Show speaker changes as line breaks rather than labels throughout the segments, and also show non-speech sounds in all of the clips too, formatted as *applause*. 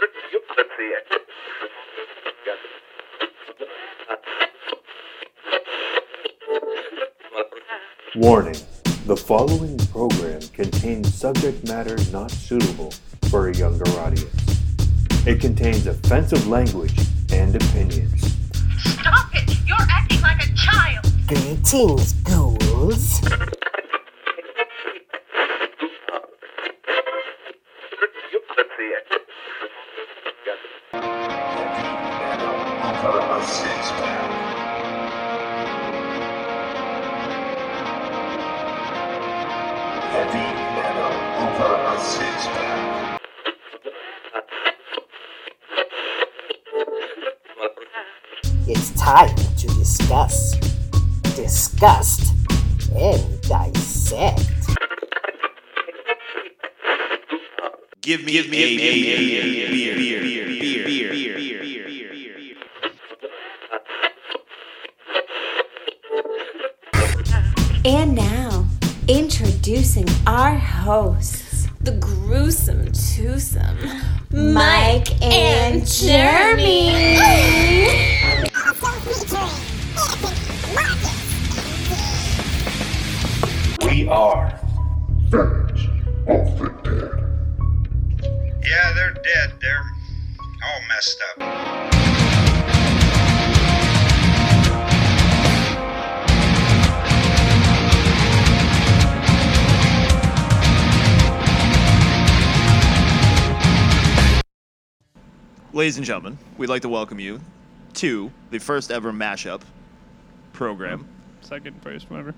Let's see it. Got it.
Warning The following program contains subject matter not suitable for a younger audience. It contains offensive language and opinions.
Stop it! You're acting like a child!
Greetings, ghouls.
Let's see it. Got it.
Heavy metal over a six pack.
It's time to discuss, disgust, and dissect.
Give me, give me a, beer, beer, beer, beer, beer, beer, beer, beer, beer.
And now, introducing our hosts, the gruesome twosome, Mike and, Jeremy.
We are
Friends of the Dead.
Yeah, they're dead. They're all messed up.
Ladies and gentlemen, we'd like to welcome you to the first ever mashup program.
second, first, whatever.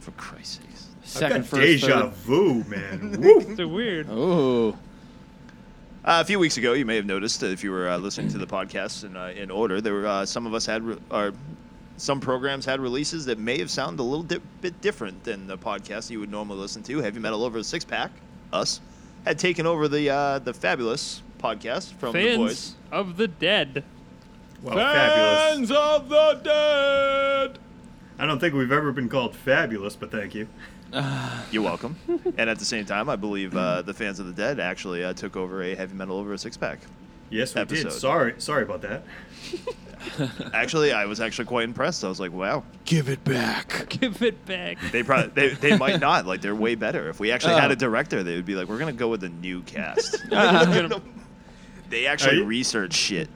For Christ's sakes.
Second first.
Deja vu, man. Woo.
They're weird.
Ooh.
Uh, a few weeks ago, you may have noticed that if you were uh, listening to the podcast in, uh, in order, there were uh, some of us had re- or some programs had releases that may have sounded a little di- bit different than the podcast you would normally listen to. Heavy metal over a six pack, us had taken over the uh, the fabulous podcast from the boys.
Fans of the dead.
Well, fabulous.
of the dead.
I don't think we've ever been called fabulous, but thank you.
You're welcome. and at the same time, I believe uh, the fans of the dead actually uh, took over a heavy metal over a six pack.
Yes, we did.
Episode.
Sorry, sorry about that.
Actually, I was actually quite impressed. I was like, wow,
Give it back.
*laughs* Give it back.
they probably they, they might not like they're way better. If we actually had
Oh.
a director, they would be like, we're gonna go with a new cast. *laughs* they
Are
actually
you-
research shit.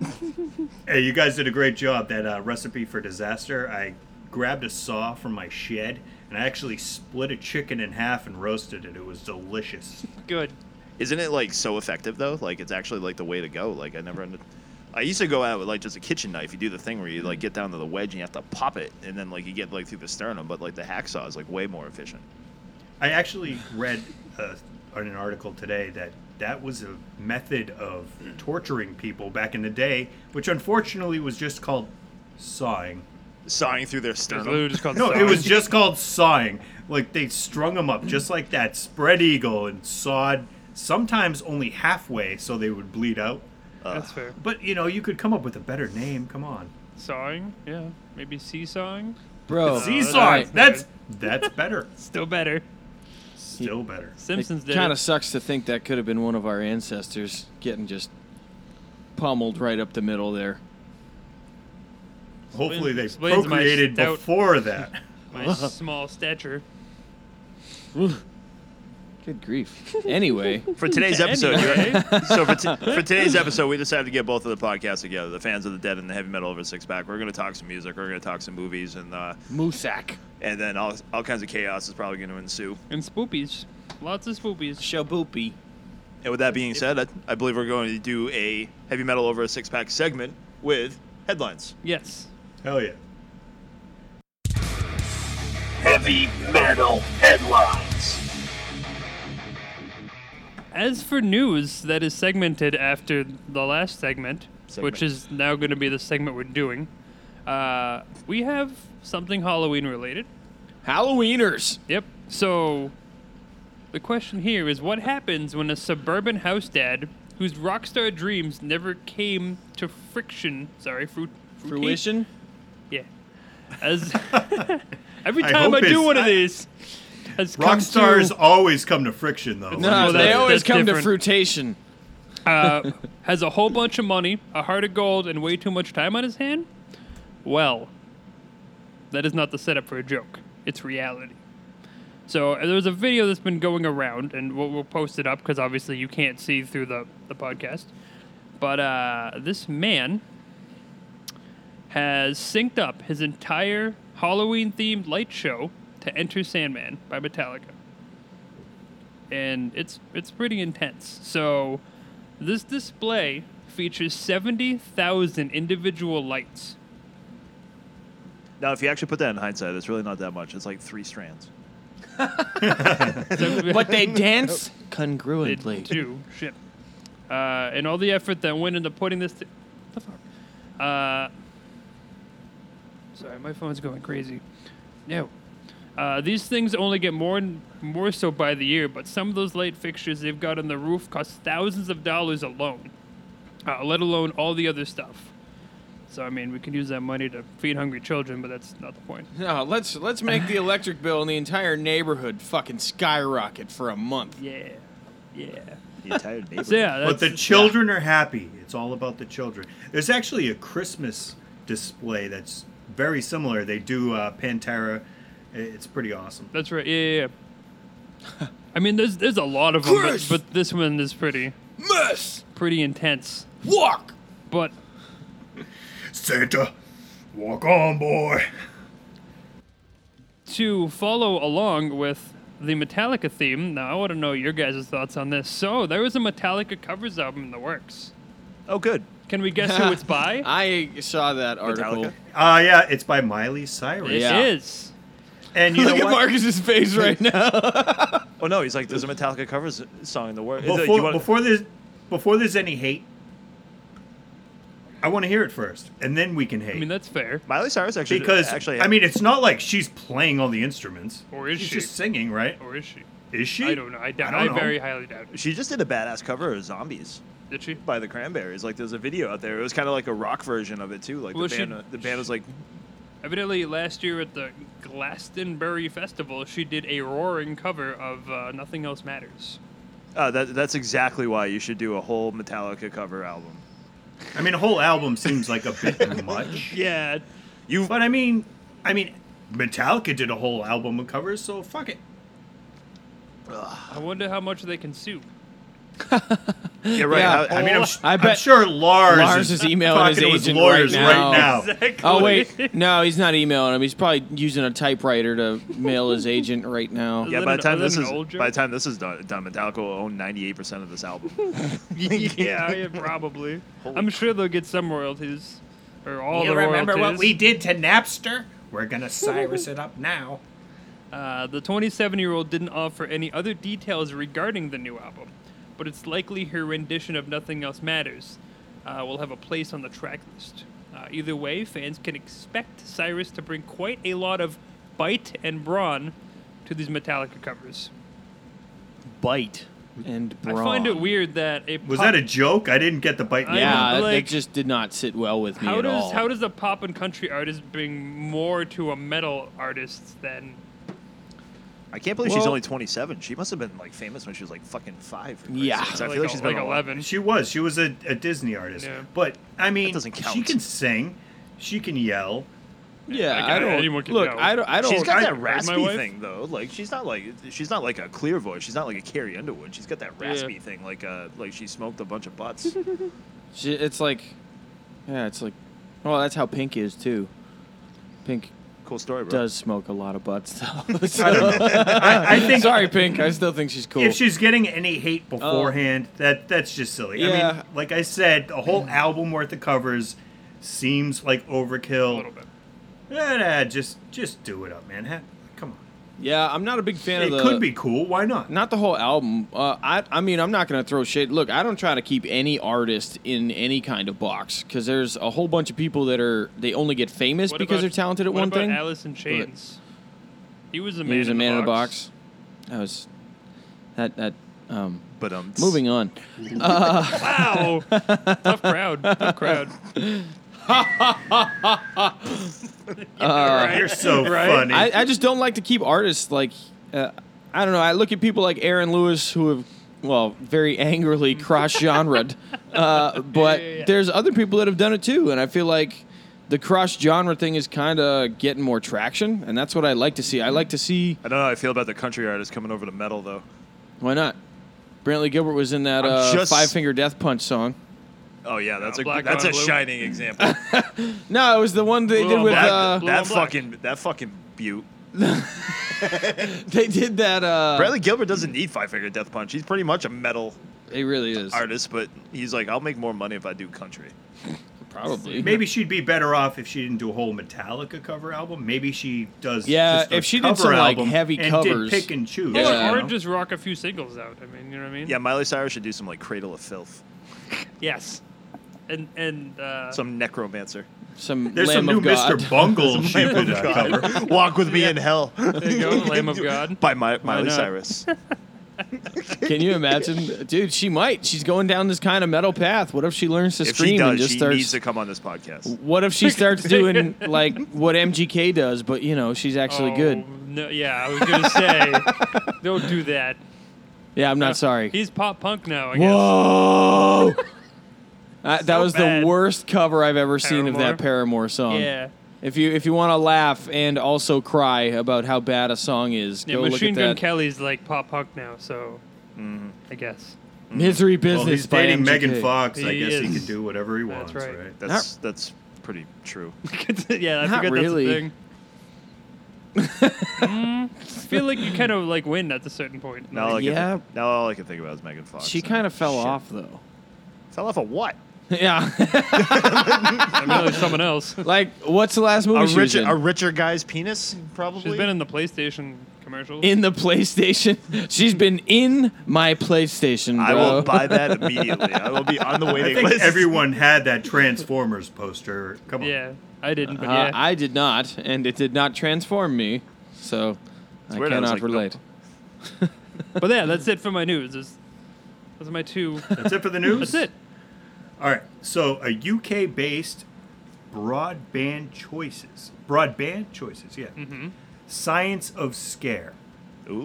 Hey, you guys did a great job. That uh, recipe for disaster. I grabbed a saw from my shed and I actually split a chicken in half and roasted it. It was delicious.
Good.
Isn't it like so effective though? Like it's actually like the way to go. Like I never. Ended... I used to go out with like just a kitchen knife. You do the thing where you like get down to the wedge and you have to pop it, and then like you get like through the sternum. But like the hacksaw is like way more efficient.
I actually read uh, on an article today that that was a method of torturing people back in the day, which unfortunately was just called sawing.
Sawing through their
It's *laughs*
sternum.
literally just called
No, it
sawing.
was just called sawing. Like they strung them up just like that spread eagle and sawed sometimes only halfway so they would bleed out.
That's fair.
But you know, you could come up with a better name. Come on,
Sawing, yeah. Maybe seesawing.
Bro.
sea
that's
sawing.
right.
That's that's better.
Still better.
Still better.
Simpsons did.
Kind of
it.
sucks to think that could have been one of our ancestors getting just pummeled right up the middle there.
Hopefully they
Explains my
procreated
stout-
before that.
*laughs*
My small stature.
Good
*laughs*
grief. Anyway,
For today's episode,
Anyway.
you're, so for, t- for today's episode, we decided to get both of the podcasts together, the fans of the dead and the heavy metal over six pack. We're going to talk some music, we're going to talk some movies, and uh,
Moosak.
and then all, all kinds of chaos is probably going to ensue.
And spoopies. Lots of spoopies.
Shaboopy.
And with that being said, I, I believe we're going to do a heavy metal over a six pack segment with headlines.
Yes.
Hell yeah.
heavy metal headlines.
As for news that is segmented after the last segment, which
Segment.
is now going to be the segment we're doing, uh, we have something Halloween related.
Halloweeners.
Yep. So the question here is what happens when a suburban house dad whose rockstar dreams never came to friction, sorry, fruit, fruit-
Fruition.
Yeah.
*laughs*
As *laughs* every
I
time
hope
I, do
it's-
one of
I-
these has come
Rock stars
to,
always come to friction though.
No,
Well,
they
that's-
always
that's
come
different.
to
*laughs*
fruitation.
uh, has a whole bunch of money, a heart of gold, and way too much time on his hand? Well, that is not the setup for a joke. It's reality. So uh, there's a video that's been going around, and we'll, we'll post it up because obviously you can't see through the, the podcast. But uh, this man has synced up his entire Halloween themed light show to Enter Sandman by Metallica. And it's it's pretty intense. So this display features 70,000 individual lights.
Now, if you actually put that in hindsight, that's really not that much. It's like three strands.
*laughs* but they dance congruently.
They do. Shit. Uh, and all the effort that went into putting this. T- the fuck? Uh, sorry, my phone's going crazy. No. Uh, these things only get more and more so by the year, but some of those light fixtures they've got on the roof cost thousands of dollars alone, uh, let alone all the other stuff. So I mean, we can use that money to feed hungry children, but that's not the
*laughs*
point.
No, let's let's make the electric bill in the entire neighborhood fucking skyrocket for a month.
Yeah, yeah.
The entire neighborhood.
yeah,
but the children are happy. It's all about the children. There's actually a Christmas display that's very similar. They do uh, Pantera. I- It's pretty awesome.
That's right. Yeah, yeah. yeah. *laughs* I mean, there's there's a lot of them, but,
Chris!
but this one is pretty. Pretty intense.
Walk.
But
Santa, walk on, boy.
to follow along with the Metallica theme, now I want to know your guys' thoughts on this. So there was a Metallica covers album in the works.
Oh, good.
Can we guess who it's by?
*laughs* I saw that article.
Uh, yeah, it's by Miley Cyrus.
It Yeah.
is.
And you
Look
know
at
what?
Marcus's face
*laughs*
right now.
oh no, he's like, there's a Metallica covers song in the world.
Before, before there's before there's any hate, I want to hear it first, and then we can hate. I mean,
that's fair.
Miley Cyrus actually
because
actually
I mean, it's not like she's playing all the instruments,
Or is
she's
she?
just singing, right?
Or is she?
Is she?
I don't know. I, doubt,
I
I,
don't know.
very highly doubt it.
She just did a badass cover of Zombies.
Did she?
By the Cranberries. Like there's a video out there. It was kind of like a rock version of it too. Like
Well,
the
she-
band, the band was like,
Evidently, last year at the Glastonbury Festival, she did a roaring cover of uh, "Nothing Else
*coughs*
Matters."
uh, that, that's exactly why you should do a whole Metallica
*gasps*
cover album.
I mean, a whole album seems like a bit much.
yeah.
You. But I mean, I mean, Metallica did a whole album of covers, so fuck it.
I wonder how much they can sue.
Yeah,
right. Yeah. Oh, I- I mean, I'm sh- I'm
bet
sure Lars
Lars
is
is, emailing his
talking to his
agent
lawyers
right
right
now.
now.
Exactly.
Oh wait, no, he's not emailing him. He's probably using a typewriter to mail his agent right now.
Yeah, by the time this is by the time this is done, done Metallica will own 98 percent of this album.
*laughs* yeah, yeah,
*laughs*
probably. I'm sure they'll get some royalties, or all
you
the royalties.
remember what we did to Napster? We're gonna Cyrus it up now.
Uh, the 27 year old didn't offer any other details regarding the new album, but it's likely her rendition of Nothing Else Matters uh, will have a place on the track list. Uh, either way, fans can expect Cyrus to bring quite a lot of bite and brawn to these Metallica covers.
Bite and brawn.
I find it weird that a pop-
Was that a joke? I didn't get the bite.
I
Yeah,
mean,
that-
like-
that just did not sit well with me
How
at
does
all.
how does a pop and country artist bring more to a metal artist than
I can't believe she's
Well-
only 27. She must have been like famous when she was like fucking five. for Christ's sakes. I
Like
feel like
a-
she's been
like
a lot-
11.
She was. She was a, a Disney artist. But I mean,
doesn't count.
she can sing, she can yell.
Yeah, I I don't- anyone can look, yell. I don't- I
She's
don't-
got
I-
that
my
raspy
wife-
thing though. Like she's not like she's not like a clear voice. She's not like a Carrie Underwood. She's got that
Yeah.
raspy thing. Like uh, like she smoked a bunch of *laughs* butts.
She, it's like, yeah, it's like, well, that's how Pink is too. Pink.
Cool story, bro.
Does smoke a lot of butts though.
I don't know. I- I think-
Sorry, Pink. I still think she's cool. Oh.
If she's getting any hate beforehand, that that's just silly. I
Yeah.
mean, like I said, a whole album worth of covers seems like overkill. A little
bit.
Yeah, nah, just just do it up, man. Ha- Come on.
Yeah, I'm not a big fan
It
of the.
could be cool. Why not?
Not the whole album. Uh, I I mean, I'm not gonna throw shade. Look, I don't try to keep any artist in any kind of box because there's a whole bunch of people that are they only get famous
What
because
about-
they're talented at
what
one
about
thing.
Alice in Chains. He was a
But
man.
he was a
in
man
the
in a
box.
box. That was that that. Um,
but um,
moving on. Uh, *laughs*
wow, tough crowd, tough crowd.
Uh,
You're
*laughs*
so Right? funny.
I, I just don't like to keep artists like uh, I don't know. I look at people like Aaron Lewis who have well, very angrily *laughs* cross-genred. uh, but there's other people that have done it too, and I feel like the cross-genre thing is kind of getting more traction, and that's what I like to see. I like to see.
I don't know how I feel about the country artists coming over to metal though.
Why not? Brantley Gilbert was in that
I'm
uh,
just-
Five Finger Death Punch song.
Oh yeah, that's a
Black
that's
on
a
Blue. *laughs*
shining example.
No, it was the one they did with.
that,
uh,
that fucking that fucking butte.
they did that. Uh,
Bradley Gilbert doesn't need Five Finger Death Punch. He's pretty much a metal.
He really is
artist, but he's like, I'll make more money if I do country.
Probably.
Maybe she'd be better off if she didn't do a whole Metallica cover album. Maybe she does.
Yeah,
just a
if she did
cover
some, like,
album
heavy
and
covers.
did pick and choose.
Or-
you know?
Or, just rock a few singles out. I mean, you know what I mean?
Yeah, Miley Cyrus should do some like Cradle of Filth,
Yes. And and uh,
some Necromancer.
Some
There's some new Mr.
*laughs*
Bungle she could cover.
Walk with me in hell. *laughs*
There you go, Lamb of God.
By Mi-
Why
Miley
not?
Cyrus.
Can you imagine, dude? She might. She's going down this kind of metal path. What if she learns to
If
scream
she
and
does,
just
she
starts?
needs to come on this podcast.
What if *laughs* she
*laughs*
starts doing like what MGK does, but you know she's actually good?
Oh, No, yeah, I was gonna say,
*laughs*
don't do that. Uh,
Yeah, I'm not sorry.
He's pop punk now. I guess.
Whoa! I, that
So
was
bad.
the worst cover I've ever seen of that
Paramore?
Paramore song.
Yeah.
If you if you want to laugh and also cry about how bad a song is,
Yeah,
go look
Machine
at
Gun
that.
Kelly's like pop punk now, so I guess.
Mm-hmm. Misery
Mm-hmm. Well,
business.
he's
by
dating
MGK.
Megan Fox. I
He
guess he
is.
can do whatever he wants,
right.
right?
That's that's pretty true.
*laughs* yeah, I
Not
forget
really. *laughs*
that's a thing. Mm, I feel like you kind of like win at a certain point.
Now, all I
Like,
can
Yeah.
think- now all I can think about is Megan Fox.
She
and
kind of fell
shit.
off though.
Fell off of what?
Yeah.
I'm really
*laughs*
someone else.
like, what's the last movie
A
she was
richer,
in?
a richer guy's penis, probably.
She's been in the PlayStation commercials.
in the PlayStation. She's been in my PlayStation, bro.
I will buy that immediately. I will be on the
I
waiting
think
list.
everyone had that Transformers poster. Come on.
yeah, I didn't, but
Uh,
yeah.
I did not, and it did not transform me, so I
weird, I was
cannot
like, nope.
relate.
but yeah, that's it for my news. Those- Those are my two.
That's it for the news.
That's it.
All right. So a UK-based broadband choices, broadband choices, yeah. Science of Scare.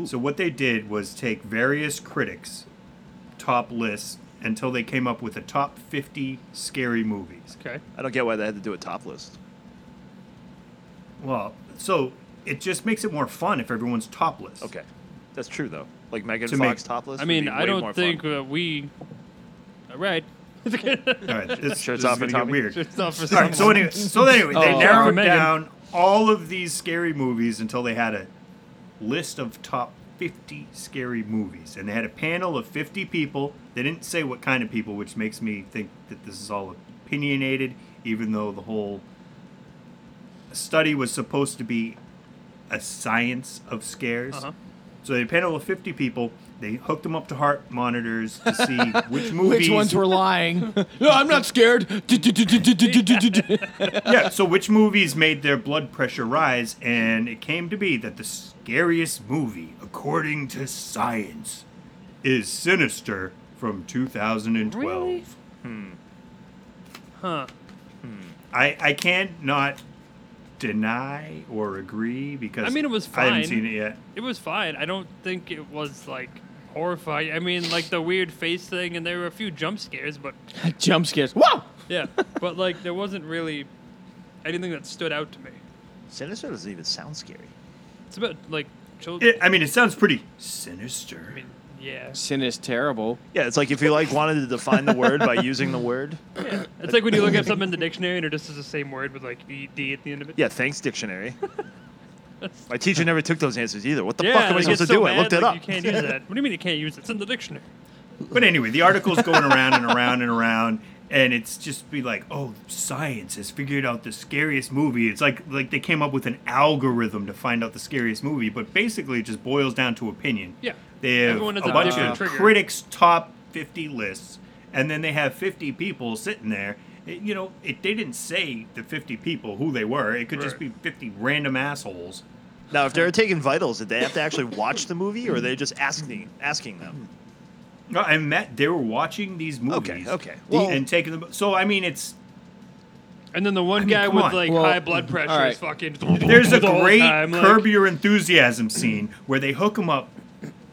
So what they did was take various critics' top lists until they came up with the top 50 scary movies.
Okay.
I don't get why they had to do a top list.
Well, so it just makes it more fun if everyone's topless.
Okay, that's true though. Like Megan
To
Fox
make-
top list.
I
would
mean,
be
I
way more
don't
fun.
think uh, we. All right. *laughs*
All right, this,
Shirts
this
off
is gonna
for
get
Tommy?
weird.
It's not for
All right, so
someone.
anyway, so anyway, they
Oh. For
narrowed
Megan.
down all of these scary movies until they had a list of top 50 scary movies, and they had a panel of 50 people. They didn't say what kind of people, which makes me think that this is all opinionated, even though the whole study was supposed to be a science of scares.
Uh-huh.
So they panel of 50 people. They hooked them up to heart monitors to see which movies
Which ones were lying? no, I'm not scared.
yeah, so which movies made their blood pressure rise? And it came to be that the scariest movie, according to science, is Sinister from 2012.
Really? Huh.
Hmm. I, I can't not deny or agree because
I mean, it was
I haven't
fine.
seen it yet.
*laughs* It was fine. I don't think it was like horrifying. I mean, like the weird face thing, and there were a few jump scares, but
Jump scares. Wow.
yeah, but like there wasn't really anything that stood out to me.
Sinister doesn't even sound scary.
It's about like children.
it. I mean, it sounds pretty sinister.
I mean, yeah.
Sin is terrible.
Yeah, it's like if you like wanted to define the word by using the *laughs* word.
It's like when you look up something in the dictionary and it just is the same word with like ed at the end of it.
Yeah, thanks dictionary. My teacher never took those answers either. What the
Yeah,
fuck am I
like,
supposed to
it's so
do? I
bad,
looked it
like,
up.
You can't use that. What do you mean you can't use it? It's in the dictionary.
But anyway, the article's going around and around and around, and it's just be like, oh, science has figured out the scariest movie. It's like like they came up with an algorithm to find out the scariest movie, but basically it just boils down to opinion.
Yeah.
They have
Everyone has
a
a
bunch
different
of
trigger.
critics' top 50 lists, and then they have 50 people sitting there. It- you know, it, they didn't say the 50 people who they were. It could just be 50 random assholes.
Now, if they're taking vitals, did they have to actually watch the movie, or are they just asking asking them?
No, I met they were watching these movies.
okay. Well-
and taking them. So I mean, it's
And then the one
mean,
guy
come
with
on.
like
Well,
high blood pressure
all right.
is fucking.
There's a
*laughs* the whole
great
time, like-
Curb Your Enthusiasm scene where they hook him up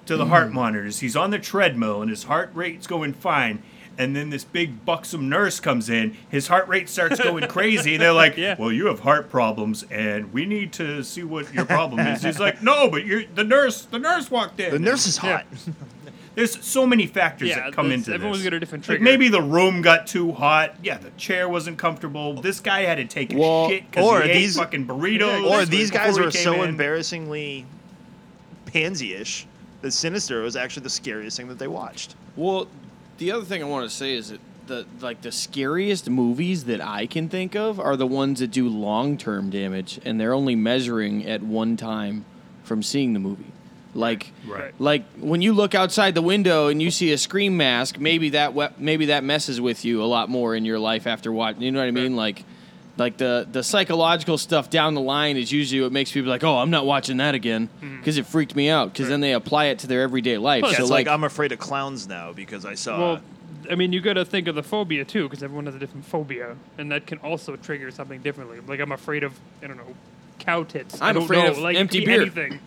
to the
Mm.
heart monitors. He's on the treadmill and his heart rate's going fine. And then this big buxom nurse comes in. His heart rate starts
*laughs*
going crazy. They're like,
Yeah.
"Well, you have heart problems, and we need to see what your problem is." He's
*laughs*
like, "No, but you're the nurse. The nurse walked in.
The nurse is hot."
There's so many factors
Yeah,
that come
this-
into
everyone's
this.
got a different
Like,
trigger.
maybe the room got too hot. Yeah, the chair wasn't comfortable. This guy had to take a
Well,
shit
or
because he
these
ate fucking burritos.
or these guys
before he
were
came
so
in.
embarrassingly pansy-ish that Sinister was actually the scariest thing that they watched.
Well, the other thing I want to say is that the like the scariest movies that I can think of are the ones that do long term damage, and they're only measuring at one time from seeing the movie. Like,
Right.
like when you look outside the window and you see a scream mask, maybe that we- maybe that messes with you a lot more in your life after watching. You know what I mean? Like, like the the psychological stuff down the line is usually what makes people like, oh, I'm not watching that again
Mm-hmm.
because it freaked me out. Because then they apply it to their everyday life.
Plus,
so
it's like, I'm afraid of clowns now because I saw.
well, I mean, you got to think of the phobia too, because everyone has a different phobia, and that can also trigger something differently. Like I'm afraid of, I don't know, cow tits. I
I'm
don't
afraid
know.
of
like, it
empty
could be
beer.
Anything.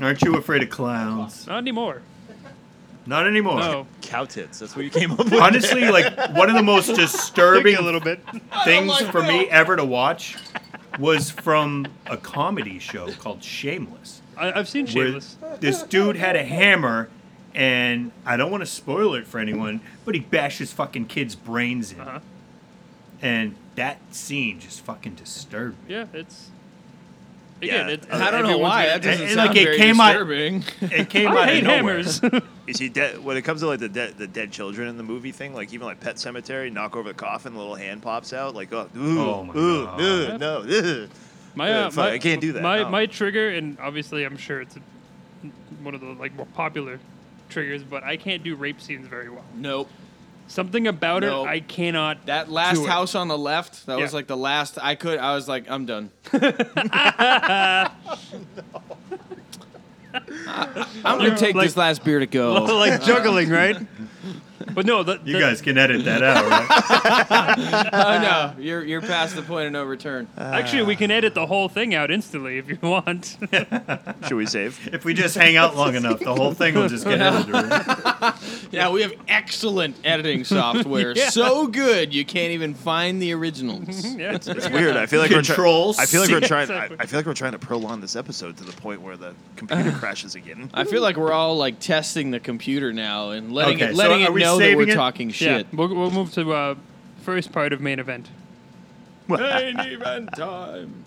Aren't you afraid of clowns?
Not anymore.
Not anymore.
No.
Cow tits. That's what you came up with.
*laughs* Honestly, like one of the
*laughs*
most disturbing
Think *laughs* a little bit.
things for me ever to watch was from a comedy show called Shameless.
I, I've seen
where
Shameless.
This dude had a hammer, and I don't want to spoil it for anyone, but he bashed his fucking kid's brains in.
Uh-huh.
And that scene just fucking disturbed me.
Yeah, it's. Again, it's,
I don't know
everyone's
why, that
got-
doesn't
And, like, it came out- it
*laughs*
came out of nowhere.
*laughs*
You see, dead, when it comes to like the dead, the dead children in the movie thing, like even like Pet Cemetery, knock over the coffin, the little hand pops out, like oh, ooh,
Oh my
ooh,
God.
ooh, no, ugh.
My,
Ugh,
uh,
fuck,
my-
I can't do that.
My,
no.
my trigger, and obviously I'm sure it's a, one of the like more popular triggers, but I can't do rape scenes very well.
Nope.
Something about
Nope.
it, I cannot.
That last
do it.
house on the left, that was
Yeah.
like the last I could. I was like, I'm
*laughs*
done. *laughs* I'm gonna
You're
take
like-
this last beer to go.
*laughs* Like
*laughs*
juggling, right? But no, the,
You guys can edit that out, right?
oh no, you're you're past the point of no return.
Actually, we can edit the whole thing out instantly if you *laughs* want.
Should we
*laughs*
save?
If we just hang out long enough, the whole thing will just get edited.
yeah, we have excellent
*laughs*
editing software,
Yeah.
so good you can't even find the originals.
*laughs* yeah.
*laughs*
It's weird. I feel like we're
Control
trying. I feel like
*laughs*
we're
C.
trying. I, I feel like we're trying to prolong this episode to the point where the
*laughs*
computer crashes again.
I feel like we're all like testing the computer now and letting
Okay,
it
so
letting
are
it
we
know that we're
saving it?
talking shit.
Yeah, we'll, we'll move to uh, first part of main event.
Main event time.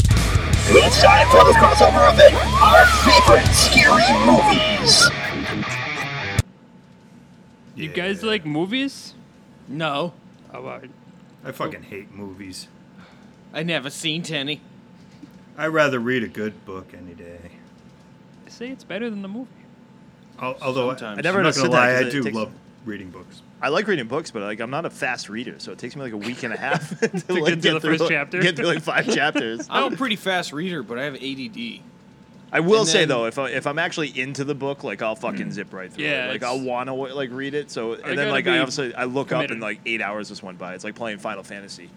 It's time for the crossover event. Our favorite scary movies.
You guys like movies?
No.
Oh, wow.
I fucking hate movies.
I never seen any.
I'd rather read a good book any day.
I say it's better than the movie.
Al- Although I,
Sometimes.
I
I never
never am not gonna
understood that
lie,
'cause
I
it
do
takes-
love reading books.
I like reading books, but like I'm not a fast reader, so it takes me like a week and a half *laughs* to,
To
like,
get to the
through,
first chapter.
Get through like five chapters.
I'm a pretty fast reader, but I have ADD.
I will
And
say
then- Mm.
though, if I, if I'm actually into the book, like I'll fucking zip right through
Yeah,
it. Like
it's-
I'll want to like read it. So and
I
then
gotta
like
be
I obviously I look up
committed.
and like eight hours just went by. It's like playing Final Fantasy.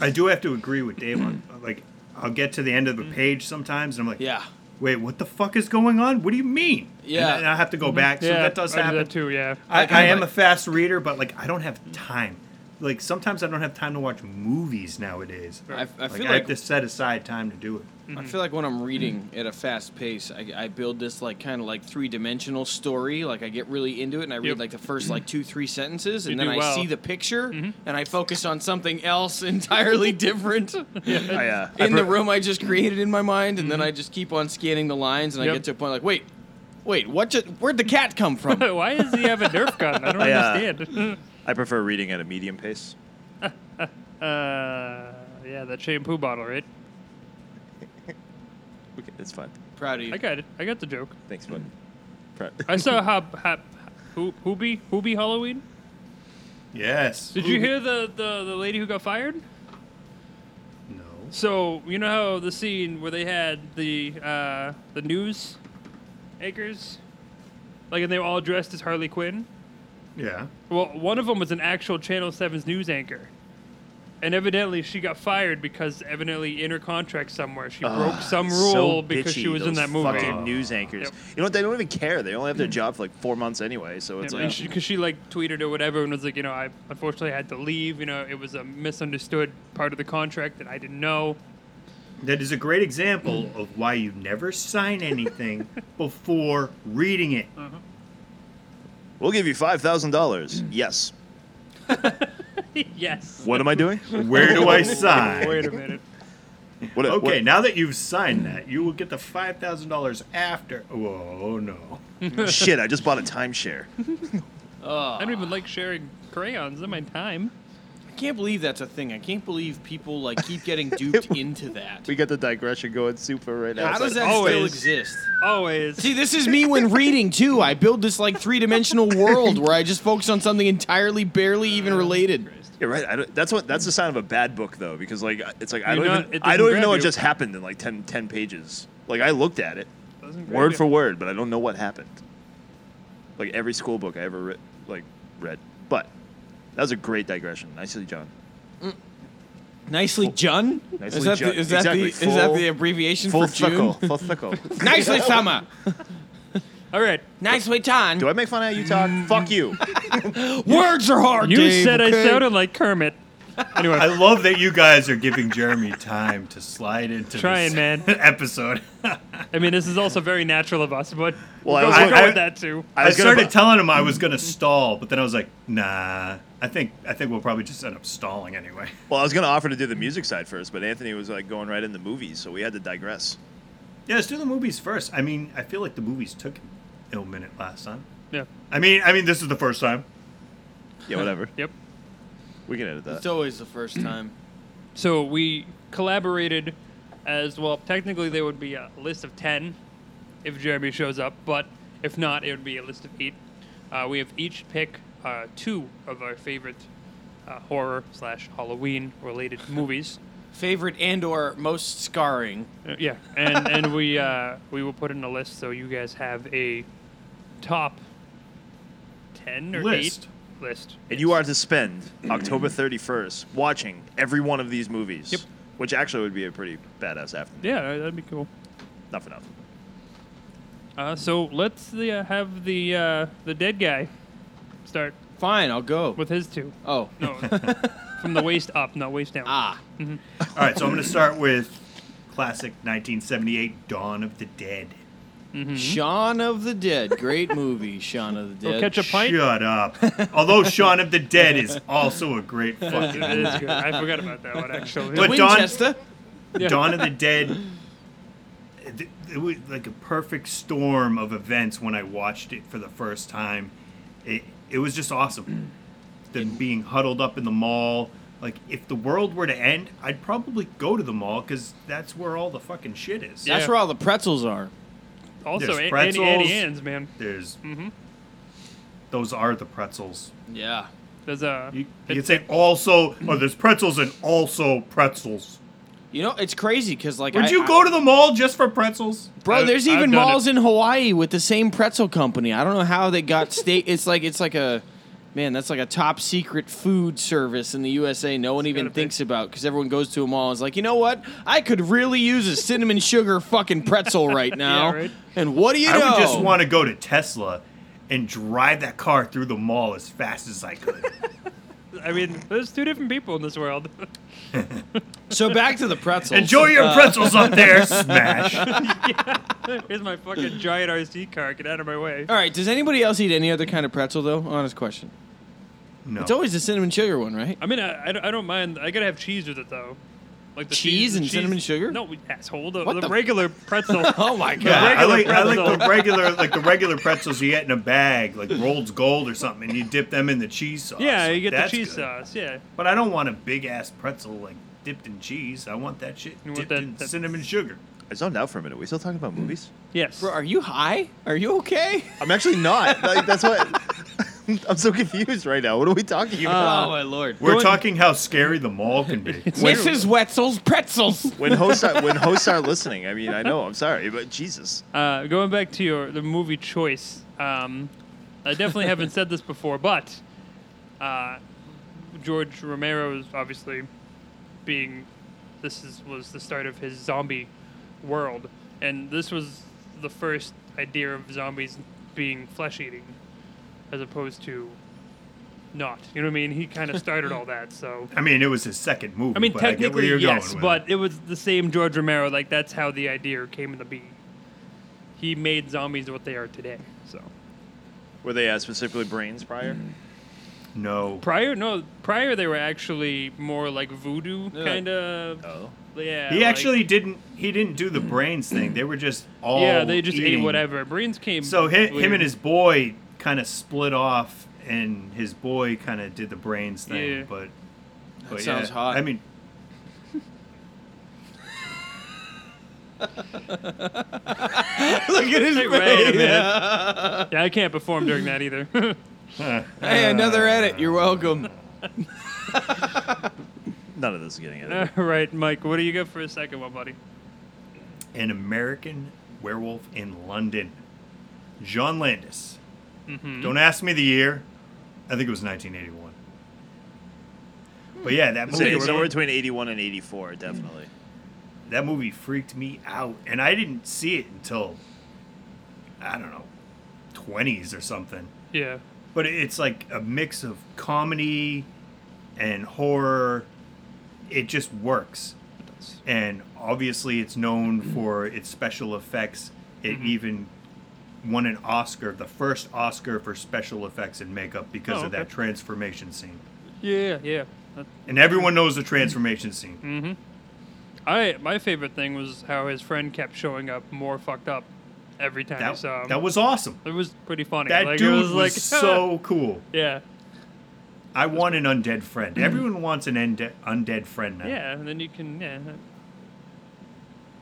I do have to agree with Dave on like I'll get to the end of a page sometimes and I'm like,
yeah,
wait, what the fuck is going on? What do you mean?
Yeah.
and, then I have to go back. so
Yeah,
that does
I do
happen
that too, yeah.
Mm-hmm. I,
Like,
I
I'm
am a
like-
fast reader, but like I don't have time. Like sometimes I don't have time to watch movies nowadays.
I- I feel
I have
like-
to set aside time to do it.
Mm-hmm.
I feel like when I'm reading at a fast pace, I, I build this like kind of like three dimensional story. Like I get really into it, and I read like the first like two three sentences, and
You
then
do
I
well. Mm-hmm.
see the picture, and I focus on something else *laughs* entirely
*laughs*
different
I, uh, I
in the
pre-
room I just created in my mind, and
Mm-hmm.
then I just keep on scanning the lines, and I
Yep.
get to a point like, wait, wait, what? Just, where'd the cat come from?
*laughs* Why does he have a Nerf
*laughs*
gun? I don't
I, uh,
understand. *laughs*
I prefer reading at a medium pace.
uh, yeah, that shampoo bottle, right?
Okay, that's fine.
Proud of you.
I got it. I got the joke.
Thanks, bud. Proud-
I saw Hop Hop Ho- Hoobie Hoobie Halloween.
Yes.
Did you hear the, the the lady who got fired?
No.
So you know how the scene where they had the uh, the news anchors, like, and they were all dressed as Harley Quinn.
Yeah.
Well, one of them was an actual Channel 7's news anchor. And evidently, she got fired because evidently in her contract somewhere she
Ugh,
broke some
Ah, so
rule because she
bitchy,
was in
those
that movie.
Fucking news anchors. You know what? They don't even care. They only have their job for like four months anyway. So it's
Because
like
she, 'cause she like tweeted or whatever and was like, you know, I unfortunately had to leave. You know, it was a misunderstood part of the contract that I didn't know. *laughs*
That is a great example of why you never sign anything *laughs* before reading it.
We'll give you five thousand dollars. Yes.
yes.
What am I doing?
Where
*laughs*
do I sign?
Wait a minute.
What-
okay,
what-
now that you've signed that, you will get the five thousand dollars after. Whoa, no!
Shit, I just bought a timeshare.
I don't even like sharing crayons in my time.
I can't believe that's a thing. I can't believe people like keep getting duped into that.
We got the digression going super right now.
How
It's
does
like-
that still exist?
Always.
See, this is me when reading too. I build this like three-dimensional world where I just focus on something entirely, barely
Oh,
even related.
Yeah, right. I don't, that's what. That's the sign of a bad book, though, because like it's like I
You're
don't
not-
even.
it
I
doesn't
don't even
grab
know
you.
it just happened in like 10, 10 pages. Like I looked at it,
Doesn't grab
word
you.
for word, but I don't know what happened. Like every school book I ever re- like read. But that was a great digression. Nicely done.
Nicely done.
Nicely
is that
done.
the, is that
Exactly.
the is that
Full-
the abbreviation
full
for June?
thickle.
*laughs*
Full thickle.
Nicely summer.
All right.
Nicely done. Do
I make fun of how you talk? Fuck you.
Words are hard.
You
Dave,
said I
okay?
sounded like Kermit. Anyway,
I love that you guys are giving Jeremy time to slide into
Trying,
this
man.
*laughs* episode.
I mean, this is also very natural of us, but
Well,
well,
I
we'll
was
go-
gonna-
go
I-
with that too.
I, started telling him I was gonna stall, but then I was like, nah. I think I think we'll probably just end up stalling anyway.
Well, I was gonna offer to do the music side first, but Anthony was like going right in the movies, so we had to digress.
Yeah, let's do the movies first. I mean, I feel like the movies took an ill minute last time.
Yeah.
I mean, I mean, this is the first time.
Yeah, whatever.
yep.
We can edit that.
It's always the first time.
So we collaborated as well. Technically, there would be a list of 10 if Jeremy shows up, but if not, it would be a list of eight. Uh, we have each pick uh, two of our favorite uh, horror slash Halloween
*laughs*
related movies.
Favorite and or most scarring.
Uh, yeah, and and we uh, we will put in a list so you guys have a top ten or
List.
eight list.
And you are to spend October 31st watching every one of these movies. Yep. Which actually would be a pretty badass afternoon.
Yeah, that'd be cool.
Not for nothing.
Uh, so let's uh, have the uh, the dead guy start.
Fine, I'll go
with his two.
Oh
no,
*laughs*
from the waist up, not waist down.
Ah.
Mhm.
All right, so I'm gonna start with classic 1978 Dawn of the Dead.
Shaun of the Dead, great movie. Shaun of the Dead.
Shut up. Although Shaun of the Dead is also a great fucking.
It is
movie.
good. I forgot about that one, actually.
But
The
Dawn,
Winchester.
Yeah.
Dawn of the Dead. th- It was like a perfect storm of events when I watched it for the first time. It it was just awesome. Them being huddled up in the mall. Like if the world were to end, I'd probably go to the mall because that's where all the fucking shit is.
That's where all the pretzels are.
Also,
There's
A- Andy, Andy
pretzels.
Ann's, man.
There's
Mm-hmm.
hmm
Those are the pretzels.
Yeah.
There's a.
You, you could say also, oh, there's pretzels and also pretzels.
You know, it's crazy because like.
Would
I-
you
I-
go to the mall just for pretzels?
Bro, there's even malls in Hawaii with the same pretzel company. I don't know how they
*laughs*
got state. It's like it's like a, man, that's like a top secret food service in the USA. No one even thinks about because everyone goes to a mall and is like, you know what? I could really use a cinnamon sugar fucking pretzel
*laughs*
right now.
right.
And what do you know?
I would just want to go to Tesla and drive that car through the mall as fast as I
*laughs*
could.
I mean, there's two different people in this world.
So back to the pretzels.
Enjoy
*laughs*
your
uh,
pretzels up there, smash.
Yeah. Here's my fucking giant RC car. Get out of my way.
All right. Does anybody else eat any other kind of pretzel though? Honest question.
No.
It's always the cinnamon sugar one, right?
I mean, I, I don't- I don't mind. I gotta have cheese with it though. Like the
Cheese
the
and cinnamon sugar?
No, we- asshole. The,
What
the
the-
regular pretzel.
*laughs* Oh my
The
Yeah, I
regular
like I
pretzel.
like the regular like the regular pretzels you get in a bag, like Roll's Gold or something, and you dip them in the cheese sauce.
Yeah, you get
That's
the cheese
good.
sauce. Yeah.
But I don't want a big ass pretzel like dipped in cheese. I want that shit dipped in cinnamon sugar.
I zoned out for a minute. We still talking about movies?
Yes.
Bro, are you high? Are you okay?
I'm actually not. Like, that's what. *laughs* I'm so confused right now. What are we talking
Uh,
about?
my lord.
Oh, We're talking how scary the mall can
*laughs*
be.
This is Wetzel's pretzels.
*laughs* When hosts are, when hosts are listening, I mean, I know. I'm sorry, but Jesus.
Uh, going back to your the movie choice, um, I definitely haven't said this before, but uh, George Romero is obviously being this is was the start of his zombie world, and this was the first idea of zombies being flesh eating, as opposed to not. You know what I mean? He kind of started all that. So
I mean, it was his second movie.
I mean,
but get where
technically
you're
yes,
going with
but it was the same George Romero. Like that's how the idea came to be. He made zombies what they are today. So
Were they uh, specifically brains prior?
it. no.
prior, no, prior they were actually more like voodoo
Yeah, like-
kind of. Oh, yeah.
he
like-
actually didn't. He didn't do the brains thing. They were just all.
Yeah, they just ate
eating.
whatever. Brains came
So hi- him,
later.
and his boy kind of split off, and his boy kind of did the brains thing.
Yeah.
But,
That
but
sounds
yeah,
hot.
I mean,
Look at his
*laughs*
Hey, wait a
face.
minute. *laughs* yeah, I can't perform during that either. *laughs*
Hey, another edit. You're welcome.
None of this is getting
All
edited.
right, Mike, what do you got for a second one, buddy?
an American werewolf in London, John Landis.
Mm-hmm.
Don't ask me the year. I think it was 1981. But yeah, that
So
movie
it's somewhere between 81 and 84, definitely.
that movie freaked me out, and I didn't see it until I don't know, 20s or something.
Yeah.
But it's like a mix of comedy and horror. It just works. And obviously, it's known
Mm-hmm.
for its special effects. It even won an Oscar, the first Oscar for special effects and makeup because
Oh,
of that
okay.
transformation scene.
Yeah, yeah. That-
And everyone knows the transformation scene.
Mm-hmm. I my favorite thing was how his friend kept showing up more fucked up every time he
That,
saw him.
that was awesome.
It was pretty funny.
That
um, like,
dude
it
was,
was, like *laughs*
so cool.
yeah,
I want an undead friend. Everyone wants an unde- undead friend now. *laughs*
Mm-hmm. yeah. And then you can yeah.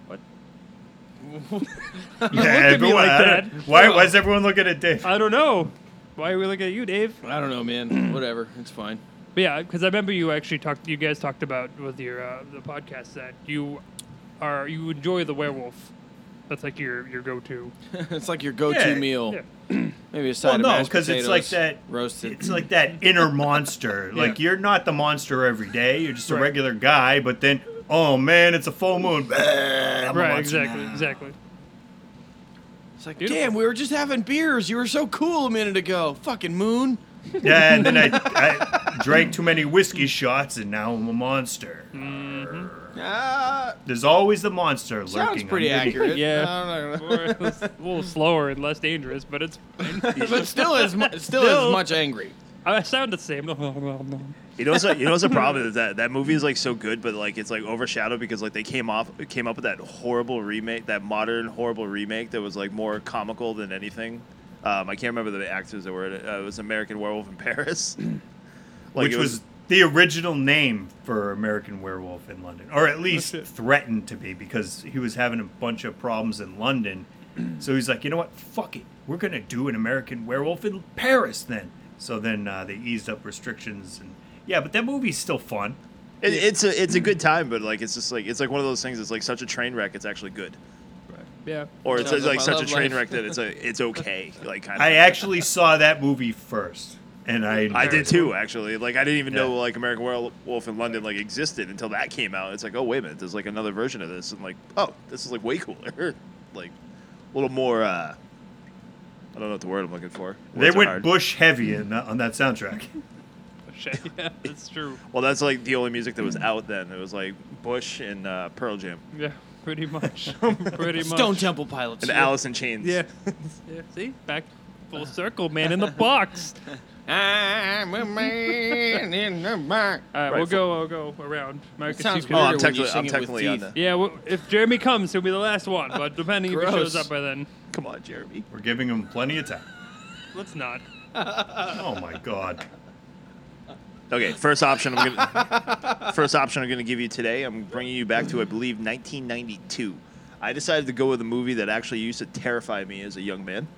What?
Yeah, everyone- I don't- Why, why is everyone looking at Dave?
I don't know. Why are we looking at you, Dave?
I don't know,
*clears throat*
man. Whatever. It's fine.
But yeah, because I remember you actually talked. You guys talked about with your uh, the podcast that you are you enjoy the werewolf. That's like your your go to.
it's like your go-to
Yeah,
meal.
yeah.
Maybe a side
Well,
of
no,
mashed
because it's like
potatoes,
that
roasted.
It's like that inner monster.
*laughs* Yeah.
Like you're not the monster every day. You're just a
Right.
regular guy. But then, oh man, it's a full moon. I'm a
right,
monster
exactly,
now.
exactly.
It's like,
Beautiful.
damn, we were just having beers. You were so cool a minute ago. Fucking moon.
Yeah, and then
*laughs*
I, I drank too many whiskey shots, and now I'm a monster.
Mm.
Ah,
There's always the monster lurking.
Sounds pretty
underneath.
accurate.
Yeah.
I
Or
don't know.
it's a little slower and less dangerous,
*laughs*
but it's
but still as mu- still, as much angry.
I sound the same.
You know, what's a, you know what's the problem is that that movie is like so good, but like it's like overshadowed because like they came off came up with that horrible remake, that modern horrible remake that was like more comical than anything. Um, I can't remember the actors that were in it. Uh, it was American Werewolf
*clears throat*
in Paris, Like,
which
it
was the original name for American Werewolf in London, or at least threatened to be, because he was having a bunch of problems in London. *clears throat* So he's like, you know what? Fuck it. We're gonna do an American Werewolf in Paris then. So then uh, they eased up restrictions, and yeah, but that movie's still fun.
It, it's a it's a good time, but like it's just like it's like one of those things. It's like such a train wreck. It's actually good,
Yeah.
or it's
Sounds
like
like
such
my
a
love
train
life.
wreck that it's a it's okay. Like kind of.
I
*laughs*
actually saw that movie first, and I
I did too, actually. Like I didn't even know
Yeah.
like American Werewolf in London like existed until that came out. It's like, oh wait a minute, there's like another version of this, and like, oh, this is like way cooler, *laughs* like a little more. uh I don't know what the word I'm looking for.
They
Words are
went
hard.
Bush heavy in that, on that soundtrack.
*laughs*
yeah, that's true.
Well, that's like the only music that
Hmm.
was out then. It was like Bush and uh, Pearl Jam
Yeah,
*laughs*
pretty much. *laughs* pretty much.
Stone Temple Pilots.
and Alice in Chains. Oh,
Yeah. yeah. See, back full circle, man,
*laughs*
in the box.
I'm a man in the box.
All right,
Right,
we'll
for-
go. We'll go around. Marcus,
It sounds
you
Oh, I'm
weirder when you
technically-
sing it
I'm
with
technically on
teeth.
the-
Yeah, well, if Jeremy comes, he'll be the last one. But depending if he
Gross.
shows up by then,
Come on, Jeremy.
We're giving him plenty of time.
let's not.
Oh my god.
Okay, first option I'm gonna *laughs* first option I'm gonna give you today. I'm bringing you back to I believe 1992. I decided to go with a movie that actually used to terrify me as a young man.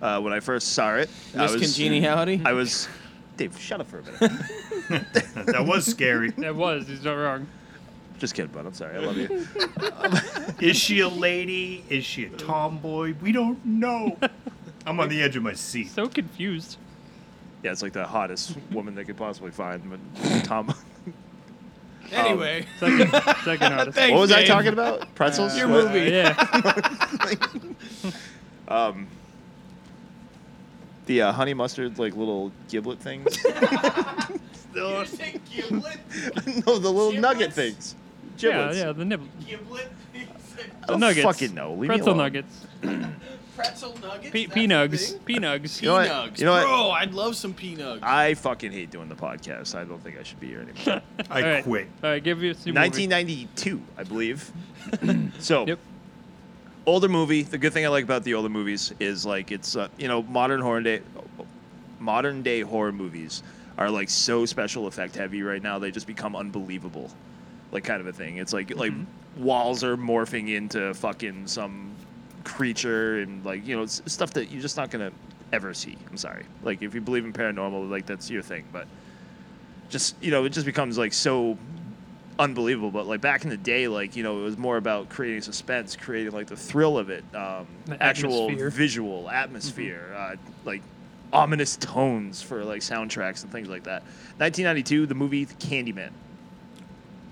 Uh, when I first saw it, I
Miss
was
Congeniality?
I was Dave. Shut up for a minute. *laughs*
That was scary.
That was. He's not wrong.
Just kidding, bud. I'm sorry. I love you.
Is she a lady? Is she a tomboy? We don't know. I'm on the edge of my seat.
So confused.
Yeah, it's like the hottest woman they could possibly find, but Tom.
Anyway. *laughs*
Um, second, second
*laughs*
artist.
what was I
*laughs*
talking about? Pretzels?
Uh,
What?
*laughs*
yeah.
um, the uh, honey mustard like little giblet things. *laughs* no, the little nugget things. Giblets.
Yeah, yeah, the nibble.
Giblet?
I don't
nuggets.
fucking know. Leave me
Pretzel
alone. *clears throat*
nuggets.
Pretzel nuggets?
P- P-nugs. P-nugs.
You know what?
Peanuts.
You know what?
Bro, I'd love some peanuts.
I fucking hate doing the podcast. I don't think I should be here
*laughs*
anymore.
I
All right.
quit.
All right, give you some
1992, I believe. so, older movie. The good thing I like about the older movies is like it's uh, you know modern horror day, modern day horror movies are like so special effect heavy right now. They just become unbelievable, like kind of a thing. It's like like walls are morphing into fucking some creature and like you know s- stuff that you're just not gonna ever see. I'm sorry. Like if you believe in paranormal, like that's your thing, but just you know it just becomes like so unbelievable but like back in the day like you know it was more about creating suspense creating like the thrill of it um
The
actual
atmosphere. Mm-hmm.
visual atmosphere uh, like ominous tones for like soundtracks and things like that 1992 the movie candyman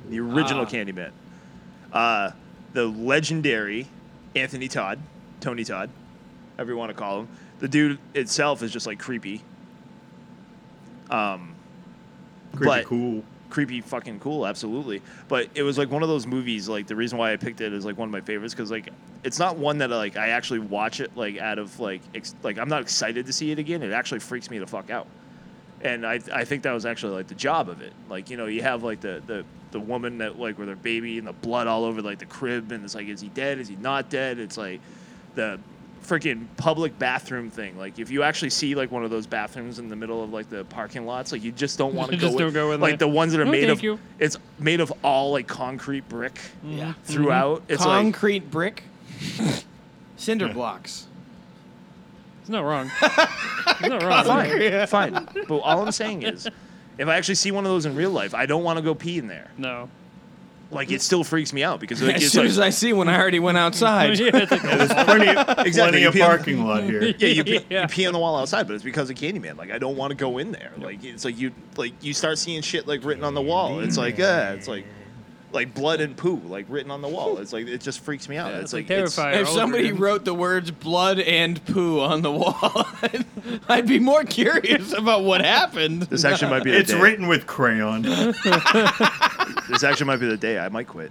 the original
Ah.
candyman uh the legendary anthony todd tony todd however you want to call him the dude itself is just like creepy um
Creepy cool.
Creepy fucking cool, absolutely. But it was like one of those movies. Like the reason why I picked it is like one of my favorites because like it's not one that like I actually watch it like out of like ex- like I'm not excited to see it again. It actually freaks me the fuck out. And I I think that was actually like the job of it. Like you know you have like the the the woman that like with her baby and the blood all over like the crib and it's like is he dead? Is he not dead? It's like the freaking public bathroom thing. Like if you actually see like one of those bathrooms in the middle of like the parking lots, like you just don't want to
*laughs* You
go,
just
in.
don't go in
like
there.
the ones that are
No,
made
thank
of
you. Mm-hmm.
it's made of all like concrete brick
Yeah.
throughout. It's like
Concrete brick? Cinder blocks.
It's not
*laughs*
wrong. it's not wrong. *laughs*
fine, fine. But all I'm saying is, if I actually see one of those in real life, I don't want to go pee in there.
No.
Like it still freaks me out because like,
As
it's
soon
like,
as I see one, I already went outside.
*laughs* Yeah, it's like-
There's
plenty of- plenty
you
of
pee on-
parking lot here.
*laughs* Yeah, *laughs*
*laughs*
you pee, you pee on the wall outside, but it's because of Candyman. Like I don't want to go in there. Like it's like you like you start seeing shit like written on the wall. It's like uh, it's like like blood and poo like written on the wall. It's like it just freaks me out. it's, like, it's-
If somebody wrote the words blood and poo on the wall, *laughs* I'd, I'd be more curious about what happened.
*laughs* This actually might be the
It's
day.
written with crayon.
this actually might be the day I might quit,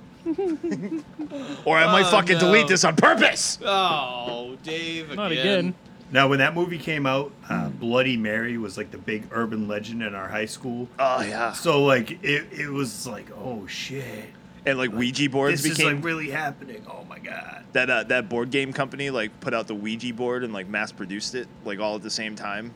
or I might
Oh,
fucking
no.
delete this on purpose.
Oh, Dave.
Not
again.
Now, when that movie came out, uh, Bloody Mary was like the big urban legend in our high school.
Oh yeah.
So like it, it was like oh shit.
And like Ouija boards
this
became
is like really happening. Oh my god.
that uh, that board game company like put out the Ouija board and like mass produced it like all at the same time.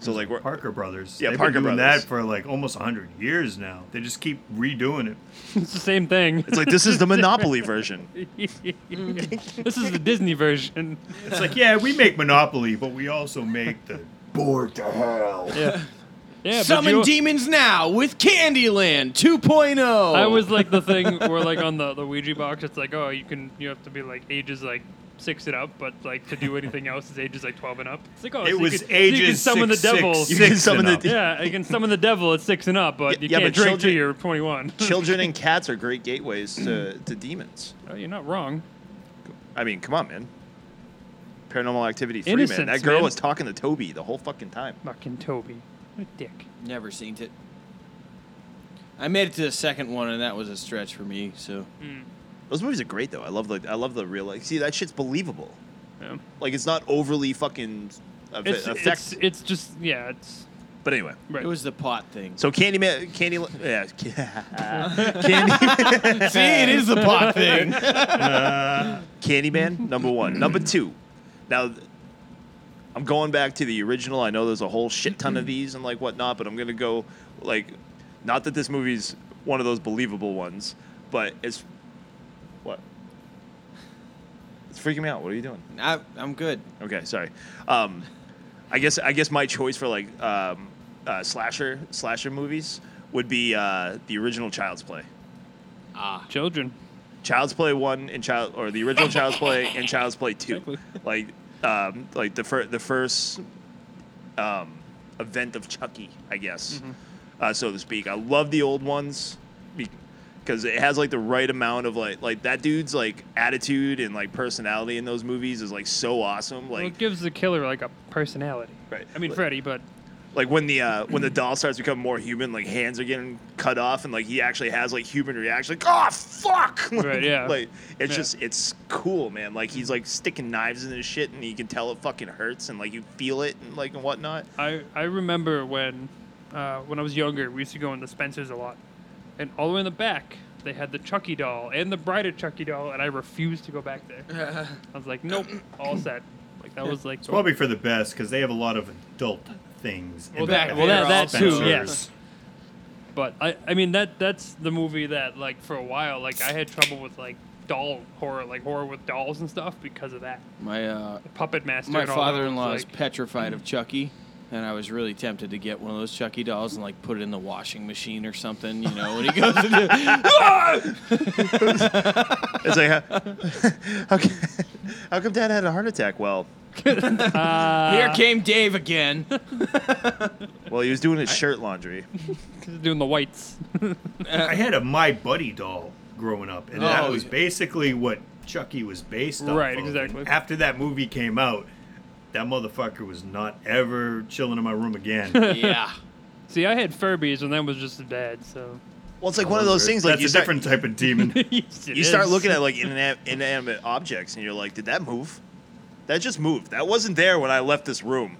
So like we're
Parker Brothers.
Yeah,
They've
Parker
been doing
Brothers.
that for like almost 100 years now. They just keep redoing it.
It's the same thing.
It's like this
*laughs*
is the Monopoly version.
this is the Disney version.
It's like, yeah, we make Monopoly, but we also make the board to hell.
Yeah. Yeah, but
Summon
you-
demons now with Candyland oh. 2.0.
I was like the thing where like on the, the Ouija box, it's like oh you can you have to be like ages like six and up, but like to do anything else is ages like twelve and up. It's like oh
It
so you
was
can- so you can
ages
summon
six,
the devil.
six,
You can
six
*laughs* summon
and
the-
up.
*laughs* yeah, you can summon the devil at six and up, but you
yeah,
can't
but
drink till
children-
you're twenty *laughs* one.
Children and cats are great gateways to, to demons.
Oh, you're not wrong.
I mean, come on, man. Paranormal Activity three, man.
Innocence,
That girl
man.
was talking to Toby the whole fucking time.
Fucking Toby, what a dick.
Never seen it. I made it to the second one, and that was a stretch for me. So
Those movies are great though. I love the I love the real like. See, that shit's believable.
Yeah.
Like it's not overly fucking aff-
It's, it's
effective.
it's just yeah it's
But anyway,
right.
it was the pot thing.
so Candyman, Candy, yeah, *laughs* Candy.
*laughs* See, it is the pot thing.
*laughs* Candyman, number one. Number two. Now, th- I'm going back to the original. I know there's a whole shit ton of
Mm-hmm.
these and like whatnot, but I'm gonna go like, not that this movie's one of those believable ones, but it's what. It's freaking me out. What are you doing?
I, I'm good.
Okay, sorry. Um, I guess I guess my choice for like um, uh, slasher slasher movies would be uh, the original Child's Play.
Ah,
children.
Child's Play one and Child or the
*laughs*
original Child's Play and Child's Play two, like um, like the fir- the first um,
Mm-hmm.
event of Chucky, I guess, uh, so to speak. I love the old ones, be- because it has like the right amount of like like that dude's like attitude and like personality in those movies is like so awesome.
Well,
Like
it gives the killer like a personality.
Right.
I mean,
Like-
Freddy, but
like when the uh, when the doll starts becoming more human, like hands are getting cut off, and like he actually has like human reaction, like oh fuck, *laughs* Like-
Right, yeah.
like it's
Yeah.
just it's cool, man. Like he's like sticking knives in his shit, and you can tell it fucking hurts, and like you feel it, and like and whatnot.
I, I remember when uh, when I was younger, we used to go into Spencer's a lot, and all the way in the back they had the Chucky doll and the Bride of Chucky doll, and I refused to go back *laughs* there. I was like, nope, all set. Like that was like
It's probably for the best because they have a lot of adult things.
well
in
that
there.
well that, that
Spencer's.
too yes. But I I mean that that's the movie that like for a while like I had trouble with like doll horror like horror with dolls and stuff because of that.
My uh,
Puppet Master
My
and all that was
father-in-law is
like-
petrified
*clears throat*
of Chucky, and I was really tempted to get one of those Chucky dolls and like put it in the washing machine or something. You know, when he goes
*laughs*
into
It's like how, *laughs* how, come, how come Dad had a heart attack? Well,
Uh,
here came Dave again.
well he was doing his shirt laundry.
*laughs* doing the whites.
I had a My Buddy doll growing up, and
Oh,
that was basically what Chucky was based on.
Right, exactly.
After that movie came out, that motherfucker was not ever chilling in my room again.
*laughs*
See, I had Furbies and that was just as bad. So. *laughs*
Well, it's like one of those things. Like
That's
you
a
start-
different type of demon.
Yes, it
you start
is.
looking at like
*laughs*
inanimate, inanimate objects and you're like did that move that just moved that wasn't there when i left this room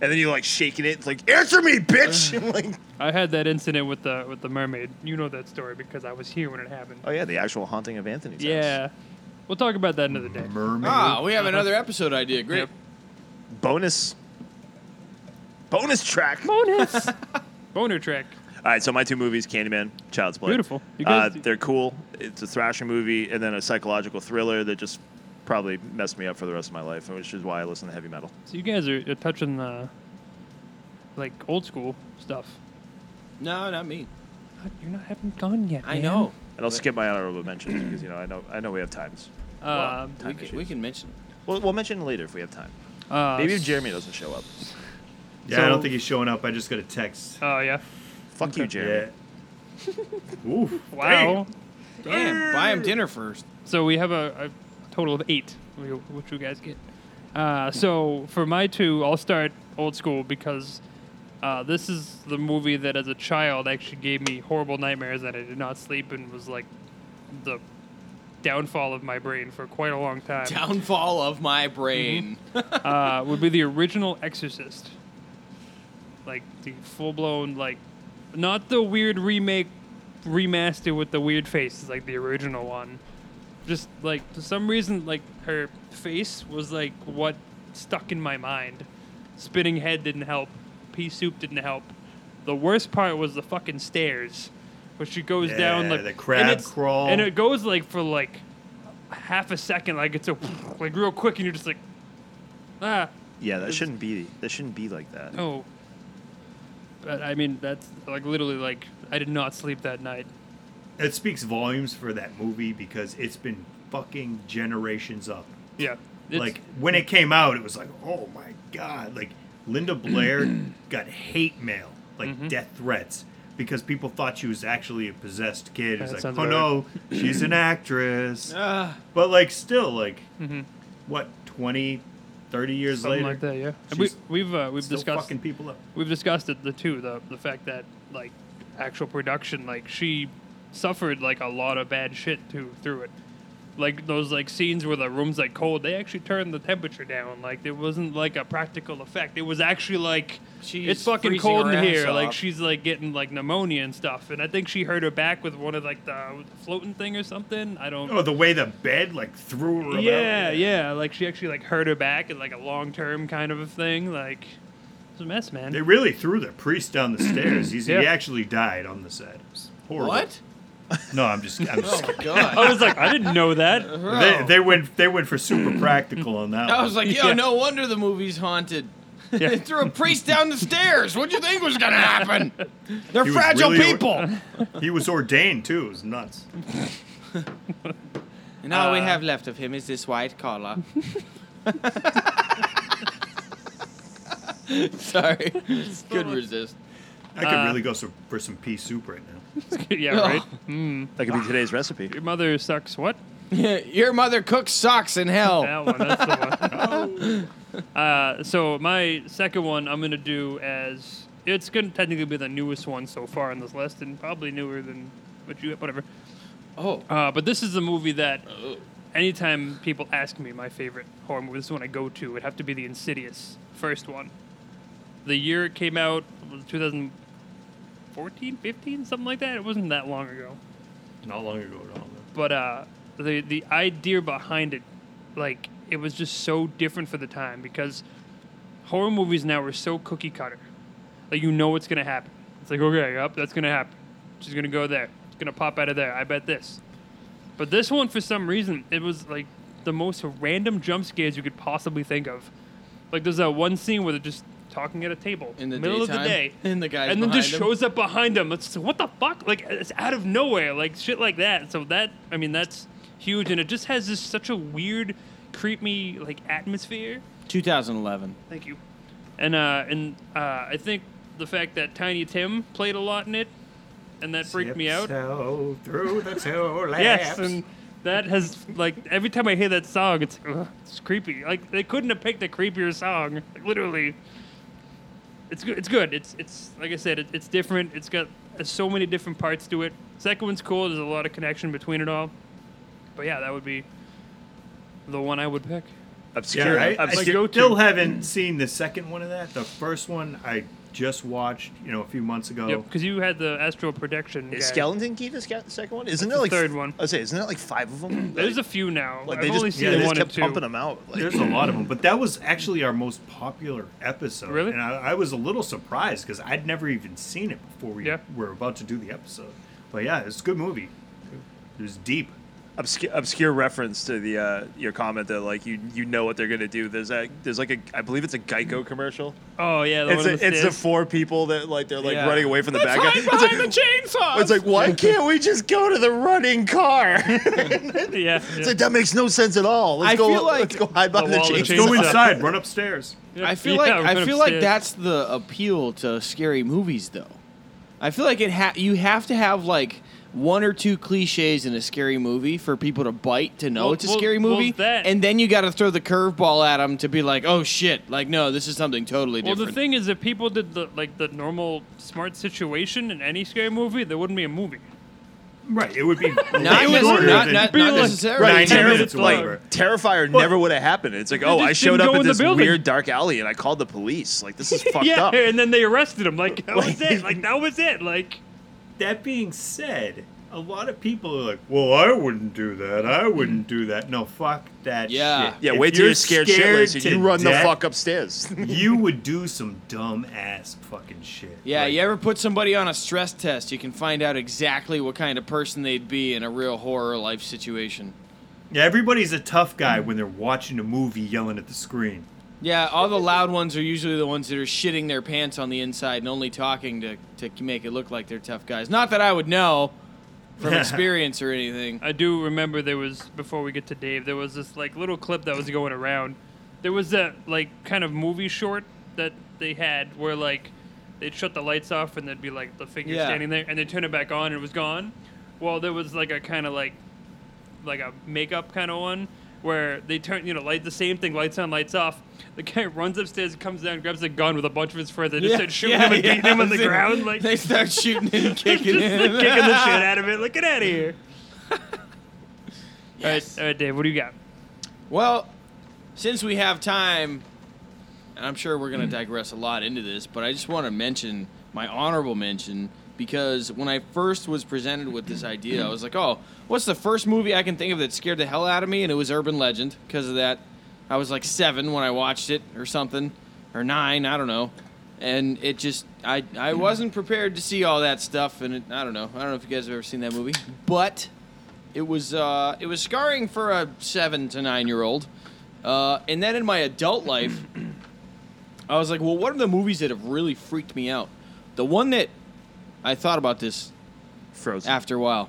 and then you're like shaking it it's like answer me
*laughs*
bitch *laughs* I'm like,
I had that incident with the with the mermaid. You know that story because I was here when it happened.
oh yeah the actual haunting of anthony's house.
Yeah, we'll talk about that another day.
Mermaid.
Ah, we have another episode idea. Great.
bonus bonus track
*laughs*
bonus boner track
all right so my two movies candyman child's play
Beautiful. You
uh,
guys-
they're cool it's a thrasher movie and then a psychological thriller that just probably messed me up for the rest of my life which is why i listen to heavy metal
So you guys are, are touching uh, like old school stuff.
No, not me.
You're not haven't gone yet. man.
and i'll skip my honorable mentions because you know i know i know we have times
Uh,
Time
we, can, we can mention.
We'll, we'll mention it later if we have time.
Uh,
Maybe if Jeremy doesn't show up.
Yeah, I don't think he's showing up. I just got a text.
Oh yeah.
Fuck you, Jeremy. *laughs*
Yeah. Ooh.
Wow.
Damn, buy him dinner first.
So we have a, a total of eight, wh- which you guys get. Uh, so for my two, I'll start old school because uh, this is the movie that, as a child, actually gave me horrible nightmares that I did not sleep and was like the downfall of my brain for quite a long time.
Downfall of my brain.
uh, would be the original Exorcist. Like the full blown, like, not the weird remake, remaster with the weird faces, like the original one. Just like for some reason, like her face was like what stuck in my mind. Spinning head didn't help. Pea soup didn't help. The worst part was the fucking stairs, which she goes down
Yeah,
like
the crab
and it's-
crawl.
and it goes like for like half a second, like it's a like real quick, and you're just like, ah,
Yeah, that shouldn't be that shouldn't be like that.
no. Oh. But I mean, that's like literally like I did not sleep that night.
It speaks volumes for that movie because it's been fucking generations up.
Yeah, it's-
like when it came out, it was like, oh my god! Like Linda
*clears throat*
Blair got hate mail, like
Mm-hmm.
death threats, because people thought she was actually a possessed kid. It was
That
like,
sounds
oh
about
no,
right."
she's an actress.
*clears throat* Ah.
but like, still, like,
Mhm.
what 20, 30 years
something
later,
like that. Yeah, And
she's
we, we've uh, we've
still
discussed
fucking people up.
We've discussed it the two the the fact that like actual production like she suffered like a lot of bad shit too through it. Like those like scenes where the room's like cold, they actually turned the temperature down. Like it wasn't like a practical effect. It was actually like
She's
it's fucking
freezing
cold
her
in
ass
here. Like
off.
she's like getting like pneumonia and stuff. And I think she hurt her back with one of like the floating thing or something. I don't.
Oh, the way the bed like threw her. about.
Yeah, yeah. Like she actually like hurt her back and like a long term kind of a thing. Like it's a mess, man.
They really threw the priest down the stairs. He's,
Yeah.
He actually died on the set. It was horrible.
What?
No, I'm just. I'm
Oh, *laughs*
just kidding.
I was like, I didn't know that.
They, they went. They went for super practical on that.
I
one.
was Uh-huh. like, yo, no wonder the movie's haunted.
Yeah.
they threw a priest down the stairs. What'd you think was
*laughs*
gonna happen? They're
He was
fragile
really-
people.
*laughs* He was ordained too. It was nuts.
And all we have left of him is this white collar. Sorry. Good resist.
I could
Uh,
Uh.
really go so- for some pea soup right now.
Oh.
yeah, right. Mm.
That could be today's recipe.
Your mother sucks. What?
*laughs* Your mother cooks socks in hell.
that one. That's the one. *laughs* uh, so my second one, I'm gonna do as it's gonna technically be the newest one so far on this list, and probably newer than what you whatever.
Oh.
Uh, but this is a movie that. Anytime people ask me my favorite horror movie, this is one I go to. It'd have to be the Insidious first one. The year it came out was 2014, 15, something like that. It wasn't that long ago.
Not long ago at all. though.
but uh, the the idea behind it, like it was just so different for the time because horror movies now are so cookie cutter. Like you know what's gonna happen. It's like okay, yep, that's gonna happen. She's gonna go there. It's gonna pop out of there. I bet this. But this one, for some reason, it was like the most random jump scares you could possibly think of. Like there's that one scene where they're just talking at a table in
the
middle of the
daytime,
day,
and the guy's
and then just
behind 'em.
shows up behind him. It's what the fuck? Like it's out of nowhere, like shit like that. So that I mean that's huge, and it just has this such a weird, creep me like atmosphere.
2011.
Thank you. And uh, and uh, I think the fact that Tiny Tim played a lot in it, and that freaked me out.
So through the two laps.
*laughs* Yes, and that has like every time I hear that song, it's ugh, it's creepy. Like they couldn't have picked a creepier song. Like literally, it's good. It's good. It's it's like I said, it, it's different. It's got uh, so many different parts to it. Second one's cool. There's a lot of connection between it all. But yeah, that would be the one I would pick.
Yeah, I, I still haven't seen the second one of that. The first one I just watched, you know, a few months
Oh.
ago.
because you had the astral protection.
Is
guy.
Skeleton Key the sca- second one? Isn't
That's
there
the
like
third one?
I say, isn't there like five of them?
There's a few now.
Like
I've
they just,
only
yeah,
seen
they just
one
kept
and two.
pumping them out. Like,
There's a lot of them, but that was actually our most popular episode. Really? And I, I was a little surprised because I'd never even seen it before we were about to do the episode. But yeah, it's a good movie. It was deep.
Obscure, obscure reference to the uh, your comment that like you you know what they're gonna do. There's that there's like a I believe it's a Geico commercial.
Oh yeah, the
it's
one
a,
on the
it's the
stairs.
four people that like they're like
Yeah.
running away from the bad
Let's
guy.
hide
It's like,
behind the chainsaws!
It's like why can't we just go to the running car? *laughs*
yeah,
it's like that makes no sense at all. Let's
I
go.
feel like-
let's go hide behind the, chainsaws.
Let's go inside. Run upstairs.
I feel like I feel like that's the appeal to scary movies, though. I feel like it ha- you have to have like one or two cliches in a scary movie for people to bite to know
Well-
it's a
well-
scary
well,
movie,
that-
and then you got to throw the curveball at them to be like, "Oh shit!" Like, no, this is something totally
Well,
different.
the thing is, if people did the like the normal smart situation in any scary movie, there wouldn't be a movie.
Right. It would
*laughs*
be not,
It was longer than- Right, Terrif- like, Terrifier never would have happened. It's like,
They
oh,
just
I showed
didn't
up
go
in
in the
this
building.
weird dark alley and I called the police. Like, this is fucked
yeah,
up.
and then they arrested him. Like that
*laughs*
was it. Like that was it. Like
that being said, a lot of people are like, well, I wouldn't do that. I wouldn't do that. No, fuck that
Yeah.
shit.
Yeah,
If
wait till you're scared shitless and
to
you run the
death,
fuck upstairs. *laughs*
you would do some dumb ass fucking shit.
Yeah, you ever put somebody on a stress test, you can find out exactly what kind of person they'd be in a real horror life situation.
Yeah, everybody's a tough guy when they're watching a movie yelling at the screen.
Yeah, all the loud ones are usually the ones that are shitting their pants on the inside and only talking to, to make it look like they're tough guys. Not that I would know
*laughs*
from experience or anything.
I do remember there was before we get to Dave, there was this like little clip that was going around. There was that like kind of movie short that they had where like they'd shut the lights off and there'd be like the figure
Yeah.
standing there, and they turn it back on and it was gone. Well, there was like a kind of like like a makeup kind of one where they turn you know light the same thing lights on lights off the guy *laughs* runs upstairs comes down grabs a gun with a bunch of his friends they just
Yeah,
start shooting
yeah,
him and
yeah,
beating him on
*laughs*
the
they-
ground like
they start shooting him and kicking
*laughs* just, like,
him.
kicking the
*laughs*
shit out of it like get out of here all right all right dave what do you got
Well, since we have time, and I'm sure we're going to digress a lot into this, but I just want to mention my honorable mention because when I first was presented with this idea, I was like, oh, what's the first movie I can think of that scared the hell out of me? And it was Urban Legend because of that. I was like seven when I watched it or something, or nine, I don't know. And it just, I, I wasn't prepared to see all that stuff, and it, I don't know. I don't know if you guys have ever seen that movie, but it was uh, it was scarring for a seven to nine year old, uh, and then in my adult life, I was like, well, what are the movies that have really freaked me out? The one that I thought about this
Frozen
after a while.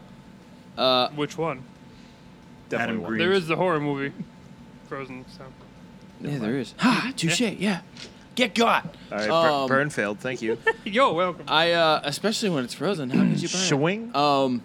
Uh,
Which one?
Definitely one.
there is the horror movie frozen so
Yeah, there is. Ha, Ah, touche. Yeah. Get got.
All right,
Um,
burn failed.
*laughs*
Thank you.
You're welcome.
I uh, especially when it's frozen. How could you burn?
Swing.
Um,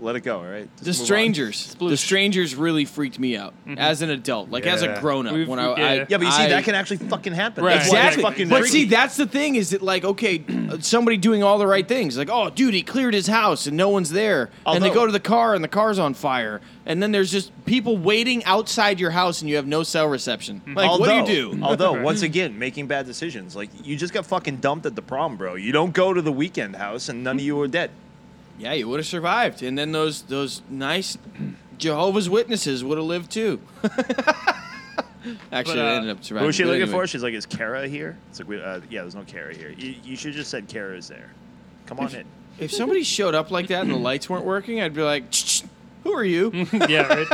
let it go. All right.
the strangers, the strangers really freaked me out
Mm-hmm.
Mhm.
as an adult, like as a
Yeah.
grown up.
We've-
When I,
yeah.
I
Yeah, but you see,
I-
that can actually fucking happen. That's why it's
Exactly.
fucking
but
freaky.
see, that's the thing is that like okay, somebody doing all the right things, like oh dude, he cleared his house and no one's there, and they
Although-
go to the car and the car's on fire, and then there's just people waiting outside your house and you have no cell reception. Like what do you do? *laughs*
although, once again, making bad decisions. Like you just got fucking dumped at the prom, bro. You don't go to the weekend house, and none of you were dead.
Yeah, you would have survived, and then those those nice Jehovah's Witnesses would have lived too. *laughs* Actually,
But,
they
uh,
ended up surviving.
What was she
but
looking
anyway.
for? She's like, "Is Kara here?" It's like, we, uh, "Yeah, there's no Kara here. You, you should just said Kara is there. Come on in."
If somebody showed up like that and the lights weren't working, I'd be like, "Shh, shh, "Who are you?"
*laughs* yeah,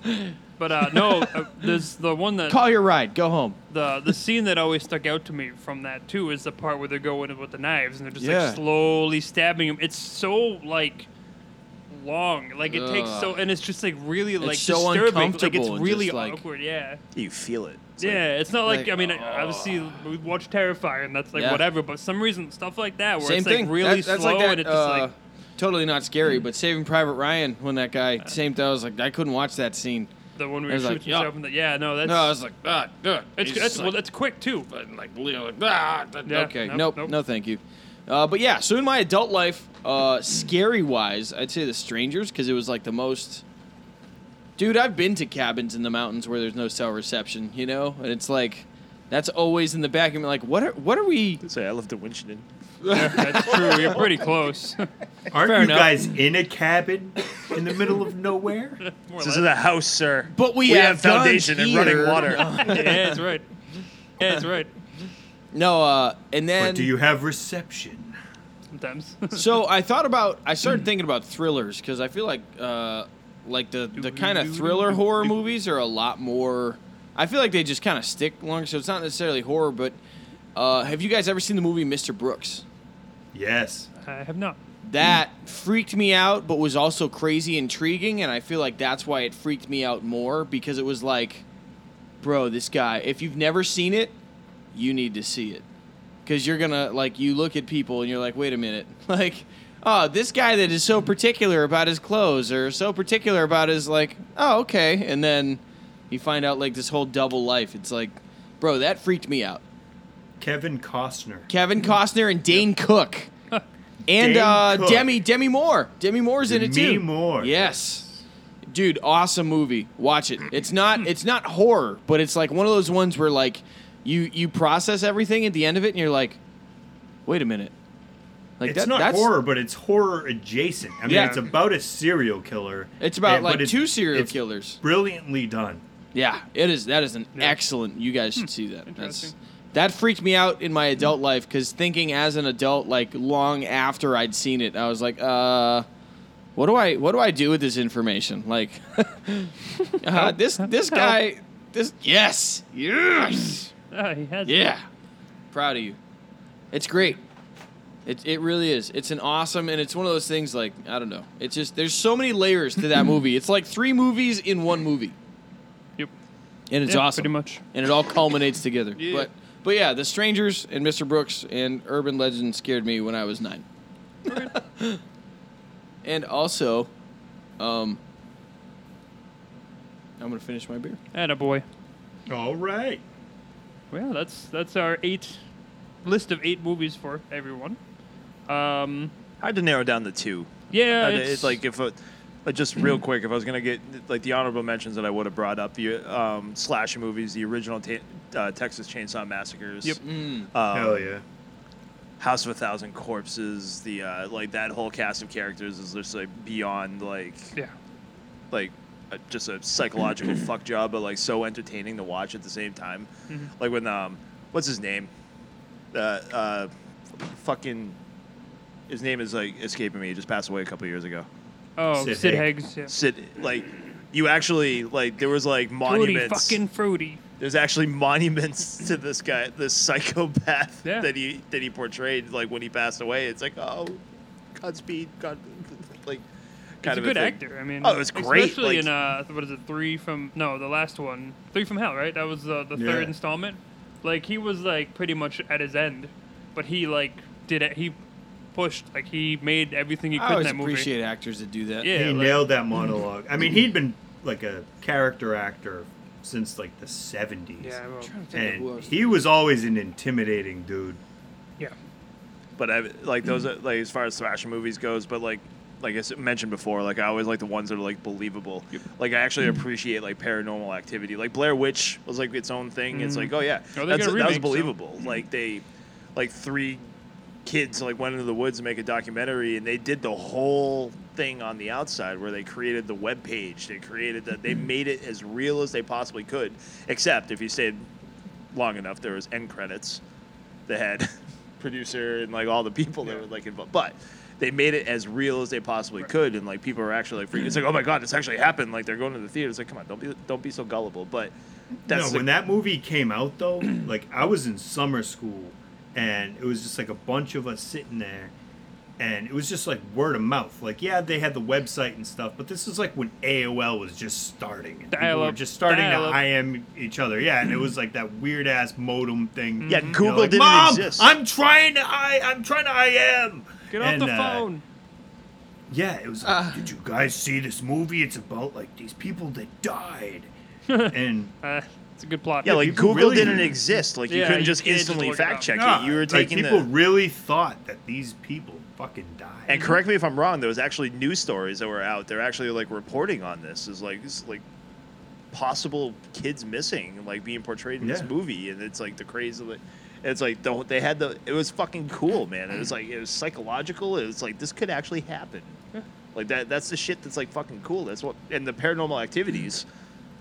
right. But uh, no, uh, there's the one that
Call your ride. Go home.
the the scene that always stuck out to me from that too is the part where they're going with the knives and they're just
Yeah.
like slowly stabbing him. It's so like long, like it takes so, and it's just like really like
so
disturbing.
uncomfortable
Like
and
it's really
just, like-
awkward. Yeah.
You feel it.
yeah, it's not like,
like,
I mean, I obviously we watch Terrifier and that's like
Yeah.
whatever, but some reason stuff like that where
Same
it's like
thing.
really
That- that's
slow
like that,
and it's just
uh,
like
totally not scary, but Saving Private Ryan when that guy same thing. I was like, I couldn't watch that scene.
the one
I
where you
was
shoot
like,
yourself
yeah.
in the yeah no that's
No, I was like, ah, duh.
it's,
He's
that's, well
like-
that's quick too
but like Leo like ah that-
Yeah,
okay,
nope,
nope,
nope.
no, thank you. Uh, but yeah, so in my adult life, uh, scary wise, I'd say the strangers because it was like the most. Dude, I've been to cabins in the mountains where there's no cell reception, you know, and it's like, that's always in the back of me. Like, what are what are we?
Say, I lived in Winchendon.
*laughs*
that's true you're pretty close
Aren't
Fair
you
enough.
guys in a cabin in the middle of
*laughs*
nowhere?
This is a house, sir.
But we have guns
foundation and
here. *laughs*
running
No.
water.
*laughs*
yeah that's right yeah that's right
No, uh, and then.
But do you have reception?
sometimes *laughs*
so I thought about I started thinking about thrillers because I feel like uh, like the the kind of thriller horror movies are a lot more. I feel like they just kind of stick longer, so it's not necessarily horror. But uh, have you guys ever seen the movie Mr. Brooks?
Yes.
I have not
That freaked me out, but was also crazy intriguing, and I feel like that's why it freaked me out more because it was like, bro, this guy. If you've never seen it, you need to see it because you're gonna like you look at people and you're like, wait a minute, like, oh, this guy that is so particular about his clothes or so particular about his like, oh, okay, and then you find out like this whole double life. It's like, bro, that freaked me out.
Kevin Costner.
Kevin Costner and Dane Cook.
*laughs*
And
Dane
uh,
Cook.
Demi Demi Moore. Demi Moore's in it too.
Demi Moore.
Yes. Dude, awesome movie. Watch it. It's not it's not horror, but it's like one of those ones where like you you process everything at the end of it and you're like, wait a minute. Like
it's
that-
not
that's
horror, but it's horror adjacent. I mean,
Yeah.
it's about a serial killer.
It's about,
and-
like,
but it's-
two serial
it's
killers.
Brilliantly done.
Yeah, it is. That is an excellent. You
Hmm.
guys should see that. That's that freaked me out in my adult life because thinking as an adult, like long after I'd seen it, I was like, uh, what do I what do I do with this information? Like, *laughs* uh, this this guy, this yes yes
*laughs* oh, he has
yeah, proud of you. It's great. It, it really is. It's an awesome, and it's one of those things like I don't know. It's just there's so many layers to that movie. It's like three movies in one movie.
Yep.
And it's
Yeah,
awesome.
pretty much.
And it all culminates together.
Yeah.
But but yeah, The Strangers and Mr. Brooks and Urban Legend scared me when I was
*laughs*
nine. and also, um, I'm gonna finish my beer.
and a boy
All right.
Well, that's that's our eight list of eight movies for everyone. Um,
Hard to narrow down the two.
yeah,
Uh,
it's,
it's, like if uh, uh, just real quick, if I was gonna get like the honorable mentions that I would have brought up, you um, slash movies, the original ta- uh, Texas Chainsaw Massacres,
Yep.
Mm.
um,
Hell yeah.
House of a Thousand Corpses, the uh, like that whole cast of characters is just like beyond like
yeah,
like uh, just a
*clears throat*
psychological fuck job, but like so entertaining to watch at the same time.
Mhm.
Like when um, what's his name? Uh, uh, fucking, his name is like escaping me. He just passed away a couple years ago.
oh, Sid,
Sid
Higgs.
Haig.
yeah.
Sid, like you actually like there was like
Fruity,
monuments.
fucking fruity.
There's actually monuments to this guy, this psychopath
Yeah.
that he that he portrayed. Like when he passed away, it's like oh, Godspeed, God, like kind
He's a
of
good
a thing.
actor. I mean,
oh, it was great.
Especially
like,
in uh, what is it? Three from no, the last one, Three from Hell, right? That was uh, the
Yeah.
third installment. Like he was like pretty much at his end, but he like did it. He pushed like he made everything he could
I
in
always
that movie.
appreciate actors that do that.
Yeah,
he
like-
nailed
*clears throat*
that monologue. I mean, he'd been like a character actor since like the seventies.
Yeah, I'm trying to think of who
and
else.
he was always an intimidating dude.
but I like those
*clears throat*
are, like as far as slasher movies goes, but like like I s- mentioned before, like I always like the ones that are like believable. Like I actually
Mm.
appreciate like paranormal activity. Like Blair Witch was like its own thing. It's
Mhm.
like oh yeah,
Oh, they
that's-
got a
that was
remake, so- Mm.
believable. Like they like three kids like went into the woods to make a documentary and they did the whole thing on the outside where they created the web page they created that they made it as real as they possibly could except if you stayed long enough there was end credits that had *laughs* producer and like all the people that were like involved but they made it as real as they possibly could and like people were actually like freaking it's like oh my god this actually happened like they're going to the theater it's like come on don't be don't be so gullible but that's
no,
the-
when that movie came out though, *clears throat* like I was in summer school, and it was just like a bunch of us sitting there, and it was just like word of mouth. Like yeah, they had the website and stuff, but this was like when AOL was just starting. And people were
Dial-up,
just starting
dial-up.
to IM each other. Yeah, and it was like that weird ass modem
Mm-hmm.
thing.
Yeah,
You know,
Google
like,
didn't
Mom,
exist."
I'm trying to I I'm trying to IM.
Get off
And,
the
uh,
phone.
yeah, it was like,
Ah.
did you guys see this movie? It's about like these people that
*laughs*
died. and
uh, it's a good plot.
yeah like google didn't exist like you
Yeah,
couldn't
you
just
can't just
instantly
look it
fact
up.
check
Nah,
it you were
like,
taking
people
the,
really thought that these people fucking died.
And correct me if I'm wrong. There was actually news stories that were out. They're actually like reporting on this. Is like it's like possible kids missing, like being portrayed in this
Yeah.
movie, and it's like the crazy. Like, it's like the, they had the. It was fucking cool, man. It was like it was psychological. It was like this could actually happen. Like that. That's the shit that's like fucking cool. That's what. And the paranormal activities.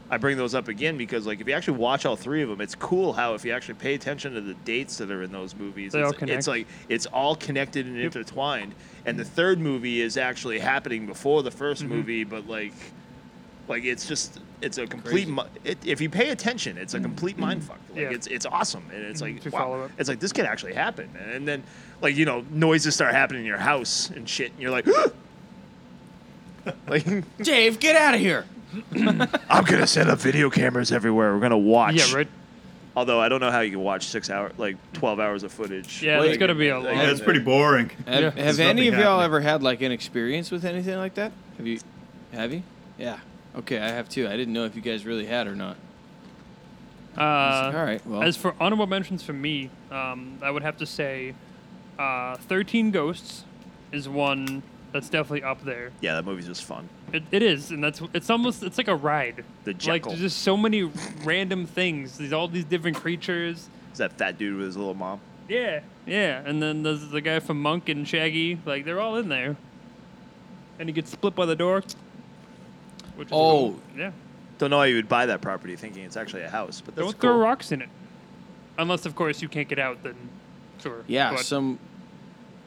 I bring those up again because like if you actually watch all three of them, it's cool how if you actually pay attention to the dates that are in those movies,
They all
it's,
connect.
it's like it's all connected and intertwined. And the third movie is actually happening before the 1st
Mm-hmm.
movie, but like, like it's just it's a complete. mi- It, if you pay attention, it's a complete mind fuck. Like
Mm-hmm. Yeah. Mm-hmm.
it's it's awesome, and it's like
To
wow.
follow up.
it's like this could actually happen. And, and then like you know noises start happening in your house and shit, and you're
*laughs*
like, *gasps* like
*laughs* Dave, get out of here.
*laughs* I'm gonna set up video cameras everywhere. We're gonna watch.
Yeah, right.
Although I don't know how you can watch six hour, like twelve hours of footage.
Yeah,
like,
there's gotta be a lot.
Yeah, it's pretty boring.
Have,
Yeah.
have
There's
any
nothing
of y'all ever had like an experience with anything like that? Have you? Have you? Yeah. Okay, I have too. I didn't know if you guys really had or not.
Uh,
All right, well.
As for honorable mentions for me, um, I would have to say uh, 13 Ghosts is one that's definitely up there.
Yeah, that movie's just fun.
It, it is, and that's it's almost it's like a ride.
The
like
Jekyll.
there's just so many random things. There's all these different creatures.
Is that fat dude with his little mom?
Yeah, yeah, and then there's the guy from Monk and Shaggy. Like they're all in there, and he gets split by the door. Which is
Oh.
cool. yeah.
Don't know how you would buy that property thinking it's actually a house, but that's
Don't
cool.
throw rocks in it, unless of course you can't get out. Then sure.
Yeah.
but-
Some.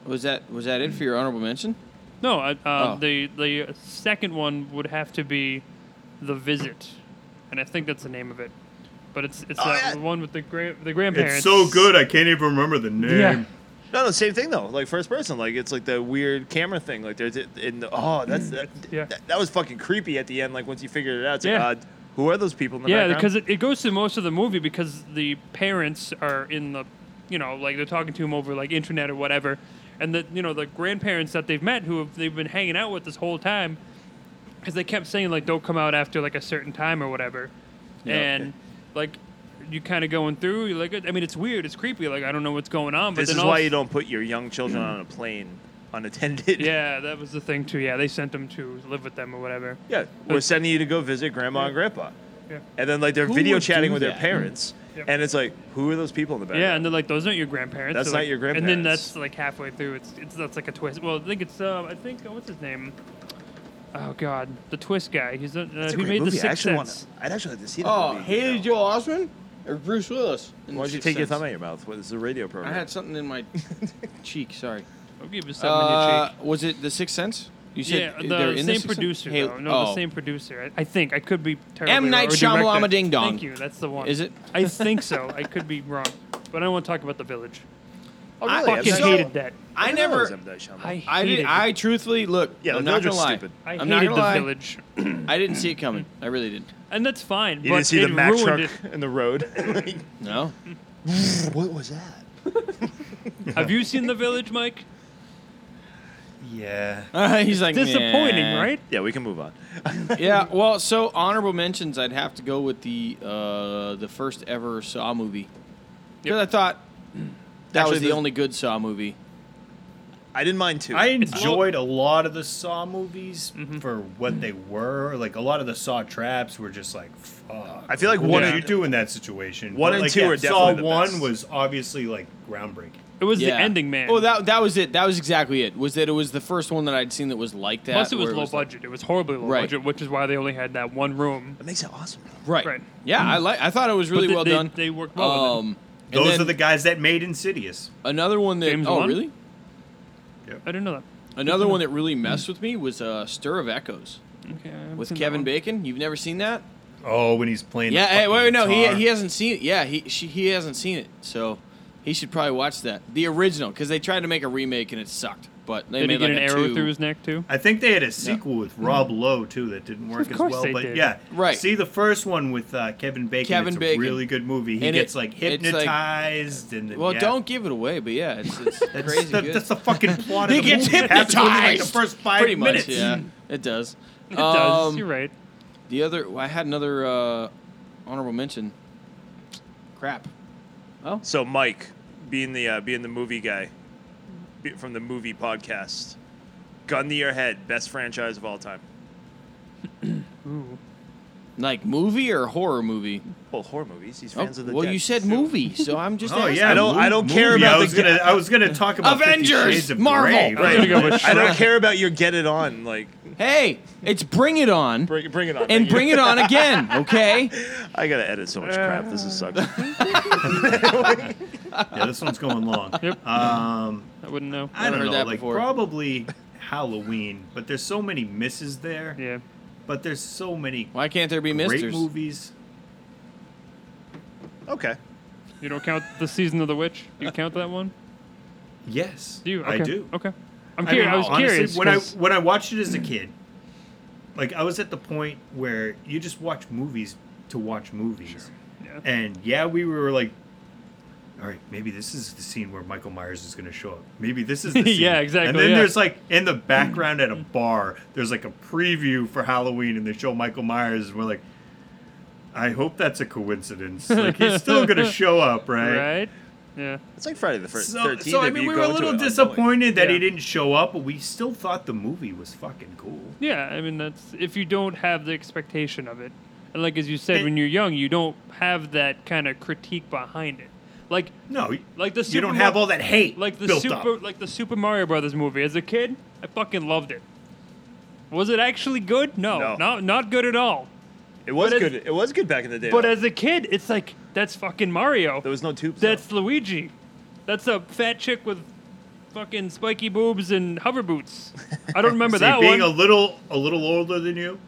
Was that was that it for your honorable mention?
No, I, uh,
Oh.
the the second one would have to be the visit, and I think that's the name of it. But it's it's that one with the gra- the grandparents.
Oh, It's so good, I can't even remember the name.
Yeah.
No, no, same thing though. Like first person, like it's like the weird camera thing. Like there's in the oh,
Mm.
that's that, that, that was fucking creepy at the end. Like once you figured it out, it's like,
Yeah.
uh, who are those people in the
yeah,
background?
because it, it goes through most of the movie because the parents are in the, you know, like they're talking to him over like internet or whatever, and the you know the grandparents that they've met who have, they've been hanging out with this whole time, because they kept saying like don't come out after like a certain time or whatever,
Yeah.
and like you kind of going through you're like I mean it's weird it's creepy like I don't know what's going on but
this
then
is
all-
why you don't put your young children on a plane unattended.
yeah that was the thing too yeah they sent them to live with them or whatever
Yeah, we're sending you to go visit grandma and grandpa.
Yeah.
And then like they're
Who
video
would
chatting
do
with
that?
their parents,
Yep.
and it's like, who are those people in the background?
Yeah, and they're like, "Those aren't your grandparents."
That's
So,
not
like-
your
And then
grandparents.
that's like halfway through. It's, it's that's like a twist. Well, I think it's uh, I think uh, what's his name? Oh God, the twist guy. He's uh,
That's a
who
great
made
movie.
the
I
Sixth
actually wanna-
Sense.
I'd actually like to see that
Oh,
movie.
Haley Joel Osment or Bruce Willis? in
Why
The
don't you
Sixth
take your
Sense?
thumb out of your mouth? Well, This is a radio program.
I had something in my cheek. Sorry.
I'll give you something in your
Uh,
cheek.
was it the Sixth Sense? You said
yeah, the
they're in
same
the Sixth Sense?
producer.
Hey-
though. No,
oh.
the same producer. I, I think I could be terribly
M.
wrong,
Night
or director.
Shyamalama Ding Dong.
Thank you. That's the one.
Is it?
I think so. I could be wrong, but I want to talk about the village.
I-
I fucking
Oh, so-
hated that.
I never. I,
I hated
did,
it.
I truthfully look.
Yeah, The
I'm not
Village
gonna
was
lie.
stupid. I
I'm not
hated
gonna
The
lie.
Village.
I didn't see it coming. I really didn't.
and that's fine.
You
but
didn't see
it
the Mack
ruined *laughs*
truck
it.
in the road.
No.
what was that?
Have you seen The
*laughs*
Village, Mike?
Yeah.
*laughs* He's like
disappointing,
"Nah."
right?
Yeah, we can move on.
yeah, well, so honorable mentions, I'd have to go with the uh, the first ever Saw movie because I thought that
Actually,
was the,
the-
only good Saw movie.
I didn't mind too.
I enjoyed a lot of the Saw movies
Mm-hmm.
for what they were. Like a lot of the Saw traps were just like, fuck.
I feel like
what
one
did
and-
you do in that situation?
one
But,
and
like,
two
yeah,
are
Saw
definitely the
one
best.
was obviously like groundbreaking.
It was the ending, man.
Oh, that that was it. That was exactly it. Was that it was the first one that I'd seen that was like that.
Plus, it was
where
low
like-
budget. It was horribly low
Right.
budget, which is why they only had that one room. It
makes it awesome.
right.
Right.
Yeah, I like. I thought it was
But
really
they-
well
they-
done. Um,
they worked well with it.
and
Those
then
are the guys that made Insidious.
another one that.
James
oh,
Wan?
really?
I didn't know that.
Another one that really messed with me was uh, Stir of Echoes
Okay.
with Kevin Bacon. You've never seen that?
Oh, when he's playing. the
Yeah, hey, wait,
fucking
wait, no, he,
guitar.
he hasn't seen it. Yeah, he she, he hasn't seen it, so he should probably watch that. The original, because they tried to make a remake and it sucked. But they
Did he
made
get
like
an
a
arrow
two.
through his neck too?
I think they had a sequel with Rob Lowe too that didn't work
Of
as
course
well.
they
but
did.
yeah,
Mm-hmm. Right.
See the first one with uh, Kevin Bacon.
Kevin
it's a
Bacon.
really good movie. He
And it-
gets like
it's like-
hypnotized and
Well,
yeah.
don't give it away, but yeah,
*laughs*
it's, it's crazy.
the-
good.
that's the
*laughs*
fucking plot of
He
the
gets
movie. It happens within, like, the
hypnotized.
first five
Pretty
minutes. Oh,
Much, yeah, it does.
*laughs* It does.
Um,
You're right.
The other, I had another uh, honorable mention. Crap. Oh.
So Mike, being the uh, being the movie guy, be- from the movie podcast, gun to your head, best franchise of all time.
*clears throat* Like movie or horror movie?
Well, horror movies. He's fans
Oh,
of the
well,
dead.
you said movie, E.
*laughs*
so I'm just.
Oh,
asking.
yeah, I don't- I don't care about
I
the
was gonna.
ga-
I was gonna talk about Fifty
Avengers,
Shades of
Marvel.
Grey,
*laughs* I was gonna go with
I don't
Shrek.
care about your get it on. Like
Hey, it's Bring It On.
Bring, bring it on.
And
thank you.
bring
*laughs*
it on again, okay?
I gotta edit so much crap. This
*laughs*
is sucking.
yeah, this one's going long.
Yep.
Um,
I wouldn't know.
I
Never
don't
heard
know.
that
Like
before.
probably Halloween, but there's so many misses there.
Yeah.
But there's so many
Why can't there be
great
misters?
movies.
Okay.
You don't count the season of the witch. You count that one?
Yes,
Do you?
I
Okay.
do.
Okay. I'm
mean,
curious. I, was
honestly,
curious.
when I
'cause-
when I watched it as a kid. Like I was at the point where you just watch movies to watch movies,
Yeah.
and yeah, we were like, all right, maybe this is the scene where Michael Myers is going to show up. Maybe this
*laughs*
is the scene.
Yeah, exactly,
And then
yeah.
there's like in the background
*clears throat*
at a bar, there's like a preview for Halloween, and they show Michael Myers, and we're like. I hope that's a
*laughs*
coincidence. Like he's still gonna show up,
Right? Yeah.
It's like Friday the first.
so, so I mean, we were a little disappointed that he didn't show up, but we still thought the movie was fucking cool.
Yeah, I mean that's if you don't have the expectation of it, and like as you said, when you're young, you don't have that kind of critique behind it. Like
No, y-
like the
you don't
Super
have
Mar-
all that hate
like the
built
super
up.
like the Super Mario Brothers movie. As a kid, I fucking loved it. Was it actually good? No,
No.
not not good at all.
It was
But as-
good. It was good back in the day.
But
though.
as a kid, it's like that's fucking Mario.
there was no tubes.
That's Luigi. That's a fat chick with fucking spiky boobs and hover boots. I don't
*laughs*
remember
See,
that
being
one.
a little a little older than you,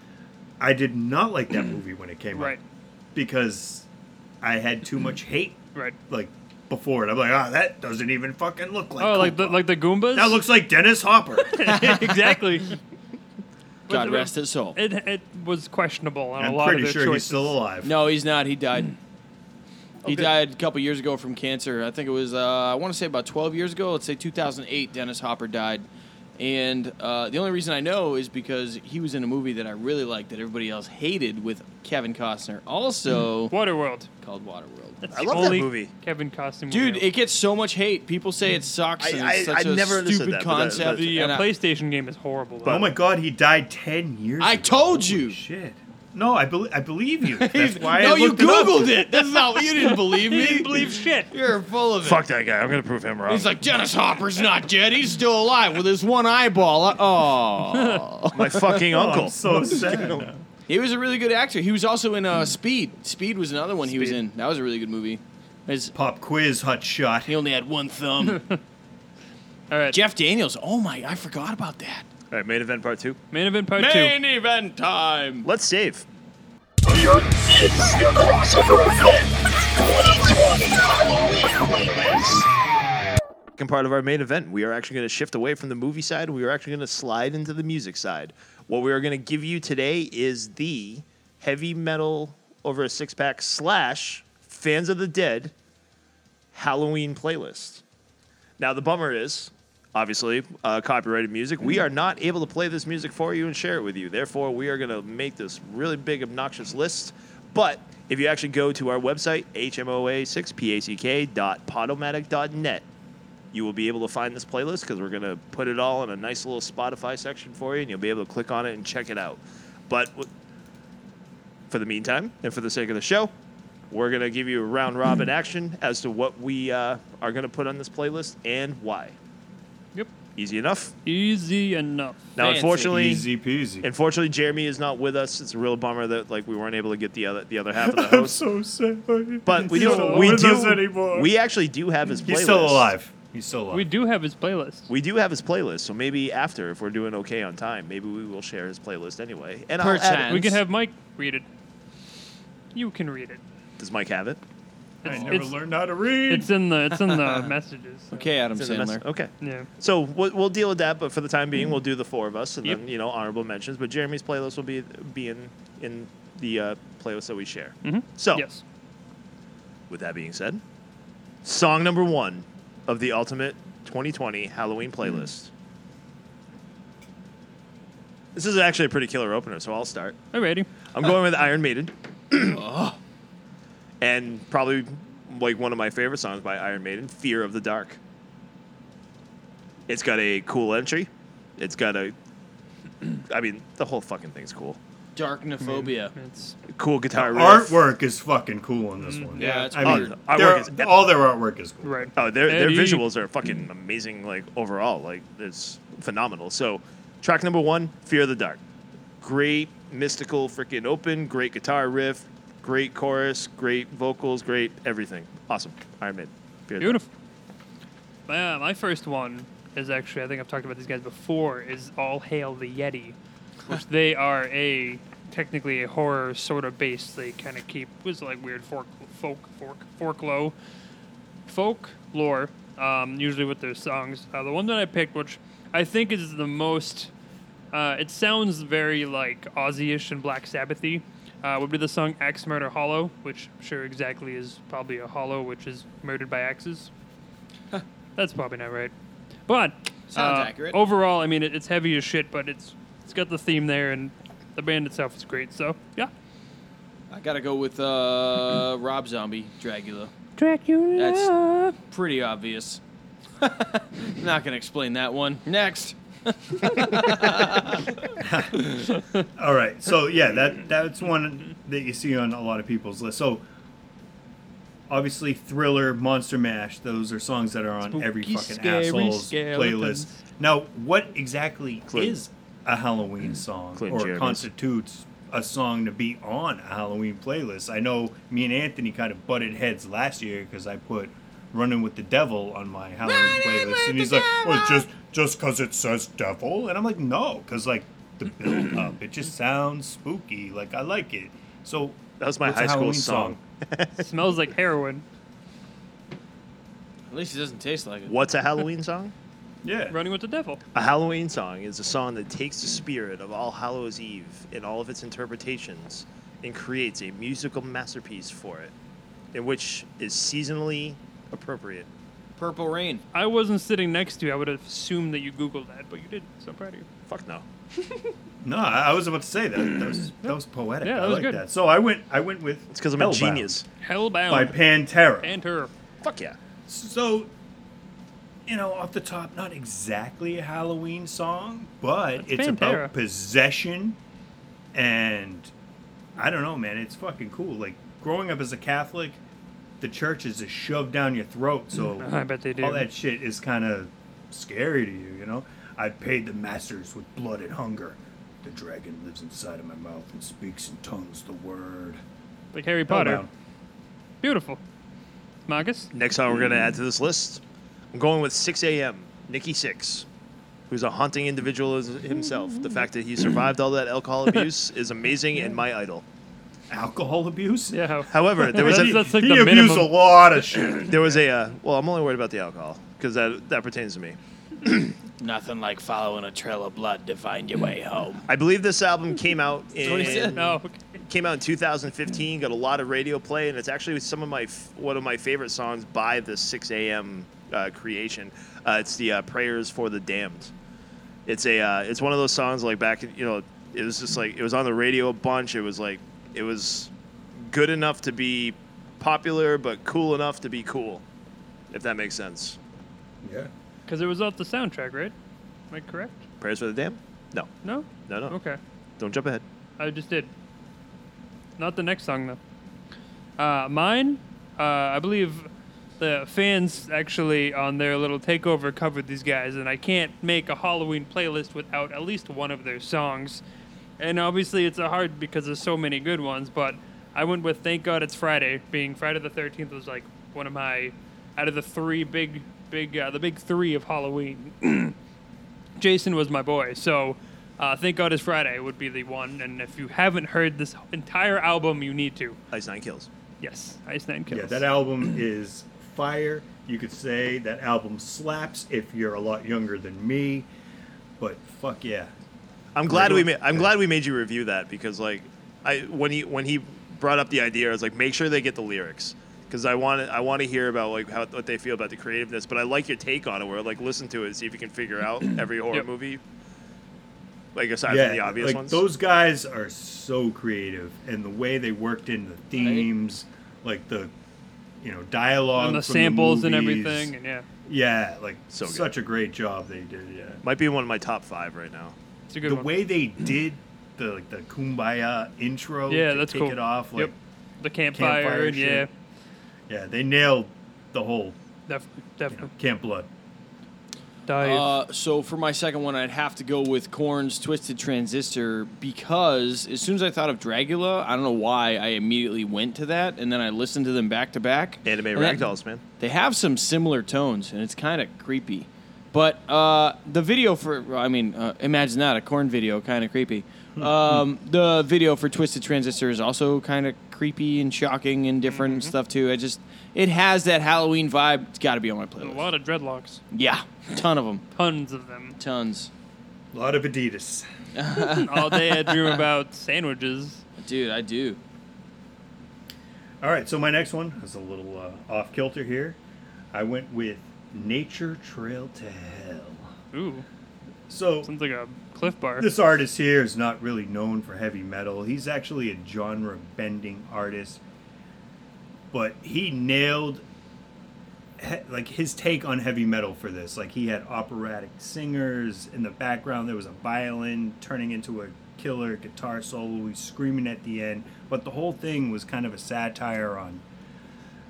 I did not like
*clears throat*
that movie when it came
right,
out because I had too much hate
right.
like before it. I'm like, ah, that doesn't even fucking look like.
oh, like the
Koopa.
like the Goombas.
that looks *laughs* like Dennis Hopper.
*laughs* exactly.
God
But
rest his soul.
It, it was questionable on
I'm
a lot
pretty
of the
sure he's
choices.
still alive.
No, "Oh, he's not. He died. He
Okay.
died a couple years ago from cancer. I think it was, uh, I want to say about 12 years ago. Let's say 2008, Dennis Hopper died. And uh, the only reason I know is because he was in a movie that I really liked that everybody else hated with Kevin Costner, also
Waterworld.
called Waterworld.
That's
I
the
love that
only
movie.
Kevin Costner movie.
Hmm. Dude, it gets so much hate. People say it sucks. and
I-
it's
I-
such
I
a
never understood
stupid
that, but that-
concept.
that's-
the
and
uh,
I-
PlayStation game is horrible.
oh
though.
my God, he died ten years.
I
ago.
told
Holy
you.
Shit. No, I believe I believe
*laughs*
you. That's why
no,
I
Oh, you
looked it up.
Googled it. That's not what you
*laughs*
didn't believe
He
me.
didn't believe shit.
You're full of it.
Fuck that guy. I'm gonna prove him wrong.
He's like, Dennis Hopper's not dead. He's still alive with his one eyeball. Oh.
my fucking
Oh, I'm
uncle.
so sad. now.
he was a really good actor. He was also in uh, Speed. Speed was another one he was
Speed.
in. That was a really good movie. His,
Pop quiz, hot shot.
he only had one thumb.
All right,
Jeff Daniels. Oh, my. I forgot about that.
All right, main event part two.
main event part two.
event time.
Let's save.
Here is the crossover event 2020 Halloween playlist.
Second part of our main event, we are actually going to shift away from the movie side. We are actually going to slide into the music side. What we are going to give you today is the heavy metal over a six pack slash fans of the dead Halloween playlist. Now, the bummer is, obviously, uh, copyrighted music. We are not able to play this music for you and share it with you. Therefore, we are going to make this really big, obnoxious list. But if you actually go to our website, hmoa6pack.podomatic.net, you will be able to find this playlist because we're going to put it all in a nice little Spotify section for you, and you'll be able to click on it and check it out. But w- for the meantime, and for the sake of the show, we're going to give you a round robin action as to what we uh, are going to put on this playlist and why.
Yep.
Easy enough.
Easy enough.
Now,
Fancy.
unfortunately,
Easy
peasy.
Unfortunately, Jeremy is not with us. It's a real bummer that like we weren't able to get the other the other
*laughs*
half of the
I'm
host.
so sad.
But we
He's
do.
not
We
with us
do.
anymore.
We actually do have his playlist.
He's still alive. He's still alive.
We do have his playlist.
We do have his playlist. So maybe after, if we're doing okay on time, maybe we will share his playlist anyway. And I'll add it.
Uh, we can have Mike read it. You can read it.
Does Mike have it?
I
It's-
never
it's-
learned how to read.
It's in the it's in the messages.
Okay, Adam
It's in the mess-
Sandler.
Okay.
Yeah.
So we'll, we'll deal with that, but for the time being, we'll do the four of us, and then you know honorable mentions. But Jeremy's playlist will be be in in the uh, playlist that we share.
Mhm.
So
yes.
With that being said, song number one of the ultimate 2020 Halloween
Mm.
playlist. This is actually a pretty killer opener, so I'll start.
Alrighty.
I'm going with Iron Maiden. and probably like one of my favorite songs by Iron Maiden, Fear of the Dark. It's got a cool entry. It's got a I mean, the whole fucking thing's cool.
Darknophobia.
Cool guitar riff.
artwork is fucking cool in this one.
Yeah, it's
I
cool.
mean,
Artwork
their-
is epic.
all their artwork is cool.
Mm-hmm. Right.
Oh, their their
Eddie.
visuals are fucking amazing. Like overall, like it's phenomenal. So, track number one, "Fear of the Dark," great mystical freaking open, great guitar riff, great chorus, great vocals, great everything. Awesome, Iron Maiden. Fear of the Dark.
Beautiful. My, uh, my first one is actually, I think I've talked about these guys before, is All Hail the Yeti, which they are a technically a horror sort of base. They kind of keep was like weird folk folk folk folklore, folklore. Um, usually with their songs. Uh, the one that I picked, which I think is the most, uh, it sounds very like Aussie-ish and Black Sabbathy. Uh, would be the song Axe Murder Hollow, which I'm sure exactly is probably a hollow, which is murdered by axes. That's probably not right. But
Sounds
uh,
accurate.
Overall, I mean, it, it's heavy as shit, but it's it's got the theme there, and the band itself is great. So yeah,
I gotta go with uh, Rob Zombie, Dracula.
Dracula.
That's pretty obvious. *laughs* Not gonna explain that one. Next.
All right. So
*laughs*
yeah, that that's one that you see on a lot of people's lists. So obviously, Thriller, Monster Mash, those are songs that are on every
Spooky,
fucking
scary
asshole's
skeletons.
playlist. Now, what exactly
Clint.
is a Halloween song,
Clint
or
Jeremy's.
constitutes a song to be on a Halloween playlist? I know me and Anthony kind of butted heads last year because I put "Running with the Devil" on my Halloween playlist, and he's like, "Well, just just because it says devil," and I'm like, "No, because like the
*clears throat*
build up, it just sounds spooky. Like I like it." So
That was my
what's a
high school
Halloween
song.
smells like heroin.
At least it doesn't taste like it.
What's a Halloween song?
Yeah.
Running with the devil.
A Halloween song is a song that takes the spirit of All Hallows Eve and all of its interpretations and creates a musical masterpiece for it, in which is seasonally appropriate.
Purple Rain.
I wasn't sitting next to you. I would have assumed that you googled that, but you did. So I'm proud of you.
Fuck no.
No, I I was about to say that. That was, that was poetic.
Yeah, that
I
was
like
good.
that. So I went I went with
It's 'cause I'm a
Hellbound
genius.
Hellbound
by Pantera.
Pantera.
Fuck yeah.
So, you know, off the top, not exactly a Halloween song, but
That's
it's
Pantera.
about possession, and I don't know, man. It's fucking cool. Like growing up as a Catholic, the church is just shoved down your throat. So
*laughs* I bet they do.
All that shit is kind of scary to you, you know. I paid the masters with blood and hunger. The dragon lives inside of my mouth and speaks in tongues the word.
Like Harry Potter.
Hellbound.
Beautiful. Marcus.
Next song we're going to add to this list, I'm going with 6 a.m., Nikki Six, who's a haunting individual as himself. The fact that he survived all that alcohol abuse is amazing and my idol.
Alcohol abuse?
Yeah. *laughs*
However, there was a,
he abused a lot of shit.
*clears throat* There was a, uh, well, I'm only worried about the alcohol because that, that pertains to me.
*clears throat* Nothing like
*clears throat*
following a trail of blood to find your way home.
I believe this album came out
That's
in
what he said.
Oh, okay.
Came out in 2015, got a lot of radio play, and it's actually some of my f- one of my favorite songs by the 6 a.m. Uh, creation. Uh, it's the uh, "Prayers for the Damned." It's a uh, it's one of those songs like back in- you know it was just like it was on the radio a bunch. It was like it was good enough to be popular, but cool enough to be cool, if that makes sense.
Yeah.
Because it was off the soundtrack, right? Am I correct?
Prayers for the Damned? No,
No?
no, no.
Okay.
Don't jump ahead.
I just did. Not the next song though. Uh, mine, uh, I believe the fans actually on their little takeover covered these guys, and I can't make a Halloween playlist without at least one of their songs. And obviously, it's a hard because there's so many good ones. But I went with "Thank God It's Friday," being Friday the 13th was like one of my out of the three big, big, uh, the big three of Halloween. Jason was my boy. So, uh, Thank God It's Friday would be the one. And if you haven't heard this entire album, you need to.
Ice Nine Kills.
Yes, Ice Nine Kills.
Yeah, that album *clears throat* is fire. You could say that album slaps if you're a lot younger than me, but fuck yeah.
I'm glad we made. I'm glad we made you review that because like, I when he when he brought up the idea, I was like, make sure they get the lyrics because I want I want to hear about like how what they feel about the creativeness. But I like your take on it, where like listen to it, and see if you can figure out every horror
Yep.
movie. Like aside
yeah,
from the obvious
like
ones,
those guys are so creative, and the way they worked in the themes, like the, you know, dialogue
and the
from
samples and
movies.
everything. And yeah,
Yeah, like
So good.
such a great job they did. Yeah,
might be one of my top five right now.
it's a good
the
one.
way they did the like the kumbaya intro.
yeah,
to
that's
take
cool.
it off. Like,
yep. The campfire.
campfire
and yeah,
shit. Yeah, they nailed the whole
def- definitely.
Camp Blood.
Uh, so for my second one, I'd have to go with Korn's Twisted Transistor because as soon as I thought of Dragula, I don't know why I immediately went to that, and then I listened to them back to back.
Anime
And that-
ragdolls, man.
They have some similar tones, and it's kind of creepy. But uh, the video for, I mean, uh, imagine that a corn video, kind of creepy.
Hmm.
Um, the video for Twisted Transistor is also kind of creepy and shocking and different
Mm-hmm.
stuff too. I just, it has that Halloween vibe. It's got to be on my
A
playlist.
lot of dreadlocks.
Yeah, ton of them,
Tons of them.
tons.
A lot of Adidas.
All day I
*laughs*
dream about sandwiches.
Dude, I do.
All right, so my next one is a little uh, off kilter here. I went with Nature Trail to Hell.
Ooh,
So
sounds like a cliff bar.
This artist here is not really known for heavy metal. He's actually a genre bending artist, but he nailed he- like his take on heavy metal for this. Like he had operatic singers in the background. There was a violin turning into a killer guitar solo. He's screaming at the end, but the whole thing was kind of a satire on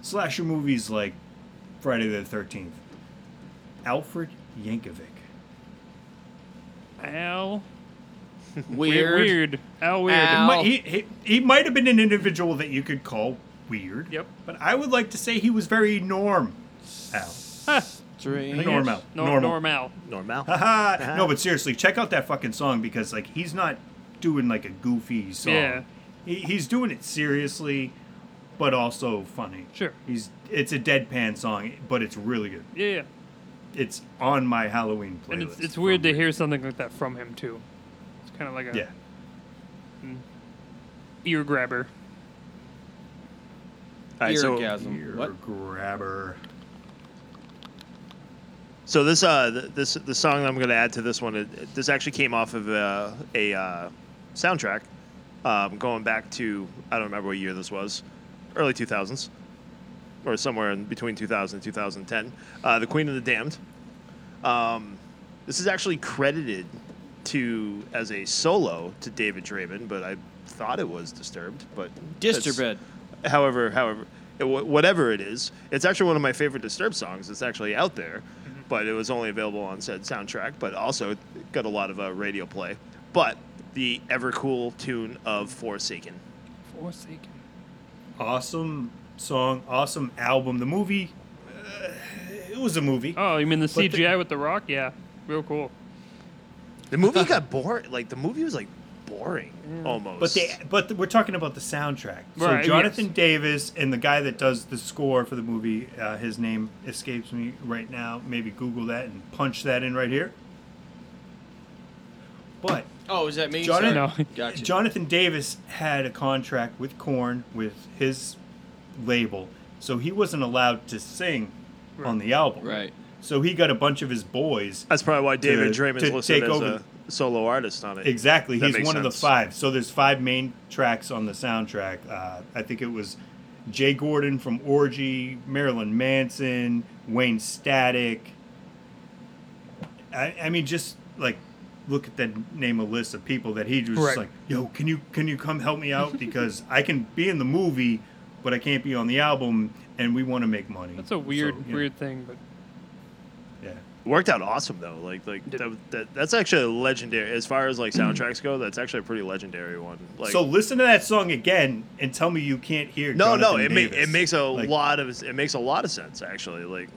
slasher movies like Friday the Thirteenth. Alfred Yankovic.
Al.
Weird.
Weird. Al weird.
Al.
But he, he, he might have been an individual that you could call weird.
Yep.
But I would like to say he was very norm. Al.
Strange.
Normal.
Nor-
normal.
Normal.
Normal. *laughs*
Haha. no, but seriously, check out that fucking song because like he's not doing like a goofy song.
Yeah.
He, he's doing it seriously, but also funny.
Sure.
He's it's a deadpan song, but it's really good.
Yeah, yeah.
It's on my Halloween playlist.
And it's, it's
from
weird to
Rick.
hear something like that from him too. It's kind of like a
Yeah.
ear grabber.
All right, so-
Eargasm. What?
Ear grabber.
So this uh th- this the song that I'm going to add to this one it, this actually came off of uh, a uh, soundtrack um, going back to I don't remember what year this was early 2000s or somewhere in between 2000 and 2010 uh, the Queen of the Damned um, this is actually credited to as a solo to David Draven but I thought it was Disturbed but that's-
Disturbed.
however, however, it, wh- whatever it is, it's actually one of my favorite Disturbed songs. It's actually out there,
Mm-hmm.
but it was only available on said soundtrack. But also it got a lot of uh, radio play. But the ever cool tune of Forsaken.
Forsaken.
awesome song, awesome album. The movie, uh, it was a movie.
Oh, you mean the
But the-
CGI with the rock? Yeah, real cool.
The movie
*laughs*
got boring. Like the movie was like boring almost.
But they, but we're talking about the soundtrack. so
Right,
Jonathan
yes.
Davis and the guy that does the score for the movie, uh, his name escapes me right now. Maybe Google that and punch that in right here. But
Oh, is that me?
Jonathan,
Sorry. Gotcha.
Jonathan Davis had a contract with Korn with his label, so he wasn't allowed to sing on the album.
Right.
So he got a bunch of his boys.
That's probably why David
to,
Draymond's
to
listed
take
as
over.
a solo artist on it.
Exactly.
That
He's
makes
one of the
sense.
five. So there's five main tracks on the soundtrack. Uh, I think it was Jay Gordon from Orgy, Marilyn Manson, Wayne Static. I, I mean, just like look at that name of list of people that he was
Right.
just like, "Yo, can you can you come help me
*laughs*
out because I can be in the movie, but I can't be on the album, and we want to make money."
That's a weird, weird thing, but
yeah.
Worked out awesome though. Like like that, that, that's actually a legendary as far as like soundtracks go. That's actually a pretty legendary one. Like
so listen to that song again and tell me you can't hear.
no no
Jonathan
it, ma-
Davis.
it makes a
Like,
lot of it makes a lot of sense actually. Like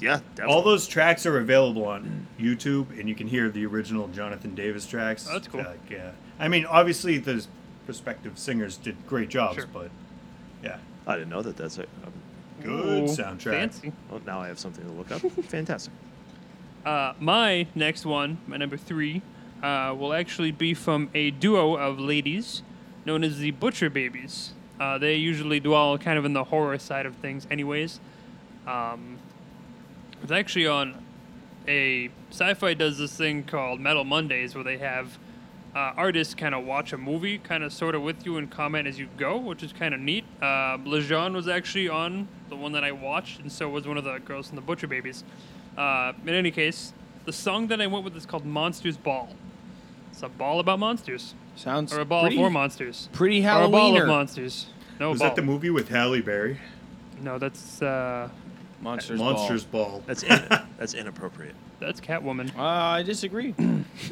yeah, definitely.
All those tracks are available on YouTube, and you can hear the original Jonathan Davis tracks.
Oh, that's cool.
Like, yeah. I mean, obviously, the prospective singers did great jobs,
Sure.
but yeah.
I didn't know that. That's it.
Good soundtrack.
Oh, now I have something to
*laughs*
look up. Fantastic.
Uh, my next one, my number three, uh, will actually be from a duo of ladies known as the Butcher Babies. Uh, they usually dwell kind of in the horror side of things, anyways. Um, it's actually on a sci fi does this thing called Metal Mondays where they have uh, artists kind of watch a movie, kind of sort of with you and comment as you go, which is kind of neat. Uh, Lejeune was actually on the one that I watched, and so was one of the girls from the Butcher Babies. Uh, in any case, the song that I went with is called Monsters Ball. It's a ball about monsters.
Sounds
or a ball
pretty-
for monsters.
pretty
Or a ball
Halloweener.
of monsters. No
was
ball.
that the movie with Halle Berry?
No, that's uh,
Monsters.
Monsters Ball. *laughs*
That's in, that's inappropriate.
that's Catwoman.
Uh, I disagree.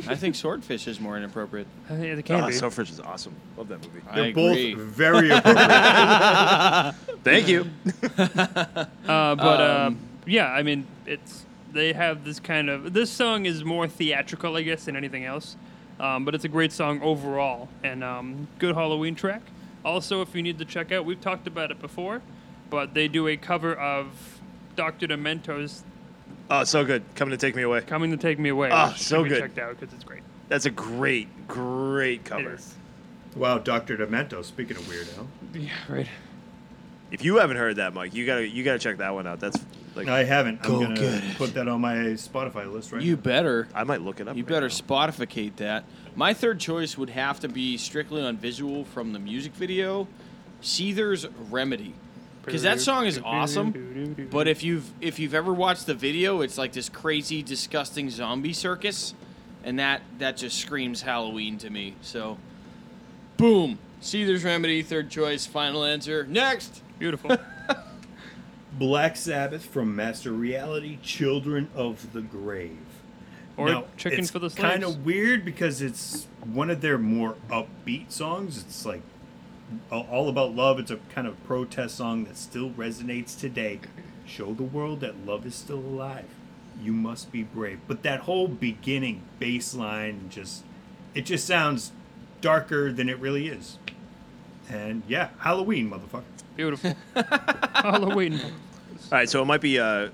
I think Swordfish is more inappropriate.
Uh, yeah, they can
Ah,
be.
Selfridge is awesome. Love that movie.
I agree.
*laughs*
Thank you.
*laughs*
Uh, but uh,
Um,
yeah, I mean, it's they have this kind of this song is more theatrical, I guess, than anything else. Um, but it's a great song overall and um, good Halloween track. Also, if you need to check out, we've talked about it before, but they do a cover of Doctor Demento's
Oh, so good. Coming to take me away.
"Coming to Take Me Away."
Ah,
which should
so
be
good.
Checked out because it's great.
That's a great, great cover.
Wow, Dr. Demento, speaking of weirdo.
Yeah, right.
*laughs*
If you haven't heard that, Mike, you gotta you gotta check that one out. That's like
I haven't. I'm
Go
going
get
to put that on my Spotify list right
You better.
I might look it up.
You better Spotificate that. My third choice would have to be strictly on visual from the music video, Seether's Remedy, because that song is awesome. But if you've if you've ever watched the video, it's like this crazy, disgusting zombie circus, and that that just screams Halloween to me. So, boom, Seether's Remedy, third choice, final answer. Next,
beautiful.
Black Sabbath from Master Reality, Children of the Grave.
Or Chicken for the Slaves.
kind of weird because it's one of their more upbeat songs. It's like a- all about love. It's a kind of protest song that still resonates today. Show the world that love is still alive. You must be brave. But that whole beginning bass line just it just sounds darker than it really is. And yeah, Halloween, motherfucker.
Beautiful. Halloween.
All right, so it might be uh,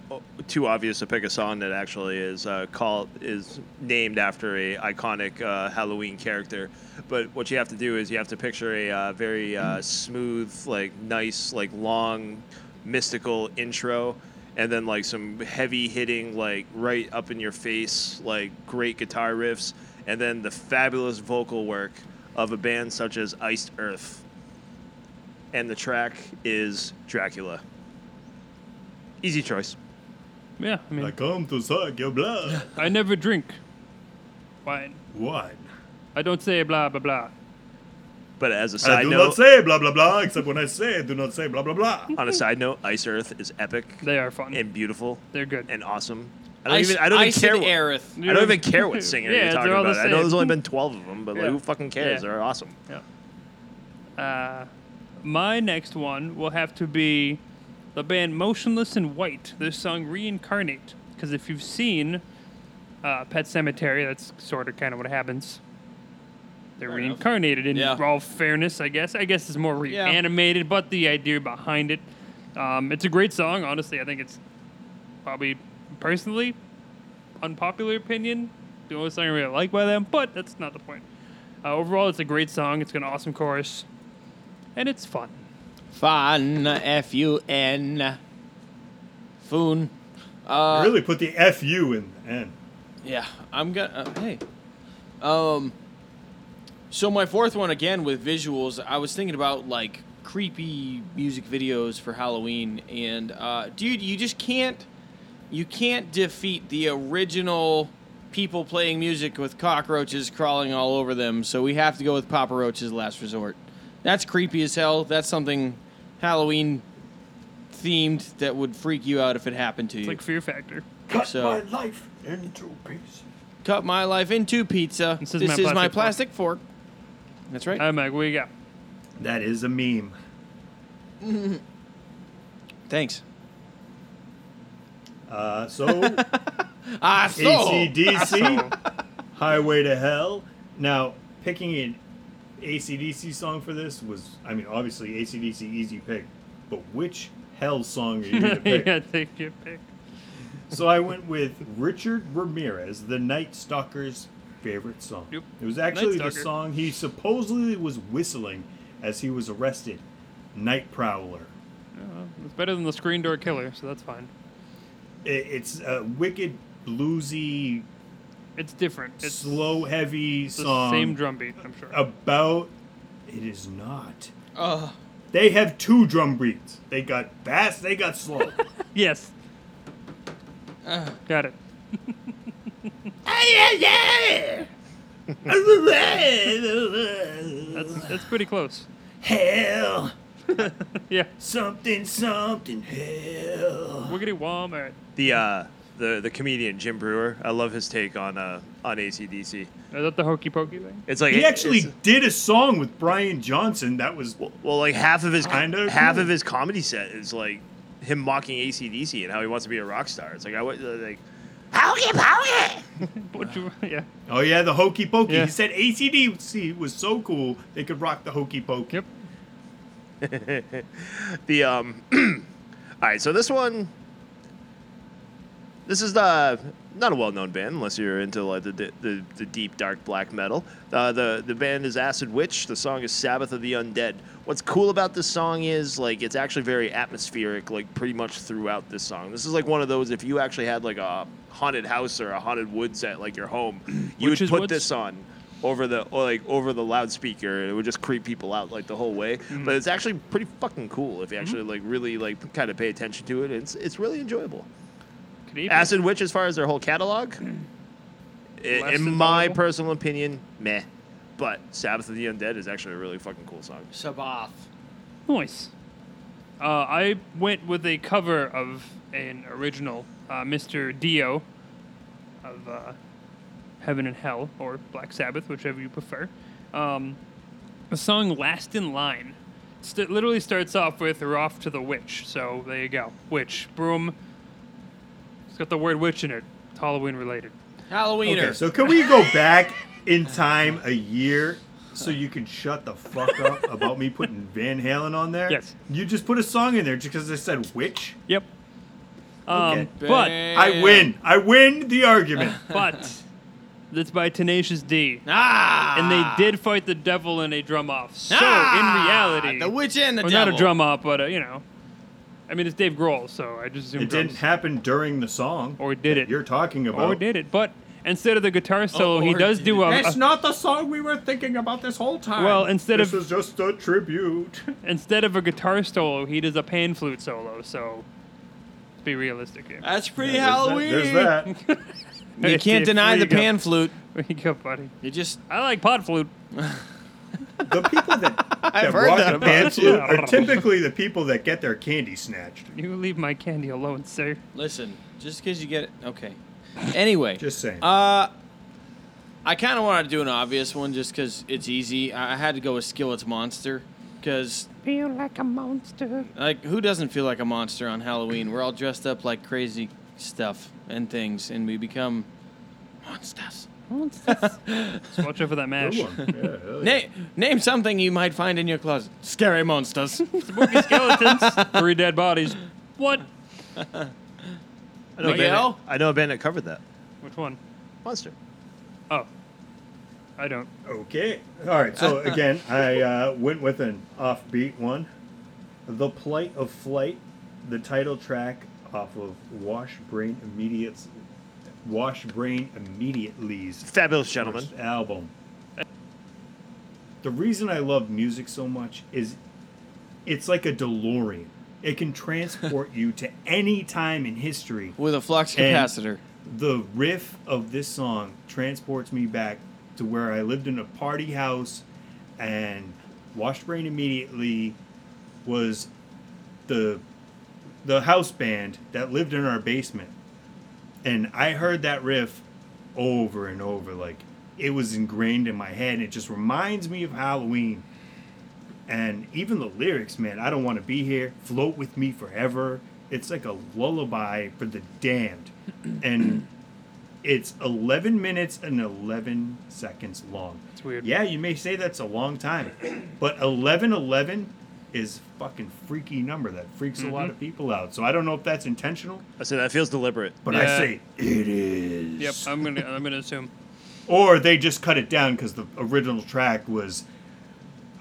too obvious to pick a song that actually is uh, called is named after a iconic uh, Halloween character. But what you have to do is you have to picture a uh, very uh, smooth, like nice, like long, mystical intro, and then like some heavy hitting, like right up in your face, like great guitar riffs, and then the fabulous vocal work of a band such as Iced Earth. And the track is Dracula. Easy choice.
Yeah, I mean,
I come to suck your blood.
I never drink wine.
Wine.
I don't say blah blah blah.
But as a
I
side
do
note,
not say blah blah blah, except when I say do not say blah blah blah.
on a side note, Ice Earth is epic. They
are fun
and beautiful.
They're good
and awesome. I don't
Ice-
even. I don't
Ice
even care.
and
What,
Aerith.
I don't even care what singer
*laughs* Yeah,
you're
they're
talking
all the
about. I know
same.
there's only
*laughs*
been twelve of them, but
Yeah.
like, who fucking cares?
Yeah.
They're awesome.
Yeah. Uh, my next one will have to be the band Motionless in White. Their song "Reincarnate," because if you've seen uh, Pet Cemetery, that's sort of kind of what happens. They're reincarnated. In all fairness, I guess. I guess it's more reanimated, but the idea behind it, um, it's a great song. Honestly, I think it's probably personally unpopular opinion. The only song I really like by them, but that's not the point. Uh, overall, it's a great song. It's got an awesome chorus, and it's fun.
Fun. F U N. Foon. Uh,
really put the F U in the end.
Yeah, I'm gonna. Uh, hey, um, so my fourth one again with visuals. I was thinking about like creepy music videos for Halloween, and uh, dude, you just can't, you can't defeat the original people playing music with cockroaches crawling all over them. So we have to go with Papa Roach's Last Resort. That's creepy as hell. That's something Halloween themed that would freak you out if it happened to you.
It's like Fear Factor.
Cut
So-
my life into pieces.
Cut my life into pizza. This is, my, plastic fork. That's right.
Hi, Mike. What you got?
That is a meme.
*laughs* Thanks.
Uh, so,
Ah, *laughs* so. *laughs*
*laughs*
ACDC, Highway to Hell. Now, picking an ACDC song for this was, I mean, obviously ACDC easy pick, but which Hell song are you
*laughs*
going to pick?
yeah, take your pick.
So I went with Richard Ramirez, the Night Stalker's favorite song. It was actually
Night
the
Stalker.
song he supposedly was whistling as he was arrested. Night Prowler.
Uh, it's better than the Screen Door Killer, so that's fine.
I- It's a wicked bluesy,
It's different. It's
slow, heavy
the
song.
same drum beat, I'm sure.
About it is not.
Uh,
They have two drum beats. They got fast. They got
*laughs*
slow.
yes.
Uh.
Got it. *laughs* that's that's pretty close. *laughs*
hell,
yeah.
something, something, hell.
Wiggity Walmart.
The uh, the the comedian Jim Brewer. I love his take on uh on ACDC.
Is that the hokey pokey thing? *laughs*
It's like
he
it-
actually
it's-
did a song with Brian Johnson. That was well,
like half of his
kind of
half of his comedy set is like him mocking ACDC and how he wants to be a rock star. It's like I would uh, like *laughs* hokey pokey.
What you- *laughs* yeah.
Oh yeah, the hokey pokey.
Yeah.
He said ACDC was so cool they could rock the hokey pokey.
Yep. the um, *clears throat* all right. So this one, this is the not a well-known band unless you're into like the the, the, deep dark black metal. Uh, the the band is Acid Witch. The song is Sabbath of the Undead. What's cool about this song is like it's actually very atmospheric. Like pretty much throughout this song, this is like one of those if you actually had like a haunted house or a haunted woods at like your home, you would
Witch's
put
Woods?
this on over the or like over the loudspeaker and it would just creep people out like the whole way but it's actually pretty fucking cool if you actually like really like kind of pay attention to it it's it's really enjoyable acid witch as far as their whole catalog i-
Less
in
than
my
tolerable?
personal opinion meh but sabbath of the undead is actually a really fucking cool song
Sabath.
Nice. Uh, I went with a cover of an original, uh, Mr. Dio, of uh, Heaven and Hell, or Black Sabbath, whichever you prefer. Um, the song Last in Line st- literally starts off with We're off to the witch. So there you go. Witch. Broom. It's got the word witch in it. It's Halloween related.
Halloweener.
Okay, so can we go back in time a year so you can shut the fuck up about me putting Van Halen on there?
Yes.
You just put a song in there just because I said witch.
Yep. Um,
Okay.
But
I win. I win the argument.
*sighs* but that's by Tenacious D.
Ah!
And they did fight the devil in a drum off. So
Ah!
in reality,
The witch and the
well, not
devil.
a drum off, but uh, you know, I mean it's Dave Grohl, so I just assume
It didn't happen during the song. Or
did it?
You're talking about.
Or did Oh, it? But instead of the
Oh,
guitar solo, he
or
does
did
do a,
It's
a-
not the song we were thinking about this whole time.
Um, uh, Well, instead
this
of-
was just a *laughs* tribute.
instead of a guitar solo, he does a pan flute solo. So let's be realistic here.
That's pretty
Halloween. There's that.
Uh, You can't deny
There
the
you go. *laughs*
pan flute.
There you go, buddy.
You just
I like pot flute.
the people that
*laughs* I've
that
heard
rock
that
the
about
band
you.
flute are typically the people that get their candy snatched.
You leave my candy alone, sir.
Listen, just because you get it. Okay. Anyway.
Just saying.
Uh, I kind of wanted to do an obvious one just because it's easy. I I had to go with Skillet's Monster because,
Feel like a monster.
like, who doesn't feel like a monster on Halloween? We're all dressed up like crazy stuff and things, and we become monsters.
Just watch out for that mash.
Name, name something you might find in your closet. Scary monsters.
Spooky skeletons. *laughs* Three dead bodies. What?
i
oh,
know, a band,
Miguel?
that- I know a band that covered that
Which one?
monster
Oh. I don't.
Okay. All right. So again, I uh, went with an offbeat one, "The Plight of Flight," the title track off of Wash Brain Immediate's Wash Brain Immediately's
fabulous gentleman
first album. The reason I love music so much is it's like a DeLorean. It
*laughs*
can transport you to any time in history
with a flux
and
capacitor.
the riff of this song transports me back to where I lived in a party house, and Washbrain immediately was the the house band that lived in our basement, and I heard that riff over and over. Like it was ingrained in my head. And it just reminds me of Halloween, and even the lyrics, man. I don't want to be here. Float with me forever. It's like a lullaby for the damned, and it's 11 minutes and 11 seconds long. It's
weird.
Yeah, you may say that's a long time, but 1111 is a fucking freaky number that freaks a lot of people out. So I don't know if that's intentional,
I say that feels deliberate.
but I say it is.
Yep, I'm gonna I'm gonna assume.
Or they just cut it down because the original track was,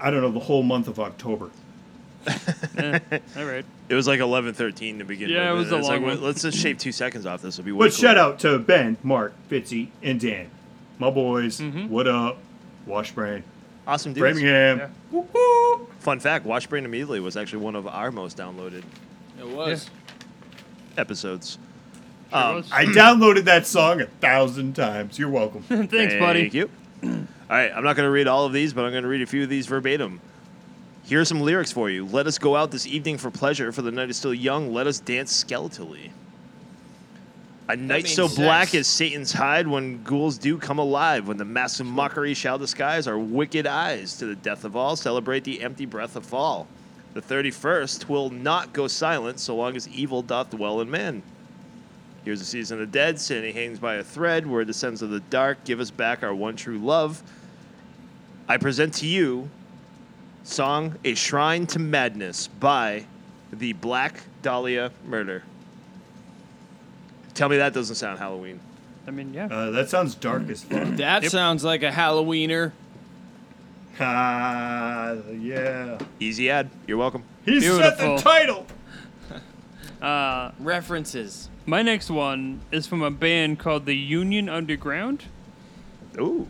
I don't know, the whole month of October.
Eh, all right.
It was like eleven thirteen to begin with.
Yeah, it was
and
a
it's
long
like,
one.
Let's just shave two seconds off this. It'll be way
But shout
cooler.
out to Ben, Mark, Fitzy, and Dan, my boys.
Mm-hmm.
What up, Washbrand,
Awesome dudes.
Framingham.
Fun fact, Wash Brain Immediately was actually one of our most downloaded
It was.
episodes.
Um,
was. *clears throat*
I downloaded that song a thousand times. You're welcome.
*laughs* Thanks, buddy.
Thank you. *clears throat* All right, I'm not going to read all of these, but I'm going to read a few of these verbatim. Here are some lyrics for you. Let us go out this evening for pleasure, for the night is still young. Let us dance skeletally. A night
means
so black
sex.
as Satan's hide, when ghouls do come alive, when the mass of mockery shall disguise our wicked eyes. To the death of all, celebrate the empty breath of fall. The 31st will not go silent so long as evil doth dwell in man. Here's the season of the dead. Sandy hangs by a thread. Where descends of the dark. Give us back our one true love. I present to you song "A Shrine to Madness" by the Black Dahlia Murder. Tell me that doesn't sound Halloween.
I mean, yeah.
Uh, that sounds dark as fuck.
*clears throat*
That sounds like a Halloweener.
Ah, yeah.
Easy ad. You're welcome.
He set the
Beautiful. *laughs*
title.
Uh,
References.
my next one is from a band called the Union Underground.
Ooh.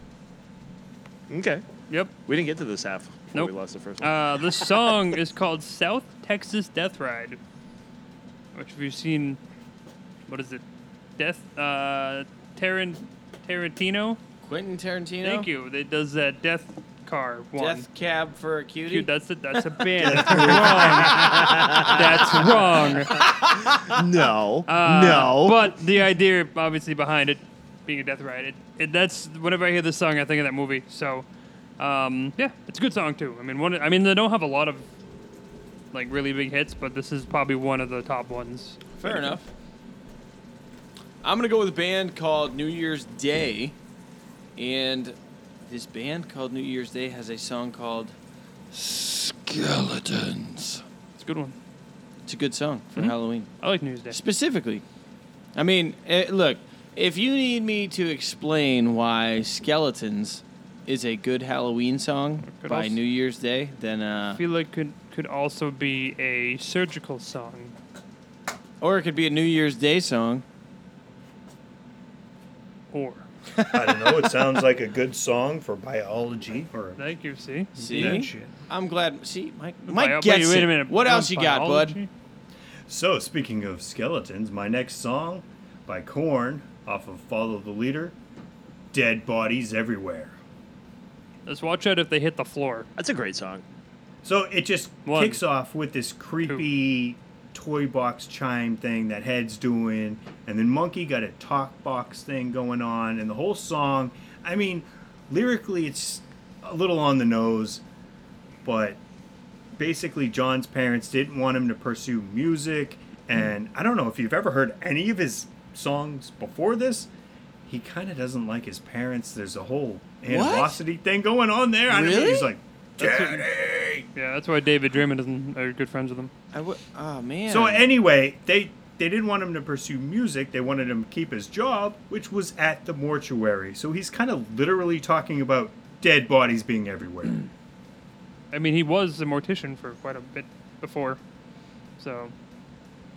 Okay.
Yep.
We didn't get to this half. before
Nope.
We lost the first one.
Uh, the song is called South Texas Death Ride. Which, if you've seen, what is it? Death, uh, Taran- Tarantino?
Quentin Tarantino.
Thank you. That does that Death Car one.
Death cab for a cutie.
Dude, that's a, that's
*laughs*
a band. That's wrong. That's wrong.
no.
Uh,
no.
But the idea, obviously, behind it being a death ride, it, it, that's whenever I hear this song, I think of that movie. So, um, yeah, it's a good song too. I mean, one. I mean, they don't have a lot of like really big hits, but this is probably one of the top ones.
Fair enough. I'm gonna go with a band called New Year's Day, and this band called New Year's Day has a song called Skeletons.
It's a good one.
It's a good song for
Mhm.
Halloween.
I like Newsday.
Specifically, I mean, eh, look, if you need me to explain why Skeletons is a good Halloween song
could
by
also-
New Year's Day, then
I
uh,
feel like could could also be a surgical song.
or it could be a New Year's Day song.
Or
I don't know. It sounds like a good song for biology or
thank you. See,
See,
that shit.
I'm glad. See, Mike,
Bio-
Mike
wait,
gets
wait a
it.
minute.
What
Not
else you got, bud?
biology?
So speaking of skeletons, my next song by Korn off of Follow the Leader, "Dead Bodies Everywhere."
Let's watch out if they hit the floor.
That's a great song.
So it just
One,
kicks off with this creepy toy box chime thing that Head's doing, and then Monkey got a talk box thing going on, and the whole song. I mean, lyrically, it's a little on the nose, but basically, John's parents didn't want him to pursue music, and I don't know if you've ever heard any of his songs before this. He kind of doesn't like his parents. There's a whole animosity thing going on there. I don't know.
Really?
He's like,
That's what-
Daddy!
Yeah, that's why David Draymond isn't are good friends with him.
I w- oh man.
So anyway, they they didn't want him to pursue music. They wanted him to keep his job, which was at the mortuary. So he's kind of literally talking about dead bodies being
*clears throat*
everywhere.
I mean, he was a mortician for quite a bit before, so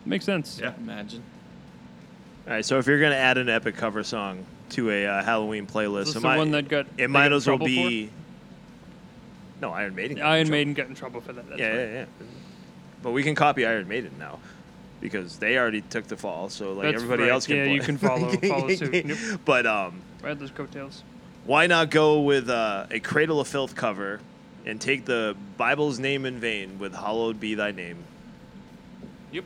makes sense.
Yeah,
imagine.
All right, so if you're gonna add an epic cover song to a uh, Halloween playlist,
Is this
it
the
might,
one that got- they
it might
got in
as well
trouble
be. No, Iron Maiden. got in
Iron
trouble.
Maiden got in trouble for that. That's
yeah,
right.
yeah, yeah. But we can copy Iron Maiden now because they already took the fall, so like
That's
everybody
right.
else can.
Yeah,
play.
you
*laughs*
can follow- follow suit. Yep.
But um,
Ride those coattails.
why not go with uh, a Cradle of Filth cover and take the Bible's name in vain with "Hallowed Be Thy Name."
Yep.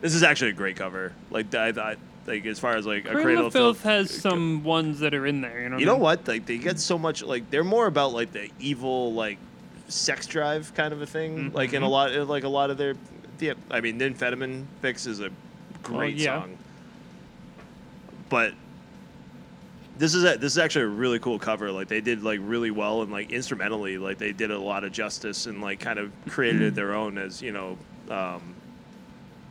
This is actually a great cover. Like I, I like as far as like a
Cradle of Filth has some ones that are in there. You know.
you know what? Like they get so much. Like they're more about like the evil like sex drive kind of a thing. Like in a
Mhm.
lot, like a lot of their. Yeah, I mean, Ninfetamin Fix is a great
yeah.
song. But this is a this is actually a really cool cover. Like they did like really well and like instrumentally, like they did a lot of justice and like kind of created
Mm-hmm.
it their own as you know, um,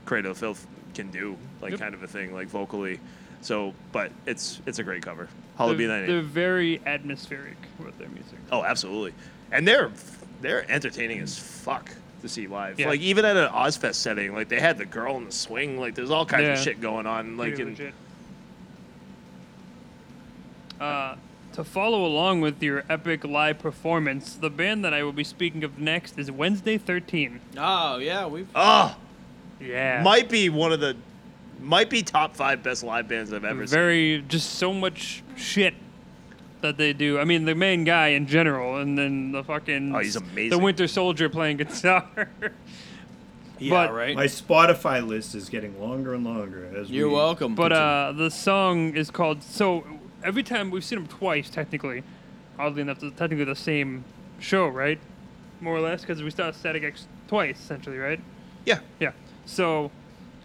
Cradle of Filth can do like
Yep.
kind of a thing like vocally. So, but it's it's a great cover. Halloween
they're,
Night.
they're very atmospheric with their music.
Oh, absolutely. And they're they're entertaining as fuck to see live.
Yeah.
Like even at an Ozfest setting, like they had the girl in the swing. Like there's all kinds
Yeah.
of shit going on. Like
Pretty
in,
legit. Uh, to follow along with your epic live performance, the band that I will be speaking of next is Wednesday 13.
Oh yeah, we've.
oh,
Yeah.
might be one of the might be top five best live bands I've ever seen.
Very, just so much shit that they do. I mean, the main guy in general, and then the fucking.
Oh, he's
The
amazing.
Winter Soldier playing guitar. *laughs* Yeah, right.
My Spotify list is getting longer and longer as we
But uh, the song is called. So every time we've seen them twice, technically, oddly enough, they're technically the same show, right? More or less, because we saw Static X twice, essentially, right?
Yeah.
Yeah. So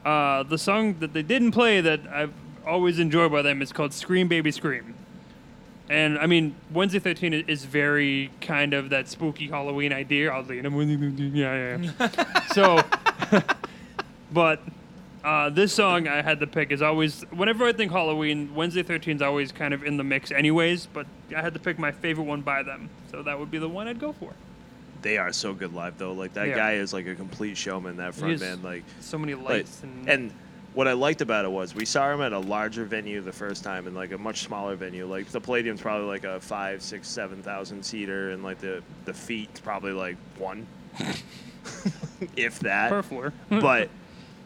uh, the song that they didn't play that I've always enjoyed by them is called "Scream Baby Scream," and I mean Wednesday Thirteen i- is very kind of that spooky Halloween idea, oddly enough. Yeah, yeah. yeah. so, *laughs* but uh, this song I had to pick is always whenever I think Halloween, Wednesday Thirteen is always kind of in the mix, anyways. But I had to pick my favorite one by them, so that would be the one I'd go for.
They are so good live though. Like that
Yeah.
guy is like a complete showman. That front
is
man, like
so many
like-
lights and-
what I liked about it was we saw him at a larger venue the first time and like a much smaller venue. Like the Palladium's probably like a five, six, seven thousand seater, and like the the feet's probably like one, *laughs* if that.
*laughs* Per floor.
but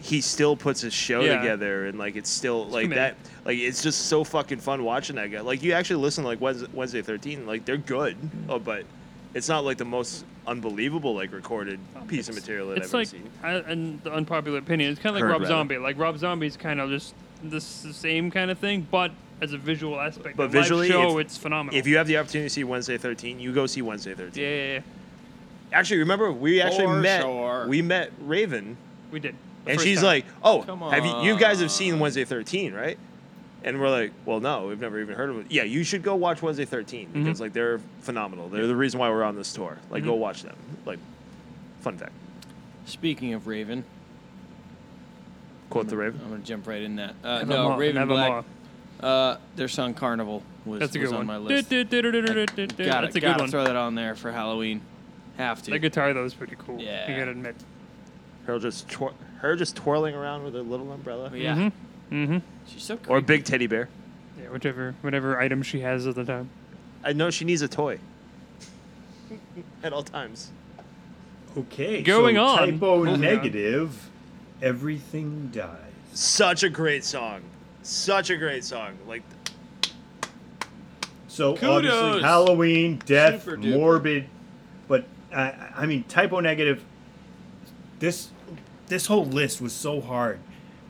he still puts his show
Yeah.
together and like it's still like that
committed.
like it's just so fucking fun watching that guy like you actually listen to like Wednes- wednesday 13 like they're good
Mm-hmm.
oh but it's not like the most unbelievable like recorded piece of material that
Oh, it's
i've
like,
ever seen
I, and the unpopular opinion, it's kind of like
Heard,
Rob
rather.
Zombie. Like Rob Zombie's kind of just this the same kind of thing, but as a visual aspect.
but
The live
visually
show
if,
it's phenomenal.
if you have the opportunity to see wednesday 13 you go see wednesday 13
yeah, yeah, yeah.
actually remember we actually
For
met
sure.
we met raven
we did. The
and
first
she's
time.
like oh have you you guys have seen wednesday 13 right and we're like, well, no, we've never even heard of it. Yeah, you should go watch Wednesday 13 because
Mhm.
like they're phenomenal. They're the reason why we're on this tour. Like, go
Mhm.
Mm-hmm.
watch them. Like, fun fact.
Speaking of Raven,
quote the Raven.
I'm gonna jump right in that. Uh, no,
Nevermore,
Raven
nevermore.
Black. Uh, their song Carnival was,
That's a
was
good
on
one.
my list.
Du- du- du- du- du- du- du- du-
Gotta-
That's a good
gotta
one.
Throw that on there for Halloween. Have to.
The guitar though is pretty cool.
Yeah.
you gotta admit.
Her just twir- her just twirling around with her little umbrella.
Yeah.
Mm-hmm. Mm-hmm.
She's so
Or big teddy bear.
Yeah, whichever whatever item she has at the time.
I know she needs a toy. *laughs* At all times.
Okay.
Going
so
on.
Typo
Moving on.
negative. Everything dies.
Such a great song. Such a great song. Like
So obviously
Kudos.
Halloween, death,
Super duper.
morbid, but uh, I mean typo negative. This this whole list was so hard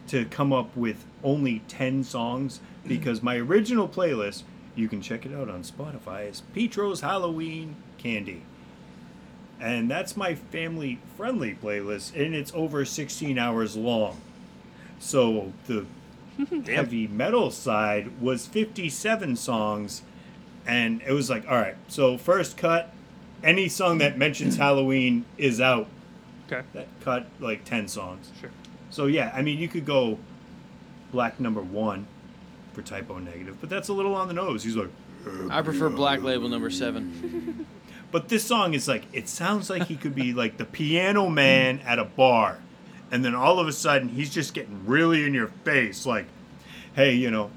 to come up with only ten songs because my original playlist, you can check it out on Spotify, is Petro's Halloween Candy. And that's my family friendly playlist, and it's over 16 hours long. So
*laughs*
the heavy metal side was 57 songs and it was like all right so first cut any song that mentions halloween is out
okay
that cut like 10 songs
sure
So yeah, I mean, you could go black number one for typo negative, but that's a little on the nose. He's like,
I prefer Black Label number seven.
but this song is like, it sounds like he could be like the piano man at a bar, and then all of a sudden he's just getting really in your face, like, hey, you know,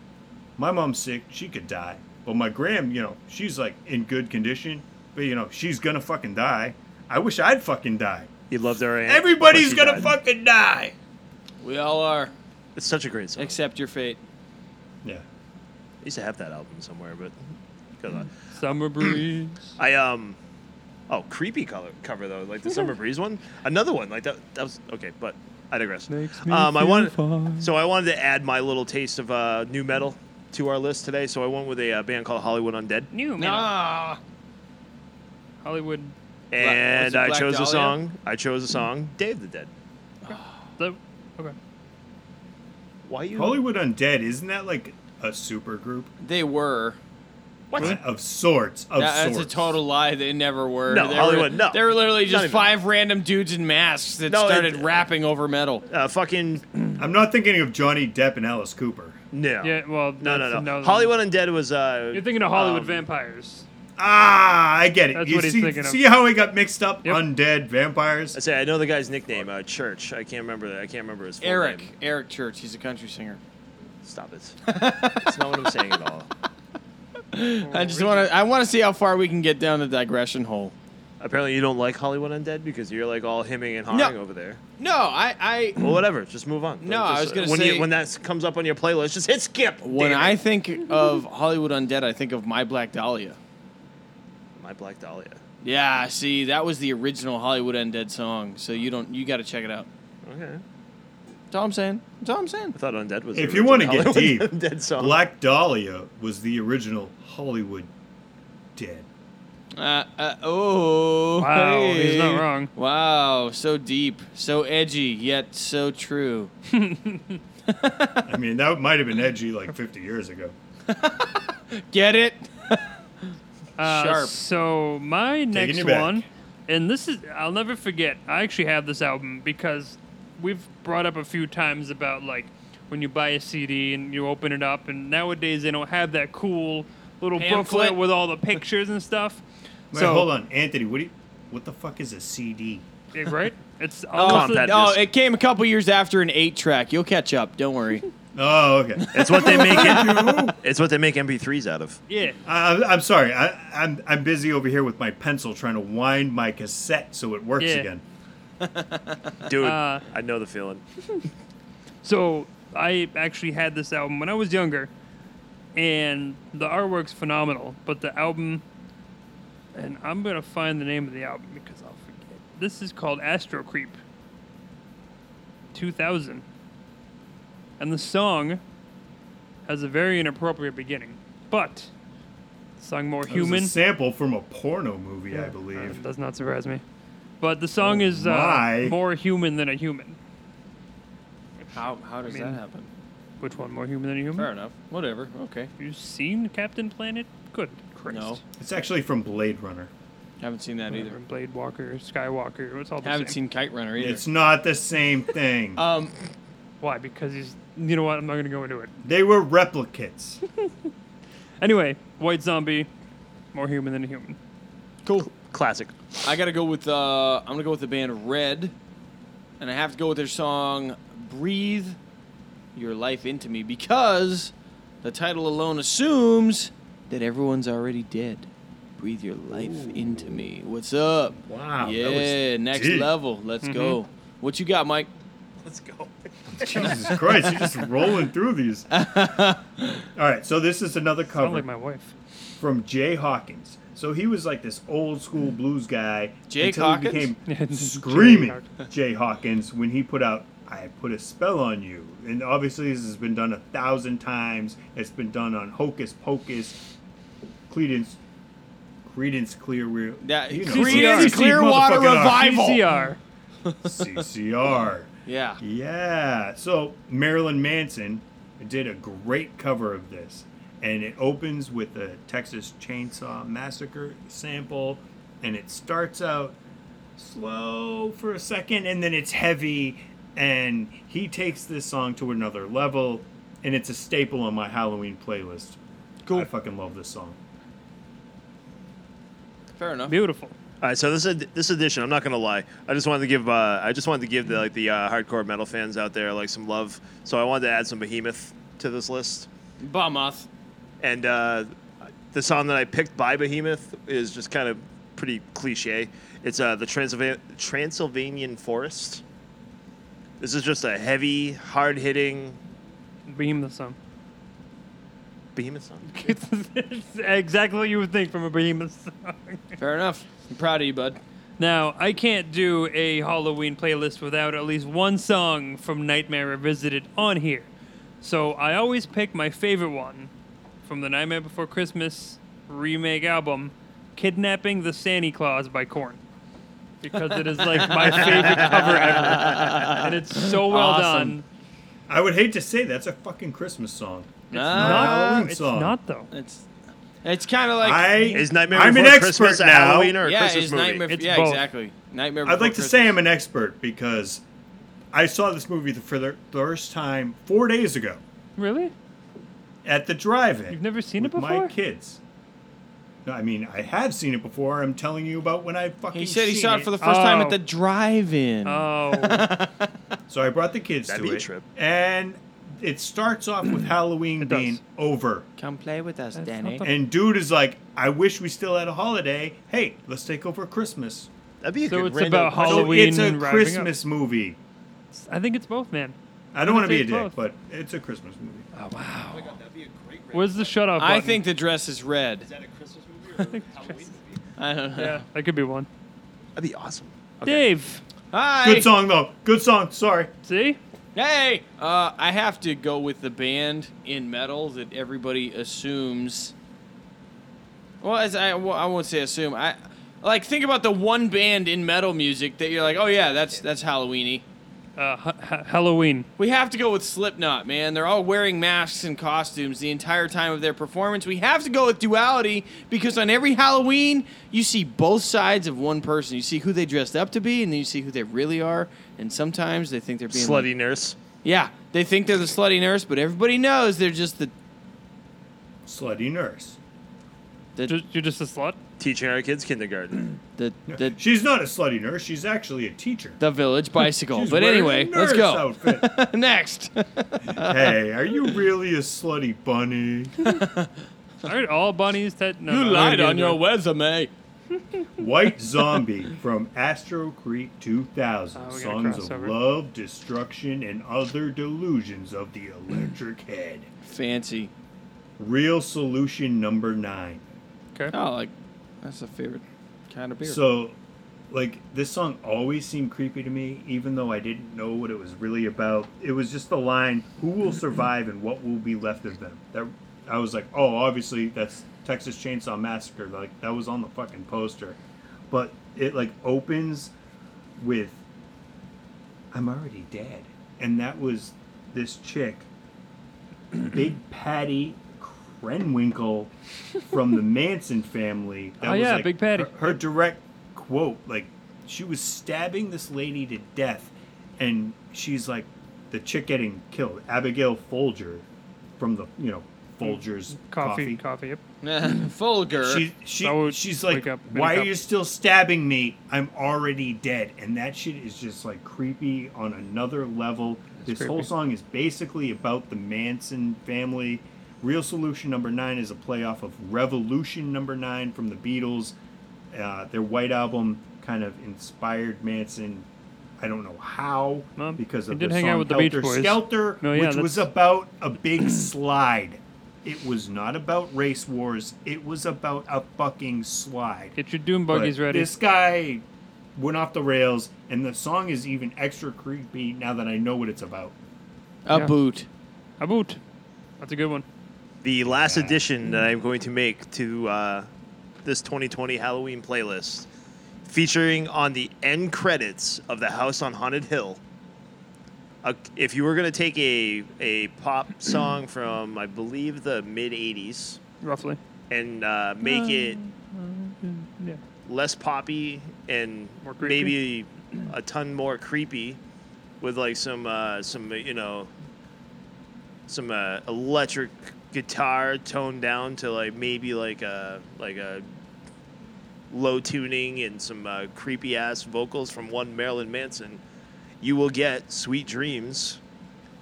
my mom's sick, she could die, but my gram, you know, she's like in good condition, but you know, she's gonna fucking die. I wish I'd fucking die.
You loved our aunt.
Everybody's
but she
gonna
died.
fucking die.
We all are.
It's such a great song.
Accept your fate.
Yeah. I
used to have that album somewhere, but got a-
Summer breeze.
I um, oh, creepy color cover though, like the *laughs* summer breeze one. Another one like that. That was okay, but I digress.
Makes me
Um, I
feel
wanted
fine.
so I wanted to add my little taste of uh, new metal to our list today. So I went with a uh, band called Hollywood Undead,
New metal. Hollywood.
and
Black-
I
was it Black
chose a
Dahlia?
song. I chose a song, Dave the Dead.
The, okay.
Why you?
Hollywood Undead isn't that like a super group?
They were.
What?
Of sorts. Of
That- that's
sorts.
a total lie. They never were.
No,
they
Hollywood,
Were,
no.
They were literally
Not
just
even.
five random dudes in masks that
No, it-
started rapping over metal.
Uh, fucking.
I'm not thinking of Johnny Depp and Alice Cooper.
No.
Yeah, well,
No, no,
that's
no.
another-
Hollywood Undead was. Uh,
You're thinking of Hollywood
um,
vampires.
Ah, I get it.
That's
you
what he's
see,
thinking of.
see how he got mixed up? Undead vampires.
I say I know the guy's nickname. Uh, Church. I can't remember. I can't remember his full
Eric.
name.
Eric Church. He's a country singer.
Stop it. That's not what I'm saying at
*laughs*
all.
Oh,
I just want to. I want to see how far we can get down the digression hole.
Apparently, you don't like Hollywood Undead because you're like all hemming and hawing
No.
over there.
No, I. I
*clears throat* Well, whatever. Just move on.
No, I
Just, uh,
was gonna
when
say-
you, when that comes up on your playlist, just hit skip.
when
damn
I
it.
think of Hollywood Undead, I think of My Black Dahlia.
My Black Dahlia.
Yeah, see, that was the original Hollywood Undead song. So you don't. You got to check it out.
Okay.
That's all I'm saying. That's all I'm saying.
I thought Undead was.
if you want to get deep,
Hollywood Undead song.
Black Dahlia was the original Hollywood Dead.
Uh, uh, oh.
Wow, he's not wrong.
Wow, so deep, so edgy, yet so true.
I mean, that might have been edgy
*laughs*
like 50 years ago.
Get it?
Uh,
Sharp.
So my next
you back.
one, and this is I'll never forget. I actually have this album because we've brought up a few times about like when you buy a CD and you open it up, and nowadays they don't have that cool little
Pamphlet.
booklet with all the pictures and stuff.
Wait,
so
hold on, Anthony. What do you, What the fuck is a CD?
Yeah, right? It's
Oh,
almost a-
no, it came a couple years after an eight track. You'll catch up. Don't worry.
Oh,
*laughs*
okay.
It's what
*laughs*
they make. It, it's what they make MP3s out of.
Yeah.
I, I'm sorry. I, I'm I'm busy over here with my pencil trying to wind my cassette so it works
Yeah.
again.
Dude,
Uh,
I know the feeling.
So I actually had this album when I was younger, and the artwork's phenomenal. But the album, and I'm gonna find the name of the album because I'll forget. This is called Astro Creep. 2000, and the song has a very inappropriate beginning, but the song more
That was a
human.
sample from a porno movie, I
Uh,
believe. Oh
does not surprise me. But the song is uh,
my.
more human than a human.
How how does
I mean-
that happen?
Which one more human than a human?
Fair enough. Whatever. Okay.
You seen Captain Planet? Good Christ.
No,
It's actually from Blade Runner.
haven't seen that either.
Whatever, Blade Walker, Skywalker, it's all the
Haven't
same.
seen Kite Runner either.
It's not the
*laughs*
same thing.
um,
Why? Because he's. You know what? I'm not gonna go into it.
they were replicates.
Anyway, White Zombie, more human than a human.
cool.
Classic.
I gotta go with. Uh, I'm gonna go with the band Red, and I have to go with their song "Breathe Your Life Into Me" because the title alone assumes that everyone's already dead. Breathe your life into me. What's up?
Wow, that
Yeah,
was
next
deep.
level. Let's
Mm-hmm.
go. What you got, Mike?
Let's go.
Jesus Christ, you're just rolling through
*laughs*
these. All right, so this is another
Sound
cover
like my wife.
from Jay Hawkins. So he was like this old school blues guy
Jake
until
Hawkins?
he
Yeah,
became
it's *laughs* Jay
screaming
Hawkins.
Jay Hawkins when he put out "I Put a Spell on You," and obviously this has been done a thousand times. It's been done on Hocus Pocus, Credence, Credence Clearwater.
That
you know,
Creedence
CC
Clearwater
motherfucking R.
Revival.
*laughs*
CCR.
CCR.
Yeah.
Yeah. So Marilyn Manson did a great cover of this, and it opens with the Texas Chainsaw Massacre sample, and it starts out slow for a second, and then it's heavy, and he takes this song to another level, and it's a staple on my Halloween playlist. Cool. I fucking love this song.
Fair enough.
Beautiful.
All right, so this ed- this edition, I'm not gonna lie. I just wanted to give uh, I just wanted to give the, like the uh, hardcore metal fans out there like some love. So I wanted to add some Behemoth to this list.
Behemoth.
And uh, the song that I picked by Behemoth is just kind of pretty cliche. It's uh, the Transylva- Transylvanian Forest. This is just a heavy, hard hitting
Behemoth song.
Behemoth song.
exactly what you would think from a Behemoth song.
Fair enough. I'm proud of you, bud.
Now, I can't do a Halloween playlist without at least one song from Nightmare Revisited on here. So I always pick my favorite one from the Nightmare Before Christmas remake album, Kidnapping the Santa Claus by Korn. Because it is like my
*laughs*
favorite cover ever. And it's so well
Awesome.
done.
I would hate to say that's a fucking Christmas song. It's
Uh,
not a Halloween
it's
song.
not, though.
It's it's kind of like
I- Is Nightmare I'm an Before expert Christmas a now. Halloween or a
yeah,
Christmas
is
movie?
Nightmare,
It's
yeah,
both.
exactly. Nightmare.
I'd
Before
like to
Christmas.
say I'm an expert because I saw this movie the- for the first time four days ago
Really?
at the drive-in. You've
never seen it
My
before?
kids. No, I mean I have seen it before. I'm telling you about when I fucking.
He said he
seen
saw it for the first time at the drive-in. *laughs*
Oh.
so I brought the kids
That'd
to
be a
it,
trip.
and it starts off
*clears throat*
with Halloween being over.
Come play with us, Danny.
And dude is like, I wish we still had a holiday. Hey, let's take over Christmas.
That'd be
a So good it's rando about question. Halloween
it's a
wrapping up.
Christmas movie.
I think it's both, man.
I don't want to
think
be a
it's
dick,
both.
but it's a Christmas movie.
Oh, wow. Where's the shut off?
I
button?
think the dress is red. Is that
a Christmas movie
or a Halloween movie? I don't know.
Yeah, that could be one.
That'd be awesome.
Dave.
Hi.
Good song though. Good song. Sorry.
See?
Hey, uh, I have to go with the band in metal that everybody assumes. Well, as I, well, I won't say assume. I like think about the one band in metal music that you're like, oh yeah, that's that's Halloweeny.
Uh, ha- ha- Halloween.
We have to go with Slipknot, man. They're all wearing masks and costumes the entire time of their performance. We have to go with duality because on every Halloween, you see both sides of one person. You see who they dressed up to be, and then you see who they really are. And sometimes they think they're being
Slutty nurse.
yeah, they think they're the slutty nurse, but everybody knows they're just the
slutty nurse.
You're just a slut.
Teaching our kids kindergarten.
the
the she's not a slutty nurse. She's actually a teacher.
the village bicycle.
She's
but
wearing
anyway,
a
let's
nurse
go. *laughs* Next.
hey, are you really a slutty bunny?
Aren't all bunnies that? No,
You
no,
lied
no,
on
no.
your resume.
White Zombie from Astro Creep 2000.
Oh, we got a
Songs of
crossover.
love, destruction, and other delusions of the electric head.
Fancy.
Real solution number nine.
Okay.
Oh, like that's a favorite kind of beer.
So, like, this song always seemed creepy to me, even though I didn't know what it was really about. It was just the line, who will survive and what will be left of them? That I was like, oh, obviously that's Texas Chainsaw Massacre. Like, that was on the fucking poster. But it, like, opens with, I'm already dead. And that was this chick, *clears throat* Big Patty Krenwinkel from the Manson family.
Oh, yeah,
like,
Big Patty.
her- her direct quote like she was stabbing this lady to death and she's like the chick getting killed abigail folger from the you know folger's
Coffee.
coffee,
Coffee. Yep.
Folger.
She, she,
That would
she's like
wake up in a
why are
cup."
you still stabbing me i'm already dead and that shit is just like creepy on another level this whole
creepy.
song is basically about the manson family real solution number nine is a playoff of revolution number nine from the beatles uh, their white album kind of inspired manson i don't know how because
he
of
did
the
hang out
song
with the Beach
Helter
Boys.
Skelter,
No, yeah,
which was
that's-
about a big *clears throat* slide. It was not about race wars. It was about a fucking slide.
Get your doom buggies
But
ready.
This guy went off the rails, and the song is even extra creepy now that I know what it's about.
A
Yeah.
boot.
A boot. That's a good one.
The last addition that I'm going to make to uh, this 2020 Halloween playlist, featuring on the end credits of The House on Haunted Hill. A, if you were going to take a, a pop song from, I believe, the mid 80s
Roughly.
and uh, make it
Yeah.
less poppy and maybe a ton more creepy with like some uh, some you know some uh, electric guitar toned down to like maybe like a like a low tuning and some uh, creepy ass vocals from one Marilyn Manson, you will get "Sweet Dreams."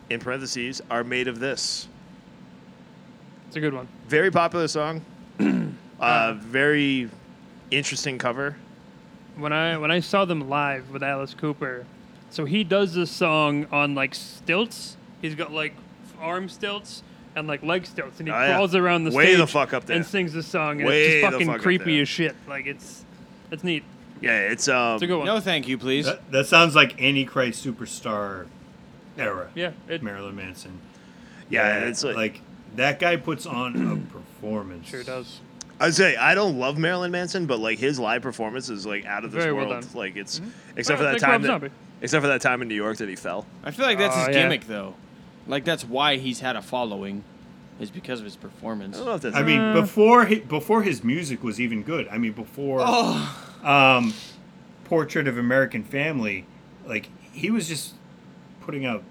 In parentheses, are made of this.
It's a good one.
Very popular song. uh, very interesting cover.
when I when I saw them live with Alice Cooper, so he does this song on like stilts. He's got like arm stilts and like leg stilts, and he
Oh, yeah.
crawls around the
Way
stage
the fuck up there.
and sings this song. And
Way
it's
the
just fucking
fuck up
creepy
there.
as shit. Like it's it's neat.
Yeah, it's um.
It's a good one. No, thank
you, please.
That, that sounds like Antichrist superstar era.
Yeah,
Marilyn Manson.
Yeah, it's like-
that guy puts on a *clears throat* performance. Sure
does.
I'd say I don't love Marilyn Manson, but like his live performance is like out of this
Very well
world.
done. Mm-hmm.
like it's except
Well,
for that
it's
time
like
that,
Rob Zombie.
except for that time in New York that he fell.
I feel like that's
Oh,
his
yeah.
gimmick, though. Like that's why he's had a following, is because of his performance. I
I mean, before he, before his music was even good. I mean, before um, Portrait of American Family, like he was just putting out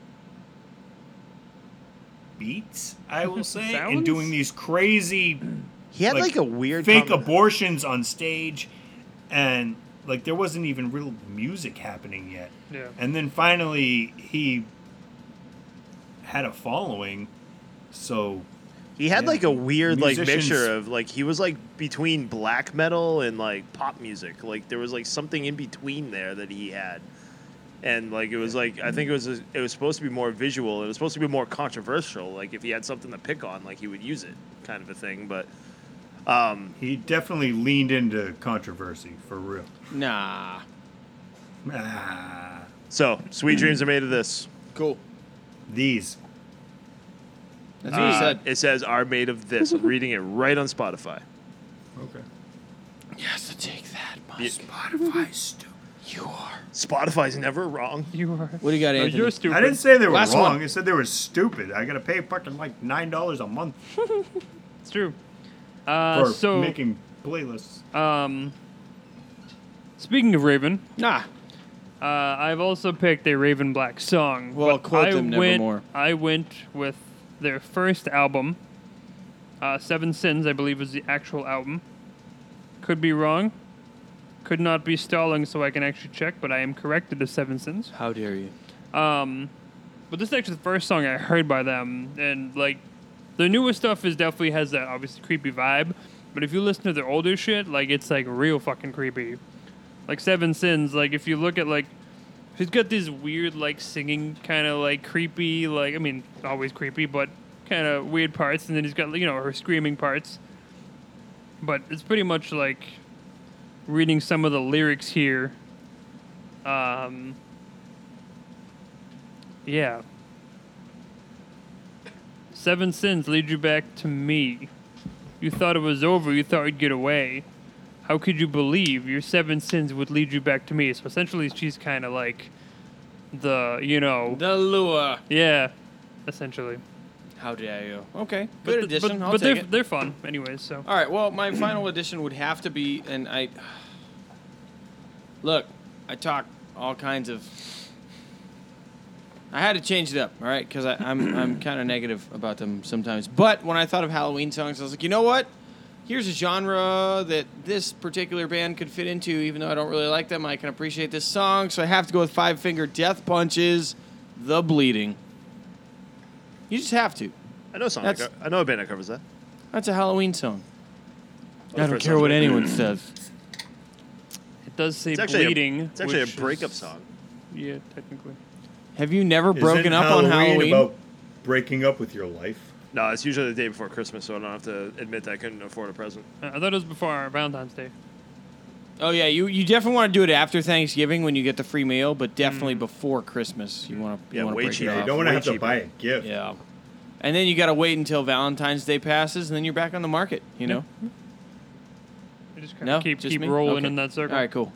beats, I will say, and doing these crazy.
He had, like, a weird
fake
com-
abortions on stage, and like there wasn't even real music happening yet.
Yeah.
And then finally, he had a following, so
He had
yeah,
like a weird like
musicians-
mixture of like he was like between black metal and like pop music. Like there was like something in between there that he had. And like it was like I think it was it was supposed to be more visual. It was supposed to be more controversial. Like if he had something to pick on, like he would use it, kind of a thing. But um,
he definitely leaned into controversy for real.
Nah.
So,
Mm-hmm.
sweet dreams are made of this.
Cool.
These.
That's what he
Uh,
said.
It says are made of this. I'm reading it right on Spotify.
Okay.
Yes, I take that.
Spotify stupid.
You are.
Spotify's never wrong.
You are.
What do you got,
No,
Anthony?
you're stupid. I didn't say they were
Last
wrong.
One.
I said they were stupid. I gotta pay fucking like nine dollars a month
It's true. Uh,
for
so
making playlists.
um, speaking of Raven,
nah.
Uh, I've also picked a Raven Black song.
Well,
but
quote
I
them,
went,
Nevermore.
I went with their first album, uh, Seven Sins, I believe, is the actual album. Could be wrong. Could not be stalling, so I can actually check, but I am corrected to Seven Sins.
How dare you?
Um, but this is actually the first song I heard by them, and like their newest stuff is definitely has that obviously creepy vibe. But if you listen to their older shit, like it's like real fucking creepy. Like Seven Sins, like if you look at like he's got this weird like singing kind of like creepy, like I mean always creepy, but kind of weird parts, and then he's got you know her screaming parts. But it's pretty much like reading some of the lyrics here. Um, yeah. Seven sins lead you back to me. You thought it was over, you thought you'd get away. How could you believe your seven sins would lead you back to me? So essentially, she's kind of like the, you know.
The lure.
Yeah, essentially.
How dare you? Okay, good
but,
addition.
But,
I'll
but
take
they're,
it.
they're fun, anyways, so.
All right. Well, my final edition would have to be, and I look. I talk all kinds of. I had to change it up, all right, because I'm I'm kind of negative about them sometimes. But when I thought of Halloween songs, I was like, you know what? Here's a genre that this particular band could fit into, even though I don't really like them. I can appreciate this song, so I have to go with Five Finger Death Punches, "The Bleeding." You just have to.
I know a song. that
That's-
co- I know a band that covers that.
That's a Halloween song.
Well,
I
the
don't
first
care
one's
what
good.
anyone says.
It does say
It's actually a-
bleeding.
it's actually a
which
breakup
is-
song.
Yeah, technically.
Have you never broken up on Halloween?
breaking up with your life?
No, it's usually the day before Christmas, so I don't have to admit that I couldn't afford a present.
Uh, I thought it was before Valentine's Day.
oh yeah, you, you definitely want to do it after Thanksgiving when you get the free meal, but definitely before Christmas. You want to
Yeah,
you want
way
to break it
cheaper.
off.
You don't wanna Way have to cheaper. buy
a gift.
Yeah, and then you got to wait until Valentine's Day passes, and then you're back on the market. You know?
I just kind
No,
of keep,
Just
keep
me?
rolling
Okay.
in that circle.
All right, cool.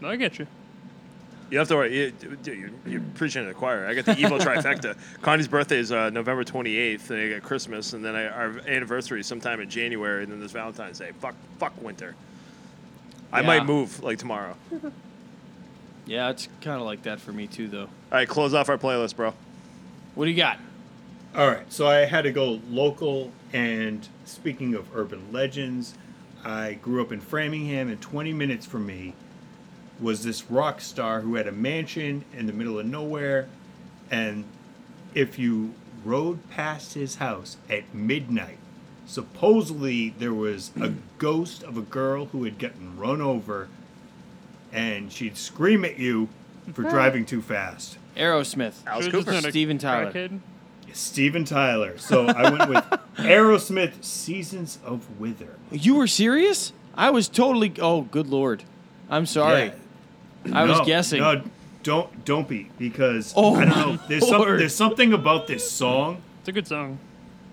No, I get you.
You have to worry. You, dude, you're, you're preaching to the choir. I got the evil
*laughs*
trifecta. Connie's birthday is uh, November 28th, and I got Christmas, and then I, our anniversary is sometime in January, and then there's Valentine's Day. Fuck, fuck winter. I
Yeah.
might move like tomorrow.
*laughs* Yeah, it's kind of like that for me too, though.
All right, close off our playlist, bro.
What do you got?
All right, so I had to go local. And speaking of urban legends, I grew up in Framingham, and 20 minutes from me was this rock star who had a mansion in the middle of nowhere. And if you rode past his house at midnight, supposedly there was a ghost of a girl who had gotten run over, and she'd scream at you for driving too fast.
Aerosmith,
Alice Sure, is this Cooper. not a
Steven Tyler.
crackhead?
Steven Tyler. So I went with Aerosmith Seasons of Wither.
You were serious? I was totally. Oh, good lord! I'm sorry. I was
No,
guessing.
No, don't don't be because
Oh,
I don't know. There's some,
Lord.
there's something about this song
It's a good song.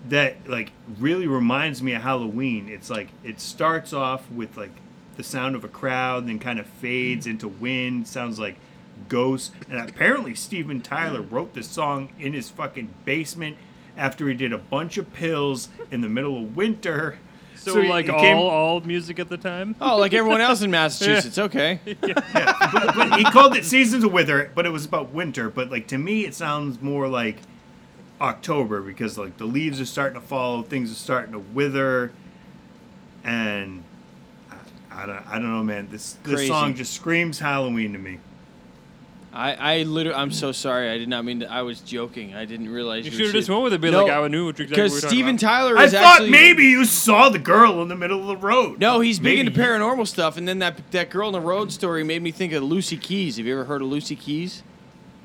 that like really reminds me of Halloween. It's like it starts off with like the sound of a crowd, then kind of fades into wind. Sounds like ghosts. And apparently Steven Tyler wrote this song in his fucking basement after he did a bunch of pills in the middle of winter.
So,
he-
like
he
all
came-
all music at the time.
Oh, like everyone else
*laughs*
in Massachusetts. Okay.
but, but he called it Seasons of Wither, but it was about winter. But like to me, it sounds more like October because like the leaves are starting to fall, things are starting to wither, and I, I don't, I don't know, man. This this
Crazy.
song just screams Halloween to me.
I, I literally, I'm so sorry. I did not mean to. I was joking. I didn't realize
You
were
should've just
serious.
went with it, be
No,
like, I knew what- exactly what we were
Because
talking
Steven
about.
Tyler
I
is
thought
actually.
maybe you saw the girl in the middle of the road.
No, he's big
Maybe
into paranormal stuff, and then that that girl in the road story made me think of Lucy Keys. Have you ever heard of Lucy Keys?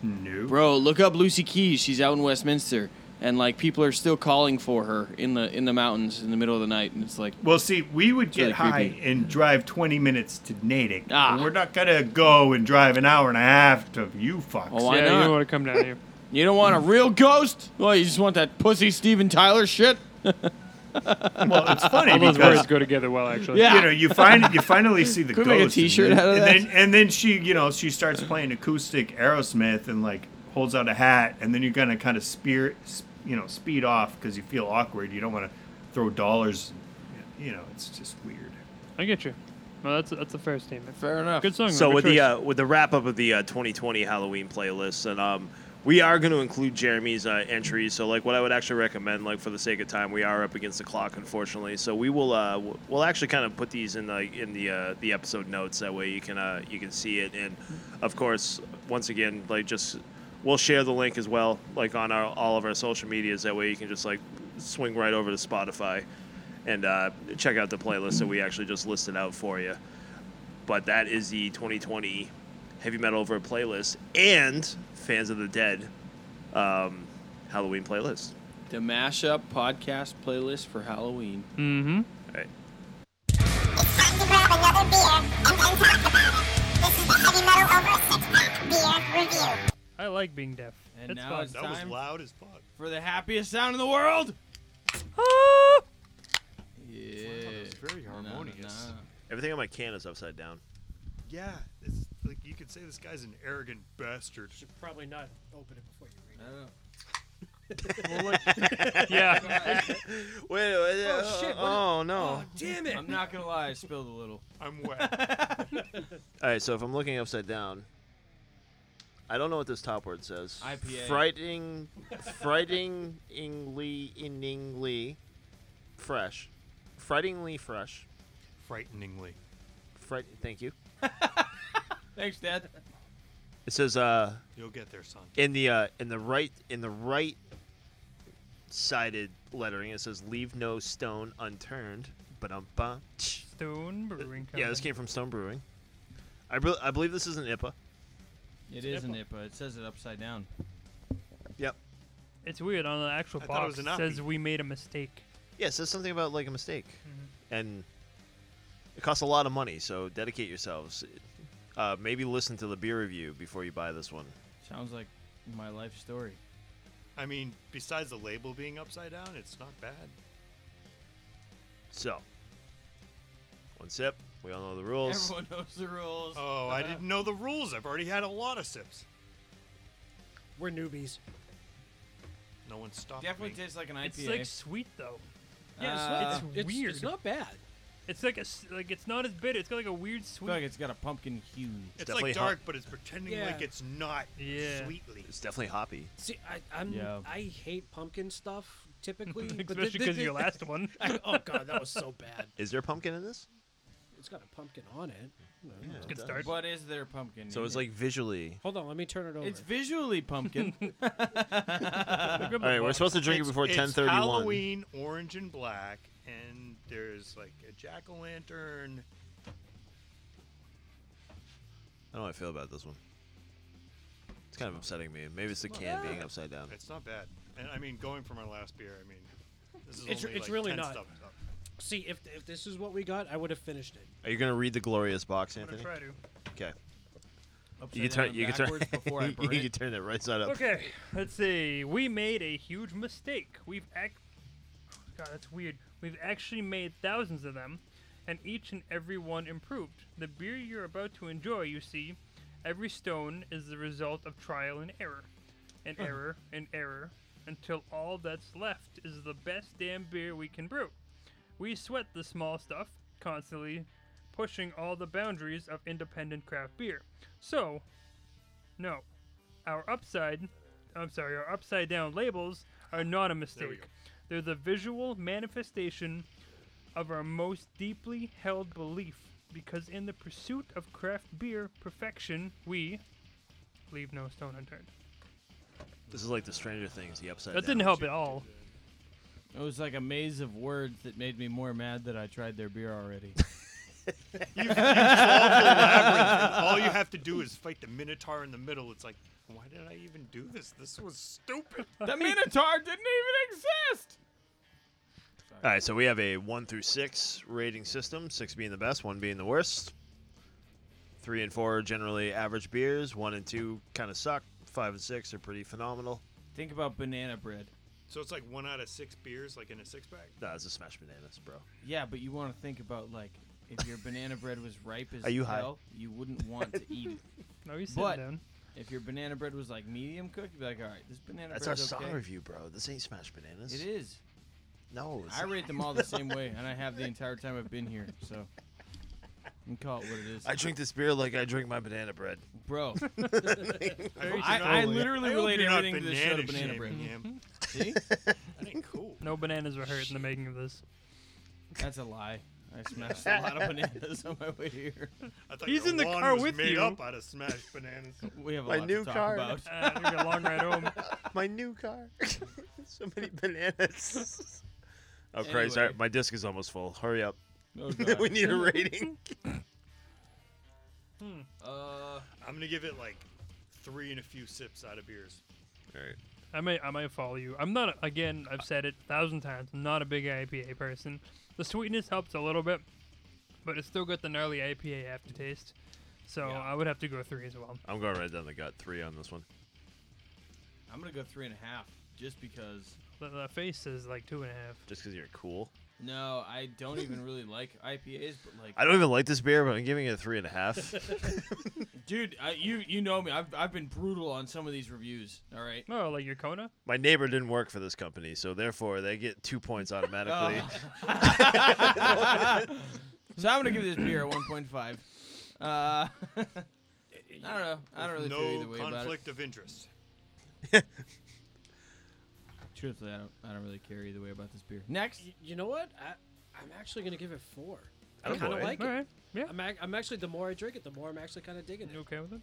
No.
Bro, look up Lucy Keys. She's out in Westminster, and like people are still calling for her in the in the mountains in the middle of the night, and it's like
Well, see, we would
It's
get
really
high
creepy.
and drive 20 minutes to Natick. Ah. We're not going to go and drive an hour and a half to you fucks.
Oh, why Yeah, you not? don't wanna
come down here.
you don't want a real ghost. Well, you just want that pussy Steven Tyler shit.
well, it's funny
All those
because-
words go together well, actually.
You know, you find you finally see the
*laughs* Could
ghost.
we make a
and
t-shirt
then-
out of
and
that?
Then, and then she, you know, she starts playing acoustic Aerosmith and like holds out a hat, and then you're gonna kind of spear, s- you know, speed off because you feel awkward. You don't want to throw dollars. You know, it's just weird.
I get you. Well, that's that's a fair statement.
Fair enough.
Good song.
So
good
with the
choice.
uh, with the wrap up of the uh, 2020 Halloween playlist, and um, we are going to include Jeremy's uh, entries. So like, what I would actually recommend, like for the sake of time, we are up against the clock, unfortunately. So we will uh, w- we'll actually kind of put these in the in the uh, the episode notes. That way you can uh, you can see it, and of course, once again, like just we'll share the link as well, like on our all of our social medias. That way you can just like swing right over to Spotify. And uh, check out the playlist that we actually just listed out for you but that is the 2020 heavy metal over playlist and fans of the dead um, halloween playlist
The mashup podcast playlist for Halloween.
Mm-hmm.
All right.
I like being deaf.
And
It's
now
fun.
it's time loud as fuck for the happiest sound in the world. Ah! Yeah,
very harmonious everything on my can is upside down
Yeah, it's like you could say this guy's an arrogant bastard. Should probably not open it before you read it.
Oh.
I know.
*laughs*
yeah.
wait, wait oh,
shit, what-
oh no
Oh, damn it! I'm not gonna lie, Oh, I spilled a little.
I'm
*laughs*
wet.
all right so if i'm looking upside down i don't know what this top word says
IPA.
frightening frighteningly inningly fresh frighteningly fresh
Frighteningly.
fright thank you
Thanks, Dad.
It says uh
You'll get there, son.
In the uh in the right in the right sided lettering it says leave no stone unturned. But um
Stone Brewing Company.
Yeah, this came from Stone Brewing. I bel I believe this is an IPA.
It is an IPA. It says it upside down.
Yep.
It's weird. On the actual
I thought it
box,
was
it
an
says
Appy.
we made a mistake.
Yeah, it says something about like a mistake. And it costs a lot of money, so dedicate yourselves. Uh, maybe listen to the beer review before you buy this one.
Sounds like my life story.
I mean, besides the label being upside down, it's not bad.
So one sip. We all know the rules.
Everyone knows the rules.
Oh,
Uh, Uh-huh.
I didn't know the rules. I've already had a lot of sips.
We're newbies.
No one stopped
Definitely
me.
tastes like an IPA.
It's like sweet though.
Yeah, it's not-
it's,
it's-
weird.
it's not bad. It's like a s- like it's not as bitter. It's got like a weird sweet.
like it's got a pumpkin hue.
It's like dark, but it's pretending
Yeah.
like it's not sweetly.
It's definitely hoppy.
See, I I'm,
Yeah.
I hate pumpkin stuff typically, but thi-
Especially
thi-
because
thi-
your last *laughs* one.
I- *laughs* oh god, that was so bad.
Is there pumpkin in this?
Mm-hmm.
It's got a pumpkin on it.
Yeah, It's a
good start. What is there pumpkin?
So
in
it's
it?
like visually.
Hold on, let me turn it over.
It's visually pumpkin. All
All right, we're supposed to drink it
It's-
before
it's
10:31.
Halloween, orange and black, and there's like a jack o' lantern.
I don't know how I feel about this one. It's kind of upsetting me. Maybe it's the can being upside down.
It's not bad, and I mean, going from our last beer, I mean, this is
It's,
only
it's
like
really
*laughs*
10
not.
Stuff up.
See, if if this is what we got, I would have finished it.
Are you gonna read the glorious box,
gonna
Anthony?
try to.
Okay.
Upside
You can turn.
down
You can turn.
backwards before I
*laughs* you
burn
can
it.
turn it right side up.
Okay, let's see. We made a huge mistake. We've act. God, that's weird. We've actually made thousands of them, and each and every one improved. The beer you're about to enjoy, you see, every stone is the result of trial and error, and error and error, until all that's left is the best damn beer we can brew. We sweat the small stuff constantly, pushing all the boundaries of independent craft beer. So, no, our upside, I'm sorry, our upside down labels are not a mistake. They're the visual manifestation of our most deeply held belief because in the pursuit of craft beer perfection, we leave no stone unturned.
This is like the Stranger Things. The upside.
That didn't help at all.
It was like a maze of words that made me more mad that I tried their beer
*laughs*
already.
You've, you've solved the labyrinth, and all you have to do is fight the minotaur in the middle. It's like, why did I even do this? This was stupid.
The Minotaur didn't even exist.
All right, so we have a one through six rating system. Six being the best, one being the worst. Three and four are generally average beers. One and two kind of suck. Five and six are pretty phenomenal.
Think about banana bread.
So it's like one out of six beers, like in a six pack.
Nah, it's a smash bananas, bro.
Yeah, but you want to think about like if your banana bread was ripe as
Are you high?
hell, you wouldn't want to eat it.
*laughs* No, you sit
but
down.
If your banana bread was like medium cooked, you'd be like, all right, this banana
That's our
bread's
song
okay.
review, bro. This ain't smash bananas.
It is.
No, it's
I
not.
rate them all the same way, and I have the entire time I've been here. So, and call it what it is.
I drink this beer like I drink my banana *laughs* bread,
bro.
I,
I, I literally relate everything to this show to banana bread. *laughs* See?
No bananas were hurt in the making of this.
That's a lie. I smashed a lot of bananas on my way here.
I thought your lawn was made up out of smashed bananas.
We have a
My
lot
new
to talk
car. *laughs*
about.
Uh, I took a long ride home.
My new
*laughs*
car. so many bananas.
Oh Christ!
Anyway.
All right, my disc is almost full. Hurry up.
Oh, God.
*laughs* we need a rating.
Uh,
I'm gonna give it like three and a few sips out of beers.
All right.
I may I might follow you. I'm not again. I've said it a thousand times. I'm not a big IPA person. The sweetness helps a little bit, but it's still got the gnarly IPA aftertaste. So I would have to go three as well.
I'm going right down the gut. Three on this one.
I'm gonna go three and a half, just because.
The, the face is like two and a half.
Just because you're cool.
No, I don't even really *laughs* like IPAs, but like.
I don't even like this beer, but I'm giving it a three and
*laughs*
a half.
Dude, I, you you know me. I've, I've been brutal on some of these reviews. All right.
No, Oh, like your Kona.
My neighbor didn't work for this company, so therefore they get two
*laughs*
points automatically.
Oh. so I'm gonna give this beer a 1.5. Uh, *laughs* I don't know. I don't really
With
feel
no
either way about it.
conflict of interest.
Truthfully, I don't. I don't really care either way about this beer. Next.
you know what? I, I'm actually gonna give it four. I
Oh,
kind of
boy.
like it.
Alright,
Yeah.
I'm, ac- I'm actually the more I drink it, the more I'm actually kind of digging it. You
okay with it?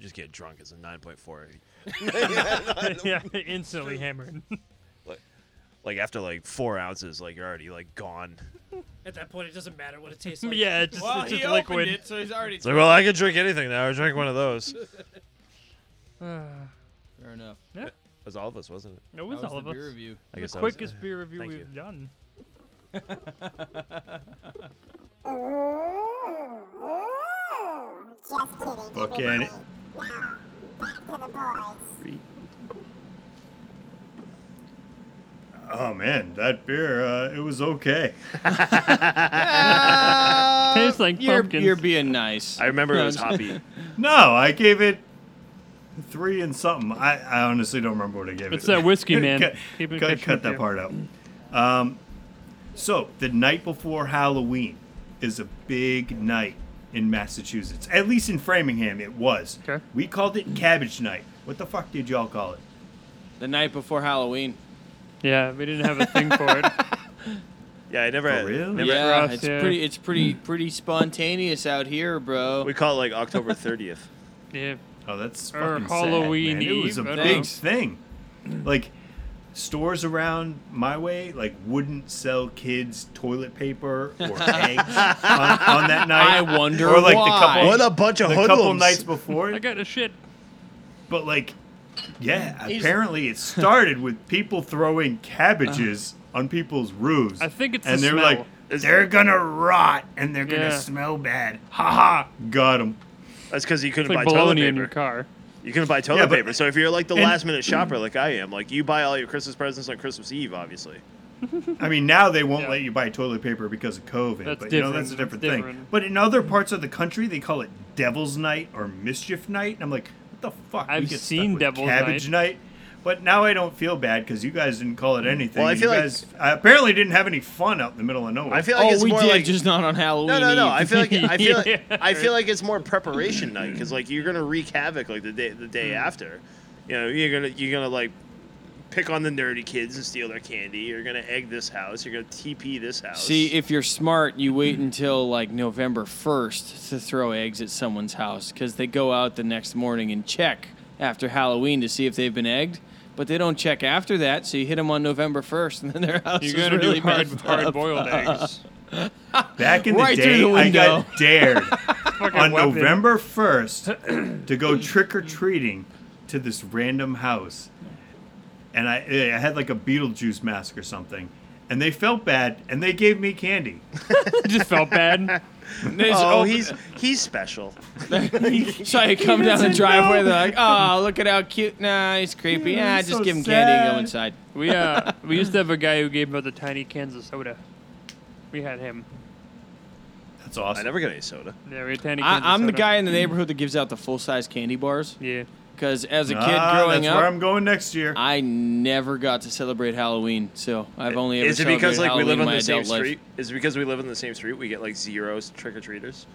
Just get drunk. It's a 9.4.
*laughs* yeah, instantly hammered.
Like, like after like four ounces, like you're already like gone.
At that point, it doesn't matter what it
*laughs*
tastes like.
Yeah, it's just-
Well,
it's
he
just
opened
liquid.
it, so
*sighs*
he's already.
It's like, well, I could drink anything now. I drank one of
*laughs*
those.
Fair enough.
Yeah. It
was all of us, wasn't it?
It was
That was
all
the
of us.
beer review.
I guess
the
that was-
quickest beer review
Thank
we've
you.
done.
Fuck yeah. Oh man, that beer, uh, it was okay.
Uh,
Tastes like
you're,
pumpkins.
You're being nice.
I remember it was
I'm just-
hoppy.
No, I gave it three and something. I, I *laughs* honestly don't remember what I gave it.
It's that whiskey, man.
cut
Keep it-
cut-
catch
cut
up
that
here.
part out. Um, So, the night before Halloween is a big night in Massachusetts. At least in Framingham, it was. Okay. We called it Cabbage Night. What the fuck did y'all call it?
The night before Halloween.
Yeah, we didn't have a thing for
*laughs*
it.
Yeah, I never
For
had.
real?
Never
Yeah, it's pretty- it's pretty pretty spontaneous out here, bro.
We call it like October 30th.
yeah.
Oh, that's
Or
fucking sad,
Halloween
man. It was a
Eve, I don't
big
know.
thing. Like stores around my way, like wouldn't sell kids toilet paper
*laughs*
or eggs on, on that night.
I wonder
or like
why.
the couple.
What a bunch of
the couple
hoodlums.
nights before.
I got a shit.
But like, yeah,
Is-
apparently it started with people throwing cabbages on people's roofs.
Uh. I think it's
and
the
they're
smell.
like, they're gonna rot and they're gonna
Yeah.
smell bad. Ha ha, got 'em.
That's because you couldn't
It's like
buy toilet
bologna
paper.
in
*laughs*
your
car.
You couldn't buy toilet
Yeah, but-
paper. So if you're like the
and-
last minute shopper, like I am, like you buy all your Christmas presents on Christmas Eve, obviously.
I mean, now they won't let you buy toilet paper because of COVID,
That's
but you know
different.
that's a different
That's
thing.
different.
But in other parts of the country, they call it Devil's Night or Mischief Night, and I'm like, what the fuck? We
I've
get stuck
seen
with
Devil's
Cabbage Night. But now I don't feel bad because you guys didn't call it anything.
Well, I
and
feel
you
like-
guys I apparently didn't have any fun out in the middle of nowhere.
I
Oh,
feel like it's more like
not on Halloween.
No, no, no. I
*laughs*
feel
*laughs*
like I feel like,
Yeah,
I feel
right.
like it's more preparation night because like you're gonna wreak havoc like the day the day
Mm.
after. You know, you're gonna you're gonna like pick on the nerdy kids and steal their candy. You're gonna egg this house. You're gonna TP this house.
See, if you're smart, you wait until like November 1st to throw eggs at someone's house because they go out the next morning and check after Halloween to see if they've been egged. But they don't check after that, so you hit them on November 1st, and then their house
You
is
gotta do
really *laughs*
hard-
messed
hard-boiled
up.
eggs.
Back in the
Right through
day,
the
I got
window.
dared
Fucking
on
weapon.
*laughs*
November 1st to go trick or treating to this random house. And I, eh, I had like a Beetlejuice mask or something. And they felt bad and they gave me candy.
just felt bad.
oh, he's he's special.
so you come
He
down the
doesn't
driveway,
know.
they're like,
*laughs*
"Oh, look at how cute! Nah, he's creepy.
Yeah,
ah,
he's
just
so
give him candy and
sad."
go inside."
We uh, we used to have a guy who gave out the tiny cans of soda. We had him.
That's awesome.
I never got any soda.
Yeah, we had tiny cans.
I,
of
I'm the
soda.
guy in the neighborhood that gives out the full size candy bars.
Yeah.
Because as a kid
Ah,
growing
that's
up,
where I'm going next year.
I never got to celebrate Halloween, so I've only ever
Is it because
celebrated
like we live
Halloween in
on
my
the same
adult life.
street? Is it because we live on the same street? We get like zero trick or treaters.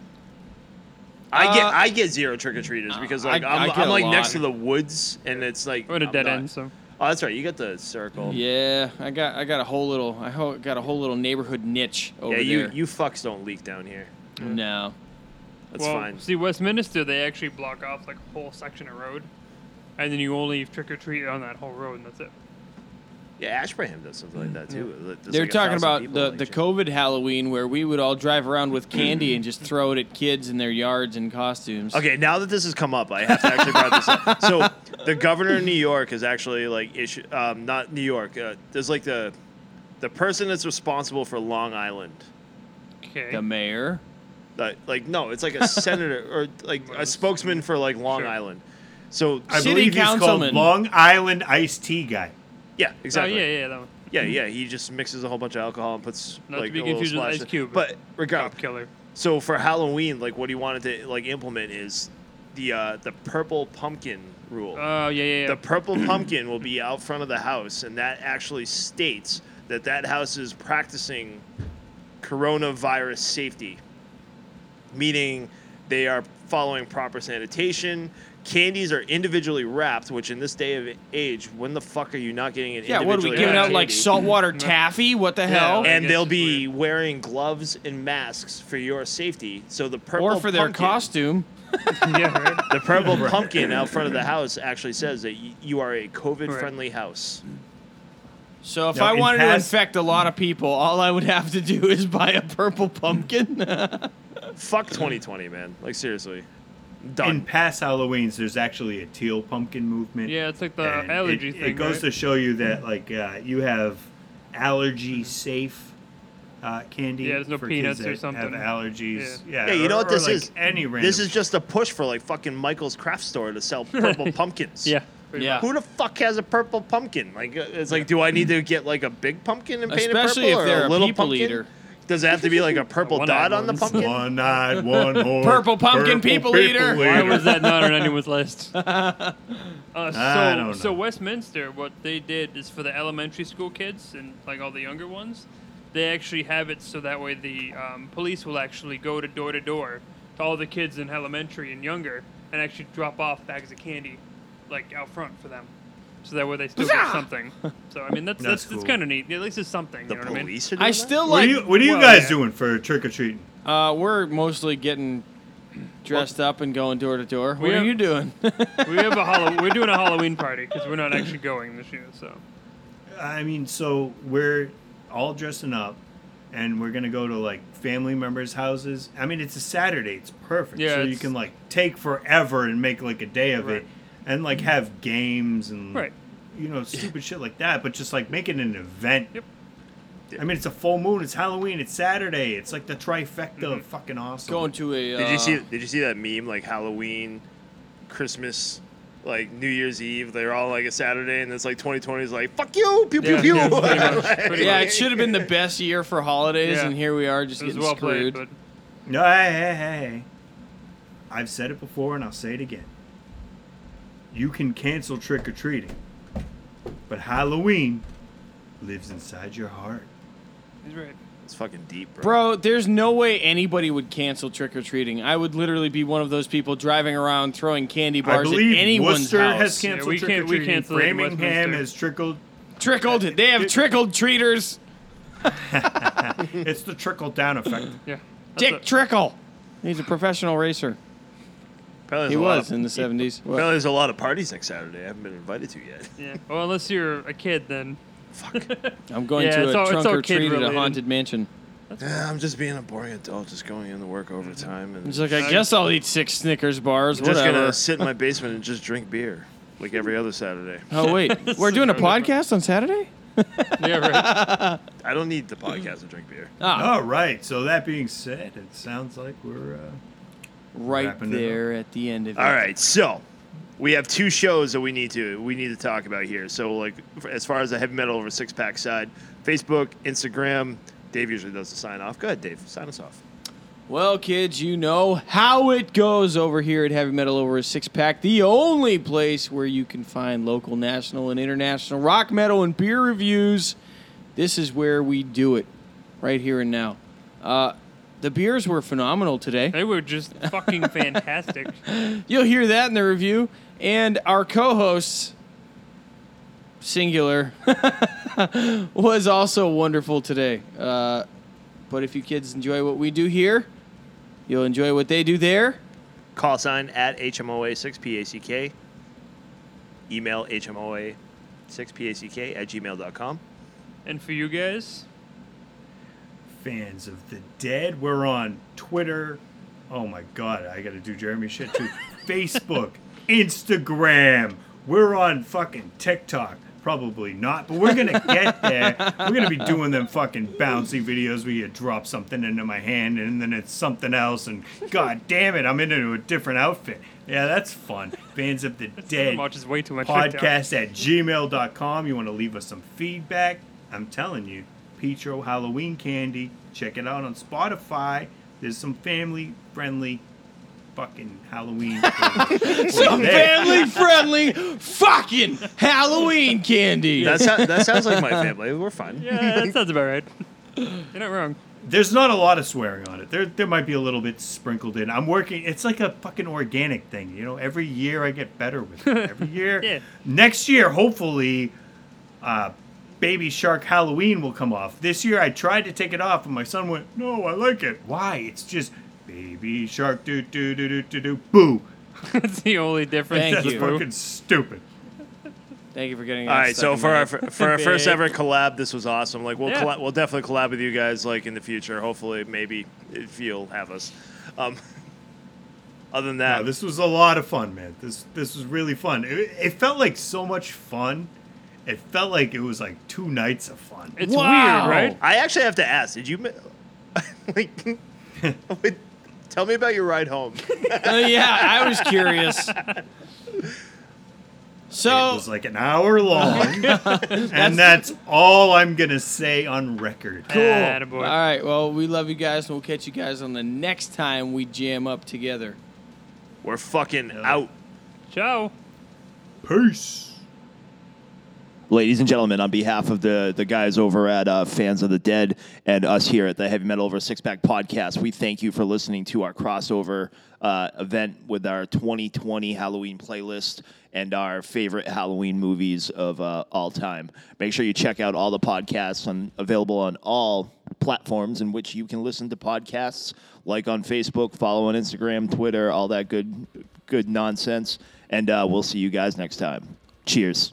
I get
Uh,
I get zero trick or treaters because
I-
like
I
I, am
get
I'm
a
like next
lot.
to the woods and it's like
We're at a
I'm
dead
not-
end, so-
Oh, that's right. You got the circle.
Yeah, I got I got a whole little I ho- got a whole little neighborhood niche over
yeah. You
there.
you fucks don't leak down here.
no,
That's
well,
fine.
See, Westminster, they actually block off like a whole section of road, and then you only trick or treat on that whole road, and that's it.
Yeah, Ashbraham does something like that too. There's,
they're
like, a
talking
thousand
about
people
the
in
the
each-
COVID Halloween where we would all drive around with candy and just
Mm.
throw it at kids in their yards in costumes.
Okay, now that this has come up, I have to actually bring
*laughs*
this up. So, the governor of New York is actually like issue, um, not New York. Uh, there's like the the person that's responsible for Long Island.
Okay.
The mayor.
Like, like no,
*laughs*
it's like a senator or like a spokesman for like Long Island. So
I believe he's called Long Island Iced Tea Guy.
Yeah,
Oh,
exactly.
yeah, yeah, that one.
Yeah, yeah. He just mixes a whole bunch of alcohol and puts
Not to
like
be
a little
confused with
splash
Ice
of-
Cube,
But regardless,
killer.
So for Halloween, like what he wanted to like implement is the uh, the purple pumpkin rule.
Oh, yeah, yeah, yeah.
The purple pumpkin will be out front of the house, and that actually states that that house is practicing coronavirus safety, meaning they are following proper sanitation. Candies are individually wrapped, which in this day of age, when the fuck are you not getting an
Yeah, what are
individually
we giving
wrapped
out like
candy?
saltwater taffy? What the hell?
and they'll be wearing gloves and masks for your safety. So the purple
Oh,
or for their
pumpkin-
*laughs*
costume.
the purple
Right.
pumpkin out front of the house actually says that y- you are a COVID-friendly house.
So if
Now,
I
in
wanted
past-
to infect a lot of people, all I would have to do is buy a purple pumpkin.
Fuck 2020, man. Like seriously,
In past Halloweens, there's actually a teal pumpkin movement.
Yeah, it's like the
And
Uh, allergy
it,
thing.
It goes
right?
to show you that like uh, you have allergy safe uh, candy.
Yeah, there's no
for
peanuts
kids
or
that
something.
Have allergies. Yeah.
Yeah, you
or-
know what
or,
this
like,
is?
Any random.
This is just a push for like fucking Michael's craft store to sell purple pumpkins.
Yeah.
pretty Yeah. much.
Who the fuck has a purple pumpkin? Like, uh, it's like, do I need to get like a big pumpkin and paint
Especially
it
if
purple or
they're
a
a
little
people
pumpkin?
eater.
Does it have to be like a purple
One-eyed
dot on the
ones.
pumpkin?
one eyed,
*laughs*
one horned.
Purple pumpkin people eater.
Why was that not on anyone's list? Uh,
I
so,
don't
so Westminster, what they did is for the elementary school kids and like all the younger ones,
they actually have it so that way the um, police will actually go to door to door to all the kids in elementary and younger and actually drop off bags of candy, like out front for them. So that way they still get something. So I mean that's that's,
That's
that's,
cool.
kind of neat. At least it's something. you know what I mean?
I still What are like- you- what are you guys doing for trick or treating?
Uh, we're mostly getting dressed up and going door to door. What
We
are
have-
you doing?
*laughs* we have a Hall- we're doing a Halloween party because we're not actually going this year. So
I mean, so we're all dressing up, and we're gonna go to like family members' houses. I mean, it's a Saturday; it's perfect.
Yeah,
so you
it's-
can like take forever and make like a day of
Right.
it, and like have games and
Right.
you know, stupid shit like that. But just like make it an event. Yep. I mean, it's a full moon. It's Halloween. It's Saturday. It's like the trifecta
Mm-hmm.
of fucking awesome.
Going to a,
Did you see? Did you see that meme like Halloween, Christmas, like New Year's Eve? They're all like a Saturday, and it's like 2020 is like fuck you, pew pew pew. *laughs*
yeah, it should have been the best year for holidays, and here we are just getting screwed.
No, hey, hey, hey. I've said it before and I'll say it again. You can cancel trick or treating, but Halloween lives inside your heart.
He's right.
It's fucking deep, bro.
Bro, there's no way anybody would cancel trick or treating. I would literally be one of those people driving around throwing candy
I
bars at
believe
anyone's
Worcester
house.
has canceled trick or treating. Framingham has trickled.
trickled. They have trickled treaters.
it's the trickle down effect.
yeah.
Dick Trickle. He's a professional racer.
Apparently
He
there's a lot
was in the 70s. What?
Apparently, there's a lot of parties next Saturday. I haven't been invited to yet.
Yeah. Well, unless you're a kid, then. *laughs*
Fuck.
I'm going to a trunk or treat at a haunted mansion.
*laughs* Yeah, I'm just being a boring adult, just going into work overtime, and
He's like,
Uh,
I guess I'll eat six Snickers bars.
I'm just
whatever.
gonna sit in my basement and just drink beer, like every other Saturday.
*laughs*
Oh wait, we're doing a podcast on Saturday.
yeah,
right. I don't need
*clears throat*
the podcast to drink beer.
All right. So that being said, it sounds like we're uh,
*laughs* Right
wrapping it up.
there at the end of it.
All right, so we have two shows that we need to we need to talk about here. So like f- as far as the heavy metal over six pack side, Facebook, Instagram. Dave usually does the sign off. Go ahead, Dave, sign us off.
Well, kids, you know how it goes over here at Heavy Metal Over a Six Pack, the only place where you can find local, national, and international rock, metal, and beer reviews. This is where we do it, right here and now. Uh, the beers were phenomenal today.
They were just
*laughs*
fucking fantastic.
You'll hear that in the review. And our co hosts, singular, was also wonderful today. Uh, but if you kids enjoy what we do here, you'll enjoy what they do there.
Call sign at HMOA6PACK. Email HMOA6PACK at gmail.com.
And for you guys,
fans of the dead. We're on Twitter. Oh my god, I gotta do Jeremy shit too. Facebook, Instagram. We're on fucking TikTok. Probably not, but we're gonna get there. We're gonna be doing them fucking bouncy videos where you drop something into my hand and then it's something else, and god damn it, I'm into a different outfit. Yeah, that's fun. Fans of the Dead
watches way too much TikTok.
podcast at gmail.com. You want to leave us some feedback? I'm telling you, Petro Halloween Candy. Check it out on Spotify. There's some family friendly fucking Halloween.
Some family friendly fucking Halloween candy.
That's how, that sounds like my family. We're fine.
Yeah, that sounds about right.
*laughs*
You're not wrong.
There's not a lot of swearing on it. There, there might be a little bit sprinkled in. I'm working. It's like a fucking organic thing, you know. Every year I get better with it. Every year.
Yeah.
Next year, hopefully, uh, Baby Shark Halloween will come off. This year I tried to take it off, and my son went, "No, I like it." Why? It's just Baby Shark. Do do do do do do. Boo.
That's the only difference.
That's
you.
fucking stupid.
Thank you for getting.
All right, so for our, for, for our first
*laughs* Big.
ever collab, this was awesome. Like we'll
Yeah.
colla- we'll definitely collab with you guys like in the future. Hopefully, maybe if you'll have us. Um, *laughs* other than that,
No, Uh, this was a lot of fun, man. This this was really fun. It, it felt like so much fun. It felt like it was like two nights of fun.
I actually have to ask. Did you ma- *laughs*
*laughs*
like? wait, tell me about your ride home.
yeah, I was curious. So
it was like an hour long, and that's all I'm gonna say on record.
Cool. All right. Well, we love you guys, and we'll catch you guys on the next time we jam up together.
We're fucking out.
Ciao.
Peace.
ladies and gentlemen, on behalf of the, the guys over at uh, Fans of the Dead and us here at the Heavy Metal Over Six Pack podcast, we thank you for listening to our crossover uh, event with our 2020 Halloween playlist and our favorite Halloween movies of uh, all time. Make sure you check out all the podcasts on, available on all platforms in which you can listen to podcasts, like on Facebook, follow on Instagram, Twitter, all that good good nonsense. And uh, we'll see you guys next time. Cheers.